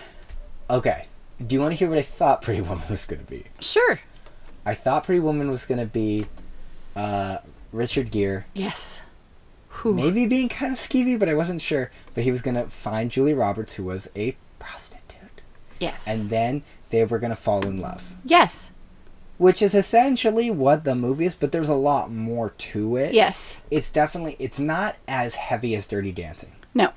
Speaker 1: Okay, do you want to hear what I thought Pretty Woman was going to be?
Speaker 2: Sure.
Speaker 1: I thought Pretty Woman was going to be, uh, Richard Gere
Speaker 2: Yes. Who?
Speaker 1: maybe being kind of skeevy, but I wasn't sure. But he was going to find Julie Roberts, who was a prostitute,
Speaker 2: Yes.
Speaker 1: and then they were going to fall in love.
Speaker 2: yes.
Speaker 1: which is essentially what the movie is but there's a lot more to it
Speaker 2: Yes.
Speaker 1: it's definitely it's not as heavy as dirty dancing
Speaker 2: No.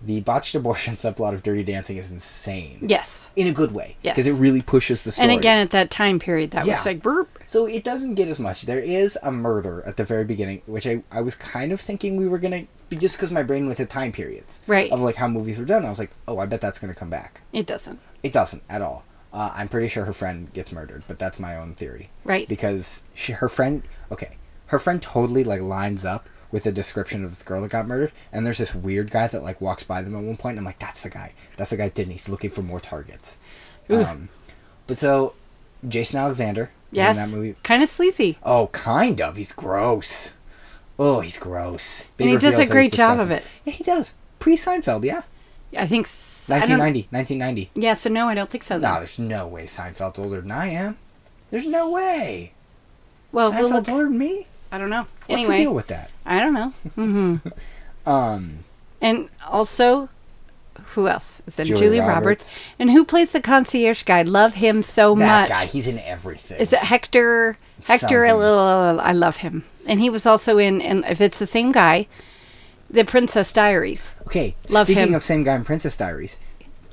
Speaker 1: the botched abortion subplot of dirty dancing is insane
Speaker 2: Yes.
Speaker 1: in a good way
Speaker 2: Yes.
Speaker 1: because it really pushes the story
Speaker 2: And again, at that time period, that
Speaker 1: Yeah.
Speaker 2: was like burp.
Speaker 1: so it doesn't get as much there is a murder at the very beginning which i, I was kind of thinking we were gonna just because my brain went to time periods
Speaker 2: Right.
Speaker 1: of like how movies were done i was like oh i bet that's gonna come back
Speaker 2: It doesn't.
Speaker 1: it doesn't at all uh, i'm pretty sure her friend gets murdered but that's my own theory
Speaker 2: Right.
Speaker 1: because she her friend okay her friend totally like lines up with a description of this girl that got murdered, and there's this weird guy that like walks by them at one point, and I'm like, that's the guy. That's the guy Didn't He's looking for more targets. Um, but so Jason Alexander is
Speaker 2: Yes.
Speaker 1: in that movie.
Speaker 2: Kind of sleazy.
Speaker 1: Oh, kind of. He's gross. Oh, he's gross. Big
Speaker 2: And he does
Speaker 1: reveals
Speaker 2: a
Speaker 1: that he's
Speaker 2: great job of
Speaker 1: disgusting. Yeah, he does. Pre Seinfeld, yeah.
Speaker 2: I think. s- I don't-
Speaker 1: 1990. 1990.
Speaker 2: Yeah, so no, I don't think so.
Speaker 1: No,
Speaker 2: Though.
Speaker 1: there's no way Seinfeld's older than I am. There's no way.
Speaker 2: Well, we'll
Speaker 1: Seinfeld's
Speaker 2: look.
Speaker 1: older than me?
Speaker 2: I don't know.
Speaker 1: What's
Speaker 2: anyway,
Speaker 1: the deal with that?
Speaker 2: I don't know. hmm
Speaker 1: Um,
Speaker 2: and also, who else is in
Speaker 1: Julia
Speaker 2: Julie,
Speaker 1: Roberts.
Speaker 2: Roberts. And who plays the concierge guy? Love him so
Speaker 1: that
Speaker 2: much.
Speaker 1: guy, he's in everything.
Speaker 2: Is it Hector? Hector,
Speaker 1: Something.
Speaker 2: I love him. And he was also in, and if it's the same guy, The Princess Diaries.
Speaker 1: okay,
Speaker 2: Love
Speaker 1: speaking
Speaker 2: him.
Speaker 1: of same guy in Princess Diaries,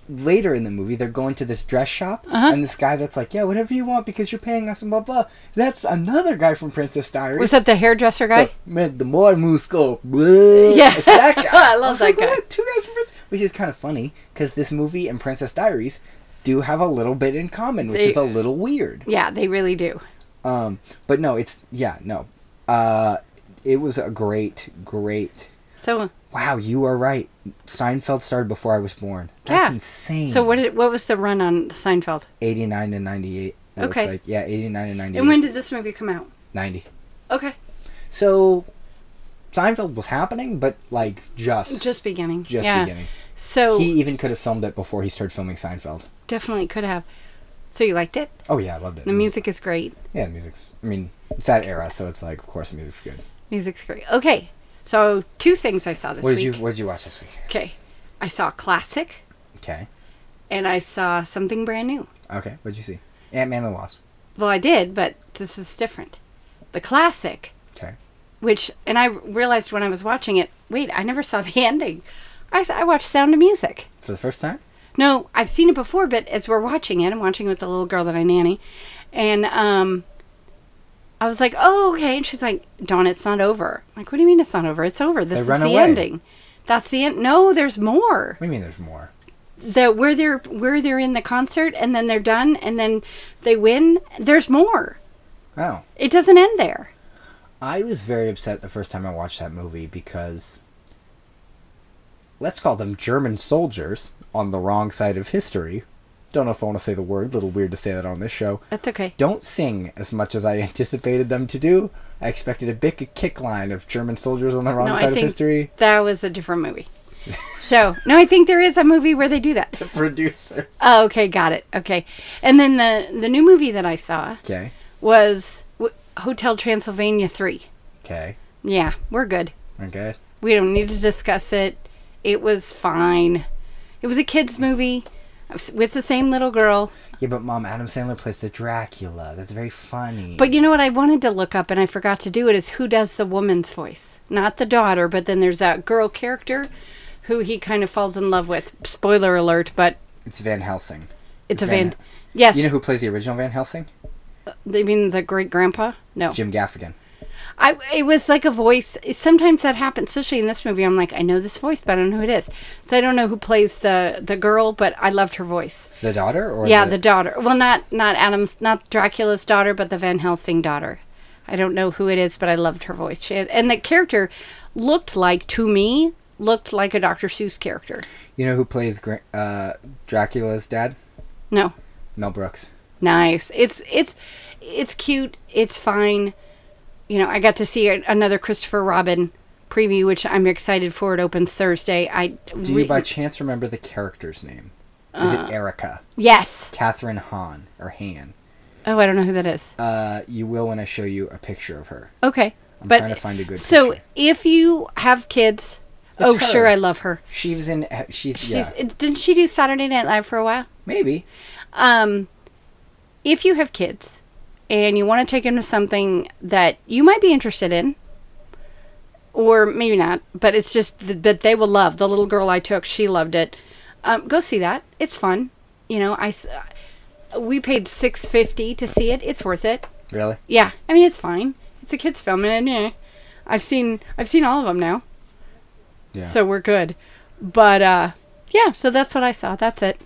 Speaker 1: later in the movie, they're going to this dress shop,
Speaker 2: Uh-huh.
Speaker 1: and this guy that's like, yeah, whatever you want because you're paying us and blah, blah. That's another guy from Princess Diaries.
Speaker 2: Was that the hairdresser guy?
Speaker 1: Man, the more moose go, bleh.
Speaker 2: Yeah.
Speaker 1: it's that guy.
Speaker 2: I love
Speaker 1: was
Speaker 2: that guy.
Speaker 1: "What? Two guys from Prince-" which is kind of funny because this movie and Princess Diaries do have a little bit in common, which
Speaker 2: They-
Speaker 1: is a little weird.
Speaker 2: Yeah, they really do.
Speaker 1: Um, but no, it's yeah, no. Uh, it was a great, great.
Speaker 2: So,
Speaker 1: Wow, you are right. Seinfeld started before I was born. That's
Speaker 2: Yeah.
Speaker 1: insane.
Speaker 2: so what? Did, what was the run on Seinfeld?
Speaker 1: Eighty nine and ninety eight.
Speaker 2: Okay.
Speaker 1: Looks like. Yeah, eighty nine and ninety eight.
Speaker 2: And when did this movie come out?
Speaker 1: ninety?
Speaker 2: Okay,
Speaker 1: So, Seinfeld was happening, but like just
Speaker 2: just beginning.
Speaker 1: just
Speaker 2: yeah.
Speaker 1: beginning.
Speaker 2: So
Speaker 1: He even could have filmed it before he started filming Seinfeld.
Speaker 2: definitely could have. So you liked it?
Speaker 1: Oh yeah, I loved it.
Speaker 2: The music is great.
Speaker 1: yeah, the music's. I mean, it's that era, so it's like, of course, the music's good.
Speaker 2: Music's great. Okay, so two things I saw this
Speaker 1: What did
Speaker 2: week.
Speaker 1: you What did you watch this week?
Speaker 2: Okay, I saw a classic,
Speaker 1: Okay,
Speaker 2: and I saw something brand new.
Speaker 1: okay. What did you see? Ant Man and the Wasp.
Speaker 2: Well, I did, but this is different. The classic,
Speaker 1: Okay.
Speaker 2: which, and I realized when I was watching it, wait, I never saw the ending. I, s- I watched Sound of Music.
Speaker 1: For the first time.
Speaker 2: No, I've seen it before, but as we're watching it, I'm watching it with the little girl that I nanny, and um, I was like, oh, okay. And she's like, Dawn, it's not over. I'm like, what do you mean it's not over? It's over. This
Speaker 1: They
Speaker 2: is
Speaker 1: run
Speaker 2: the
Speaker 1: away.
Speaker 2: ending. That's the end. No, there's more
Speaker 1: What do you mean? There's more.
Speaker 2: the where they're where they're in the concert and then they're done and then they win there's more
Speaker 1: Oh,
Speaker 2: it doesn't end there
Speaker 1: I was very upset the first time I watched that movie because let's call them German soldiers on the wrong side of history. Don't know if I want to say the word. little weird to say that on this show.
Speaker 2: that's okay
Speaker 1: don't sing as much as I anticipated them to do. I expected a big kick line of German soldiers on the wrong side of history.
Speaker 2: that was a different movie so no i think there is a movie where they do that
Speaker 1: Producers.
Speaker 2: oh, okay got it okay and then the the new movie that i saw
Speaker 1: Okay.
Speaker 2: was w- hotel transylvania 3
Speaker 1: Okay.
Speaker 2: yeah we're good
Speaker 1: Okay.
Speaker 2: we don't need to discuss it it was fine it was a kids movie I was with the same little girl
Speaker 1: Yeah, but Mom, Adam Sandler plays the Dracula. That's very funny.
Speaker 2: But you know what I wanted to look up and I forgot to do it is who does the woman's voice? Not the daughter, but then there's that girl character who he kind of falls in love with. Spoiler alert, but
Speaker 1: it's Van Helsing.
Speaker 2: it's a
Speaker 1: Van-
Speaker 2: van. Yes,
Speaker 1: You know who plays the original Van Helsing?
Speaker 2: they mean the great grandpa? No.
Speaker 1: Jim Gaffigan.
Speaker 2: I it was like a voice. Sometimes that happens, especially in this movie. I'm like, I know this voice, but I don't know who it is. So I don't know who plays the the girl, but I loved her voice.
Speaker 1: The daughter or
Speaker 2: yeah, the daughter. Well, not not Adam's, not Dracula's daughter, but the Van Helsing daughter. I don't know who it is, but I loved her voice. She had, and the character looked like to me looked like a Dr. Seuss character.
Speaker 1: You know who plays Gra- uh, Dracula's dad?
Speaker 2: No,
Speaker 1: Mel Brooks.
Speaker 2: nice. It's it's it's cute. It's fine. You know, I got to see a, another Christopher Robin preview, which I'm excited for. It opens Thursday. I
Speaker 1: Do you by chance remember the character's name? Is
Speaker 2: Uh.
Speaker 1: it Erica?
Speaker 2: yes.
Speaker 1: Catherine Hahn or Han?
Speaker 2: Oh, I don't know who that is.
Speaker 1: Uh, you will when I show you a picture of her.
Speaker 2: Okay,
Speaker 1: I'm trying to find a good
Speaker 2: So
Speaker 1: picture.
Speaker 2: if you have kids,
Speaker 1: It's
Speaker 2: oh
Speaker 1: her.
Speaker 2: sure, I love her.
Speaker 1: She was in. uh, She's,
Speaker 2: She's
Speaker 1: yeah.
Speaker 2: didn't she do Saturday Night Live for a while?
Speaker 1: Maybe.
Speaker 2: Um, if you have kids and you want to take them to something that you might be interested in, or maybe not, but it's just th- that they will love. The little girl I took, she loved it. Um, go see that. It's fun. You know, I s- uh, we paid six fifty to see it. It's worth it.
Speaker 1: Really?
Speaker 2: Yeah, I mean it's fine. It's a kids film, and eh, I've seen I've seen all of them now,
Speaker 1: Yeah.
Speaker 2: so we're good. But uh, yeah, so that's what I saw. That's it.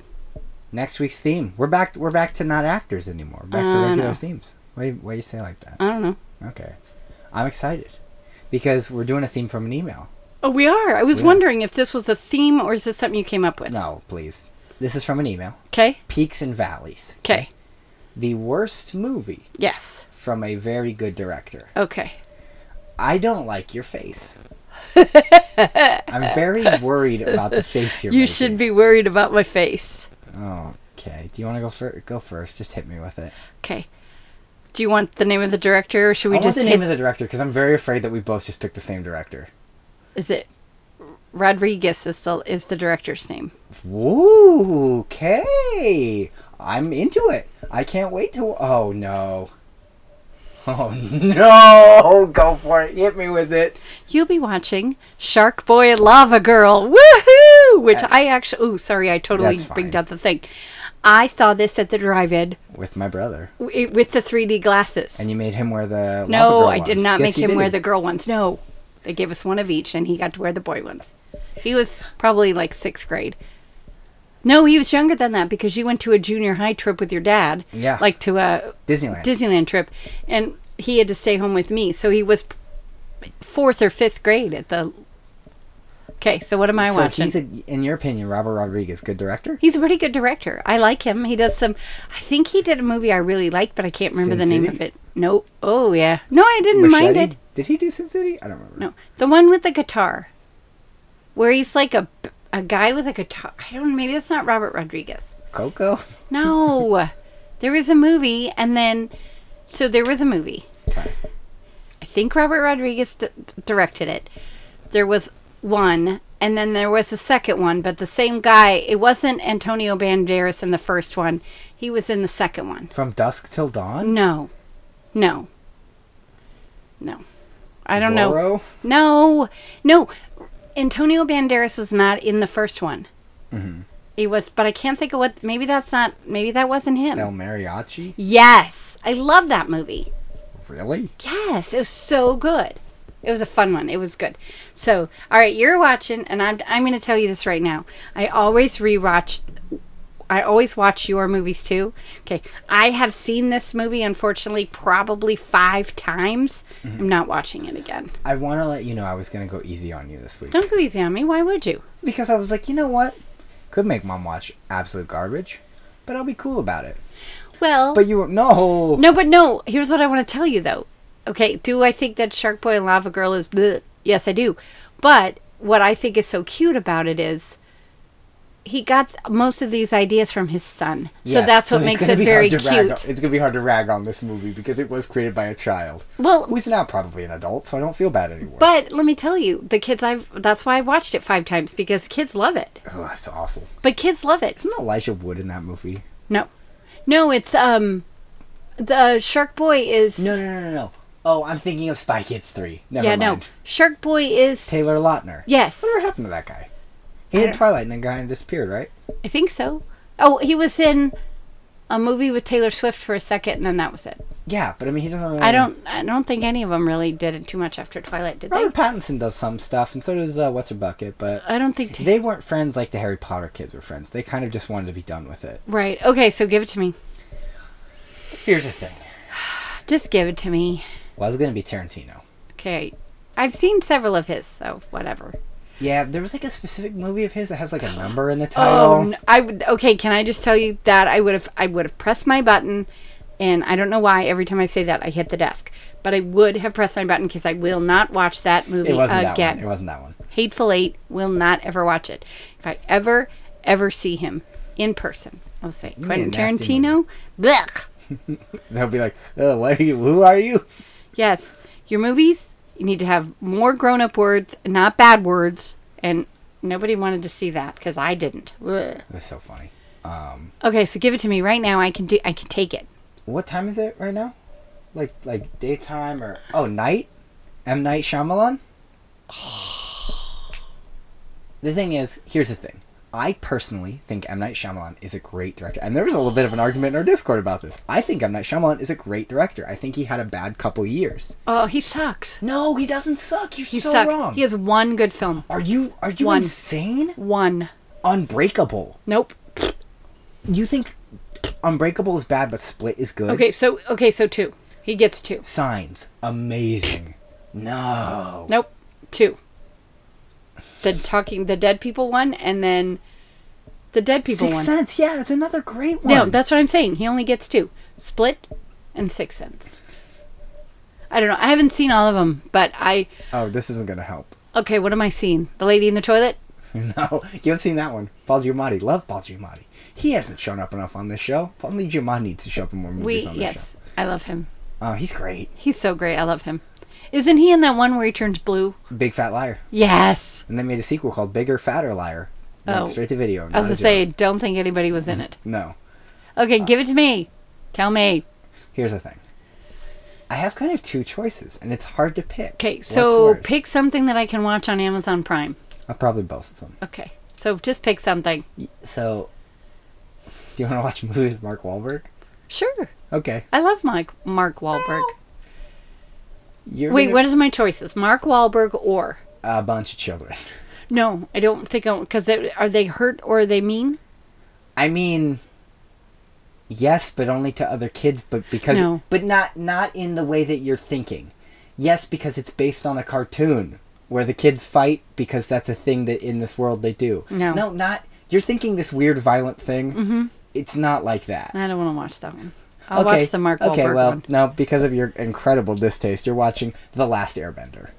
Speaker 1: Next week's theme. We're back. We're back to not actors anymore. We're back to
Speaker 2: Uh,
Speaker 1: regular
Speaker 2: no.
Speaker 1: themes. Why? Why you say it like that?
Speaker 2: I don't know.
Speaker 1: Okay. I'm excited. because we're doing a theme from an email.
Speaker 2: Oh, we are. I was wondering if this was a theme or is this something you came up with?
Speaker 1: No, please. This is from an email.
Speaker 2: Okay.
Speaker 1: Peaks and Valleys.
Speaker 2: Okay.
Speaker 1: The worst movie
Speaker 2: Yes.
Speaker 1: from a very good director.
Speaker 2: Okay.
Speaker 1: I don't like your face. I'm very worried about the face you're
Speaker 2: You
Speaker 1: making.
Speaker 2: should be worried about my face.
Speaker 1: Oh, okay. Do you want to go fir- go first? Just hit me with it.
Speaker 2: Okay. Do you want the name of the director or should we
Speaker 1: I want
Speaker 2: just
Speaker 1: the name
Speaker 2: hit
Speaker 1: of the director because I'm very afraid that we both just picked the same director.
Speaker 2: Is it Rodriguez is the is the director's name.
Speaker 1: Woo, okay. I'm into it. I can't wait to. Oh no. Oh no! Go for it. Hit me with it.
Speaker 2: You'll be watching Shark Boy and Lava Girl. Woohoo! Which I actually Oh, sorry, I totally
Speaker 1: That's fine.
Speaker 2: bigged out the thing. I saw this at the drive-in
Speaker 1: With my brother.
Speaker 2: w- with the 3D glasses.
Speaker 1: And you made him wear the. lava
Speaker 2: no,
Speaker 1: girl
Speaker 2: I did
Speaker 1: ones.
Speaker 2: not
Speaker 1: Yes,
Speaker 2: make
Speaker 1: you
Speaker 2: him wear
Speaker 1: did.
Speaker 2: the girl ones. No. They gave us one of each and he got to wear the boy ones. He was probably like 6th grade. No, he was younger than that because you went to a junior high trip with your dad.
Speaker 1: Yeah.
Speaker 2: Like to a
Speaker 1: Disneyland.
Speaker 2: Disneyland trip, and he had to stay home with me. So he was p- fourth or fifth grade at the. Okay, so what am I
Speaker 1: so
Speaker 2: watching?
Speaker 1: he's a, in your opinion, Robert Rodriguez, good director.
Speaker 2: He's a pretty good director. I like him. He does some. I think he did a movie I really liked, but I can't remember
Speaker 1: Sin
Speaker 2: the name
Speaker 1: City?
Speaker 2: of it. No. Oh yeah. No, I didn't mind
Speaker 1: Machete?
Speaker 2: it.
Speaker 1: Did he do Sin City? I don't remember.
Speaker 2: No, the one with the guitar, where he's like a a guy with a guitar. I don't. Maybe that's not Robert Rodriguez.
Speaker 1: Coco.
Speaker 2: No. there was a movie, and then. So there was a movie.
Speaker 1: Okay.
Speaker 2: I think Robert Rodriguez d- d- directed it. There was one, and then there was a second one, but the same guy. It wasn't Antonio Banderas in the first one, he was in the second one.
Speaker 1: From Dusk Till Dawn.
Speaker 2: No. No. No. I don't know.
Speaker 1: Zorro?
Speaker 2: No, no. Antonio Banderas was not in the first one. He was, but I can't think of what. Maybe that's not. Maybe that wasn't him.
Speaker 1: El Mariachi.
Speaker 2: Yes, I love that movie.
Speaker 1: Really?
Speaker 2: Yes, it was so good. It was a fun one. It was good. So, all right, you're watching, and I'm I'm going to tell you this right now. I always rewatch. I always watch your movies too. Okay, I have seen this movie unfortunately probably five times. I'm not watching it again.
Speaker 1: I want to let you know I was gonna go easy on you this week
Speaker 2: Don't go easy on me. Why would you?
Speaker 1: because I was like, you know what? Could make mom watch absolute garbage, but I'll be cool about it.
Speaker 2: Well,
Speaker 1: But you were- no.
Speaker 2: No, but no. Here's what I want to tell you, though. Okay, do I think that Shark Boy and Lava Girl is? Bleh? Yes, I do. But what I think is so cute about it is he got th- most of these ideas from his son, so
Speaker 1: Yes,
Speaker 2: that's what
Speaker 1: it's
Speaker 2: makes
Speaker 1: gonna
Speaker 2: it
Speaker 1: be
Speaker 2: very
Speaker 1: hard to rag
Speaker 2: cute.
Speaker 1: on- it's gonna be hard to rag on this movie because it was created by a child
Speaker 2: Well-
Speaker 1: who's now probably an adult, so I don't feel bad anymore.
Speaker 2: But let me tell you, the kids I've that's why I watched it five times because kids love it.
Speaker 1: oh, that's awful.
Speaker 2: But kids love it.
Speaker 1: Isn't Elijah Wood in that movie?
Speaker 2: No, no, it's um, the Shark Boy is
Speaker 1: No, no, no, no, no. Oh, I'm thinking of Spy Kids three. Never
Speaker 2: yeah
Speaker 1: mind.
Speaker 2: no Shark Boy is
Speaker 1: Taylor Lautner.
Speaker 2: yes.
Speaker 1: Whatever happened to that guy? He did Twilight and then kind of disappeared, right?
Speaker 2: I think so. Oh, he was in a movie with Taylor Swift for a second, and then that was it.
Speaker 1: Yeah, but I mean, he doesn't. Really
Speaker 2: I don't. I don't think any of them really did it too much after Twilight, did they?
Speaker 1: Robert Pattinson does some stuff, and so does uh, what's her bucket, but
Speaker 2: I don't think. Ta-
Speaker 1: they weren't friends like the Harry Potter kids were friends. They kind of just wanted to be done with it.
Speaker 2: right. Okay. So give it to me.
Speaker 1: Here's the thing.
Speaker 2: Just give it to me.
Speaker 1: Well, it's gonna be Tarantino.
Speaker 2: Okay. I've seen several of his, so whatever.
Speaker 1: Yeah, there was like a specific movie of his that has like a number in the title.
Speaker 2: Oh, no, I would. Okay. Can I just tell you that I would have. I would have pressed my button, and I don't know why. Every time I say that, I hit the desk. But I would have pressed my button because I will not watch that movie
Speaker 1: it wasn't that
Speaker 2: again.
Speaker 1: one. It wasn't that one.
Speaker 2: Hateful Eight will not ever watch it. If I ever, ever see him in person, I'll say Quentin
Speaker 1: a nasty
Speaker 2: Tarantino. Blech.
Speaker 1: They'll be like, "Uh, "What are you? Who are you?"
Speaker 2: Yes, your movies. You need to have more grown-up words, not bad words. And nobody wanted to see that because I didn't. Blech.
Speaker 1: That's so funny.
Speaker 2: Okay, so give it to me right now. I can do. I can take it.
Speaker 1: What time is it right now? Like like daytime or oh night? M Night Shyamalan. the thing is, here's the thing. I personally think M Night Shyamalan is a great director, and there was a little bit of an argument in our Discord about this. I think M Night Shyamalan is a great director. I think he had a bad couple years.
Speaker 2: Oh, he sucks.
Speaker 1: No, he doesn't suck. You're
Speaker 2: He
Speaker 1: so
Speaker 2: sucks.
Speaker 1: wrong.
Speaker 2: He has one good film.
Speaker 1: are you are you
Speaker 2: One.
Speaker 1: insane?
Speaker 2: One.
Speaker 1: Unbreakable.
Speaker 2: Nope.
Speaker 1: You think Unbreakable is bad, but Split is good?
Speaker 2: Okay, so okay, so two. He gets two.
Speaker 1: Signs, amazing. No.
Speaker 2: Nope. Two. The talking the dead people one and then the dead people
Speaker 1: Sixth
Speaker 2: one.
Speaker 1: Sense. Yeah, it's another great one.
Speaker 2: No, that's what I'm saying. He only gets two. Split and Six Sense. I don't know. I haven't seen all of them, but I
Speaker 1: oh, this isn't gonna help.
Speaker 2: okay, what am I seeing? The lady in the toilet?
Speaker 1: No, you haven't seen that one. Paul Giamatti. Love Paul Giamatti. He hasn't shown up enough on this show. Only Giamatti needs to show up in more
Speaker 2: We
Speaker 1: movies on this
Speaker 2: yes.
Speaker 1: show.
Speaker 2: I love him.
Speaker 1: Oh, he's great.
Speaker 2: He's so great. I love him. Isn't he in that one where he turns blue?
Speaker 1: Big Fat Liar.
Speaker 2: Yes.
Speaker 1: And they made a sequel called Bigger, Fatter Liar. Went
Speaker 2: Oh.
Speaker 1: straight to video.
Speaker 2: I was
Speaker 1: not a
Speaker 2: gonna say, don't think anybody was in it.
Speaker 1: joke. No.
Speaker 2: Okay, give it to me. Tell me.
Speaker 1: Here's the thing. I have kind of two choices, and it's hard to pick.
Speaker 2: Okay,
Speaker 1: What's
Speaker 2: so
Speaker 1: worse?
Speaker 2: pick something that I can watch on Amazon Prime.
Speaker 1: Uh, probably both of them.
Speaker 2: Okay, so just pick something.
Speaker 1: So, do you want to watch a movie with Mark Wahlberg?
Speaker 2: Sure,
Speaker 1: Okay.
Speaker 2: I love Mike Mark Wahlberg.
Speaker 1: You're
Speaker 2: Wait,
Speaker 1: gonna-
Speaker 2: what is my choices? Mark Wahlberg or
Speaker 1: A bunch of children.
Speaker 2: no? I don't think I because are they hurt or are they mean?
Speaker 1: I mean, yes, but only to other kids, but because,
Speaker 2: No.
Speaker 1: but not not in the way that you're thinking. Yes, because it's based on a cartoon where the kids fight because that's a thing that in this world they do.
Speaker 2: No.
Speaker 1: no, not you're thinking this weird violent thing. Mm-hmm. It's not like that.
Speaker 2: I don't want to watch that one. I'll watch the Mark Wahlberg
Speaker 1: Okay, well,
Speaker 2: one.
Speaker 1: no, because of your incredible distaste, you're watching The Last Airbender.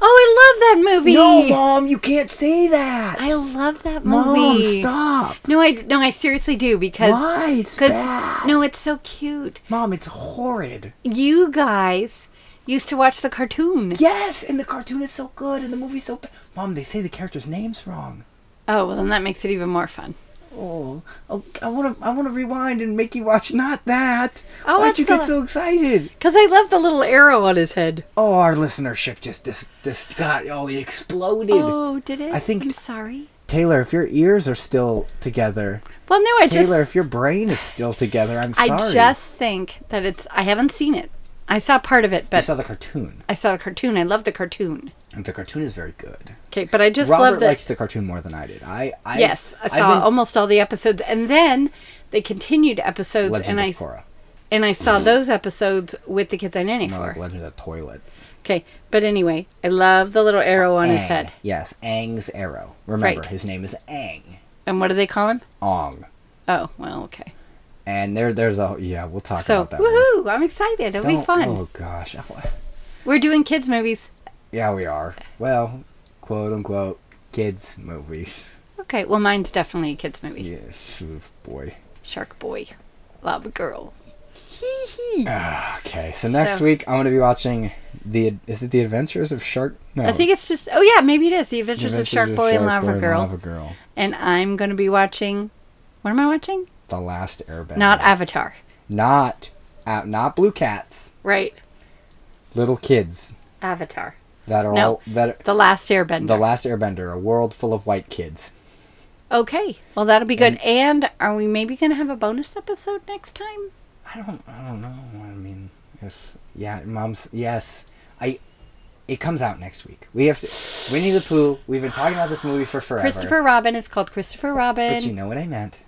Speaker 2: Oh, I love that movie.
Speaker 1: No, mom, you can't say that.
Speaker 2: I love that
Speaker 1: mom,
Speaker 2: movie.
Speaker 1: stop.
Speaker 2: No, I no, I seriously do because
Speaker 1: Why? It's
Speaker 2: because
Speaker 1: bad.
Speaker 2: no, it's so cute.
Speaker 1: Mom, it's horrid.
Speaker 2: You guys used to watch the cartoon.
Speaker 1: Yes, and the cartoon is so good, and the movie's so bad. Mom, they say the characters' names wrong.
Speaker 2: Oh, well, then that makes it even more fun.
Speaker 1: Oh, oh I want to, I want to rewind and make you watch not that.
Speaker 2: I'll
Speaker 1: Why'd
Speaker 2: watch
Speaker 1: you get
Speaker 2: the-
Speaker 1: so excited?
Speaker 2: Because I love the little arrow on his head.
Speaker 1: Oh, our listenership just this this got oh it exploded.
Speaker 2: Oh, did it?
Speaker 1: I think-
Speaker 2: I'm sorry.
Speaker 1: Taylor, if your ears are still together,
Speaker 2: Well, no, I
Speaker 1: Taylor,
Speaker 2: just.
Speaker 1: if your brain is still together, I'm sorry.
Speaker 2: I just think that it's. I haven't seen it. I saw part of it,
Speaker 1: I
Speaker 2: but
Speaker 1: saw the cartoon.
Speaker 2: I saw the cartoon. I love the cartoon.
Speaker 1: And the cartoon is very good.
Speaker 2: Okay, but I just
Speaker 1: Robert
Speaker 2: love that.
Speaker 1: likes the cartoon more than I did. I, I
Speaker 2: yes, I
Speaker 1: I've
Speaker 2: saw
Speaker 1: been-
Speaker 2: almost all the episodes, and then they continued episodes,
Speaker 1: Legend
Speaker 2: and
Speaker 1: of
Speaker 2: I
Speaker 1: Korra,
Speaker 2: and I saw those episodes with the kids I nanny
Speaker 1: more
Speaker 2: for.
Speaker 1: like Legend of the Toilet.
Speaker 2: Okay, but anyway, I love the little arrow on his
Speaker 1: Aang.
Speaker 2: head.
Speaker 1: Yes, Aang's arrow. Remember,
Speaker 2: Right.
Speaker 1: his name is Aang.
Speaker 2: And what do they call him?
Speaker 1: Ong.
Speaker 2: Oh, well, okay.
Speaker 1: And there, there's a yeah. We'll talk
Speaker 2: So,
Speaker 1: about that. one.
Speaker 2: woohoo! I'm excited. It'll be
Speaker 1: Don't-
Speaker 2: fun.
Speaker 1: Oh gosh. I wa-
Speaker 2: We're doing kids movies.
Speaker 1: Yeah, we are. Well, quote unquote kids movies.
Speaker 2: Okay, well, mine's definitely a kids movie.
Speaker 1: Yes, oof, boy.
Speaker 2: Shark Boy, Lava Girl.
Speaker 1: Ah, Okay, so next
Speaker 2: So-
Speaker 1: week I'm gonna be watching the is it the Adventures of Shark? No,
Speaker 2: I think it's just. Oh yeah, maybe it is The Adventures,
Speaker 1: The
Speaker 2: of Shark Boy and Lava Girl.
Speaker 1: Lava Girl.
Speaker 2: And I'm gonna be watching. What am I watching?
Speaker 1: The Last Airbender.
Speaker 2: Not Avatar,
Speaker 1: not uh, not blue cats.
Speaker 2: right?
Speaker 1: Little kids
Speaker 2: Avatar,
Speaker 1: that are
Speaker 2: No.
Speaker 1: all that
Speaker 2: The Last Airbender.
Speaker 1: The Last Airbender, a world full of white kids.
Speaker 2: okay, well that'll be good. And, are we maybe gonna have a bonus episode next time?
Speaker 1: I don't I don't know. I mean, if yeah, mom's yes. I it comes out next week. We have to Winnie the Pooh. We've been talking about this movie for forever.
Speaker 2: Christopher Robin. It's called Christopher Robin.
Speaker 1: But you know what I meant.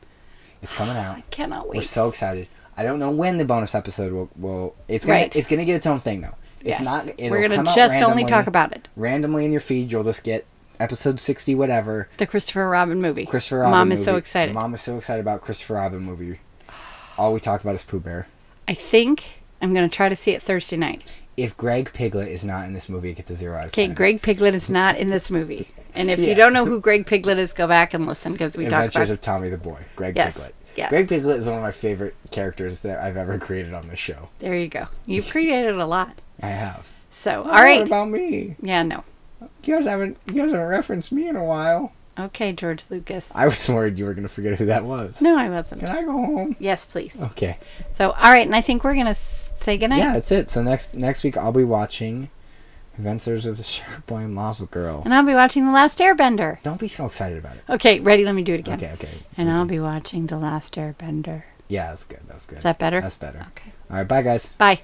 Speaker 1: It's coming out.
Speaker 2: I cannot
Speaker 1: We're
Speaker 2: wait.
Speaker 1: so excited. I don't know when the bonus episode will will it's gonna
Speaker 2: Right.
Speaker 1: it's gonna get its own thing though. It's
Speaker 2: Yes.
Speaker 1: not it'll
Speaker 2: We're gonna
Speaker 1: come out
Speaker 2: just only
Speaker 1: randomly-
Speaker 2: talk about it.
Speaker 1: randomly in your feed. You'll just get episode sixty whatever.
Speaker 2: The Christopher Robin movie.
Speaker 1: Christopher Robin.
Speaker 2: Mom is so
Speaker 1: movie.
Speaker 2: excited.
Speaker 1: Mom is so excited about Christopher Robin movie. All we talk about is Pooh Bear.
Speaker 2: I think I'm gonna try to see it Thursday night.
Speaker 1: If Greg Piglet is not in this movie, it gets a zero out of
Speaker 2: Okay,
Speaker 1: ten.
Speaker 2: Greg Piglet is not in this movie. And if
Speaker 1: Yeah.
Speaker 2: you don't know who Greg Piglet is, go back and listen because we talked
Speaker 1: Adventures
Speaker 2: about.
Speaker 1: of Tommy the Boy. Greg
Speaker 2: Yes,
Speaker 1: Piglet.
Speaker 2: yes.
Speaker 1: Greg Piglet is one of my favorite characters that I've ever created on this show.
Speaker 2: there you go. You've created a lot.
Speaker 1: I have.
Speaker 2: So, all
Speaker 1: Oh,
Speaker 2: right.
Speaker 1: What about me?
Speaker 2: yeah, no.
Speaker 1: You guys haven't. You guys haven't referenced me in a while.
Speaker 2: Okay, George Lucas.
Speaker 1: I was worried you were gonna forget who that was.
Speaker 2: No, I wasn't.
Speaker 1: Can I go home?
Speaker 2: Yes, please.
Speaker 1: Okay.
Speaker 2: So, all right. And I think we're going to say goodnight.
Speaker 1: Yeah, that's it. So next next week I'll be watching Adventures of the Shark Boy and Lava Girl.
Speaker 2: And I'll be watching The Last Airbender.
Speaker 1: Don't be so excited about it.
Speaker 2: Okay, ready? Let me do it again.
Speaker 1: Okay. Okay.
Speaker 2: And I'll be watching The Last Airbender.
Speaker 1: Yeah, that's good. That's good.
Speaker 2: Is that better?
Speaker 1: That's better.
Speaker 2: Okay.
Speaker 1: All right, bye guys.
Speaker 2: Bye.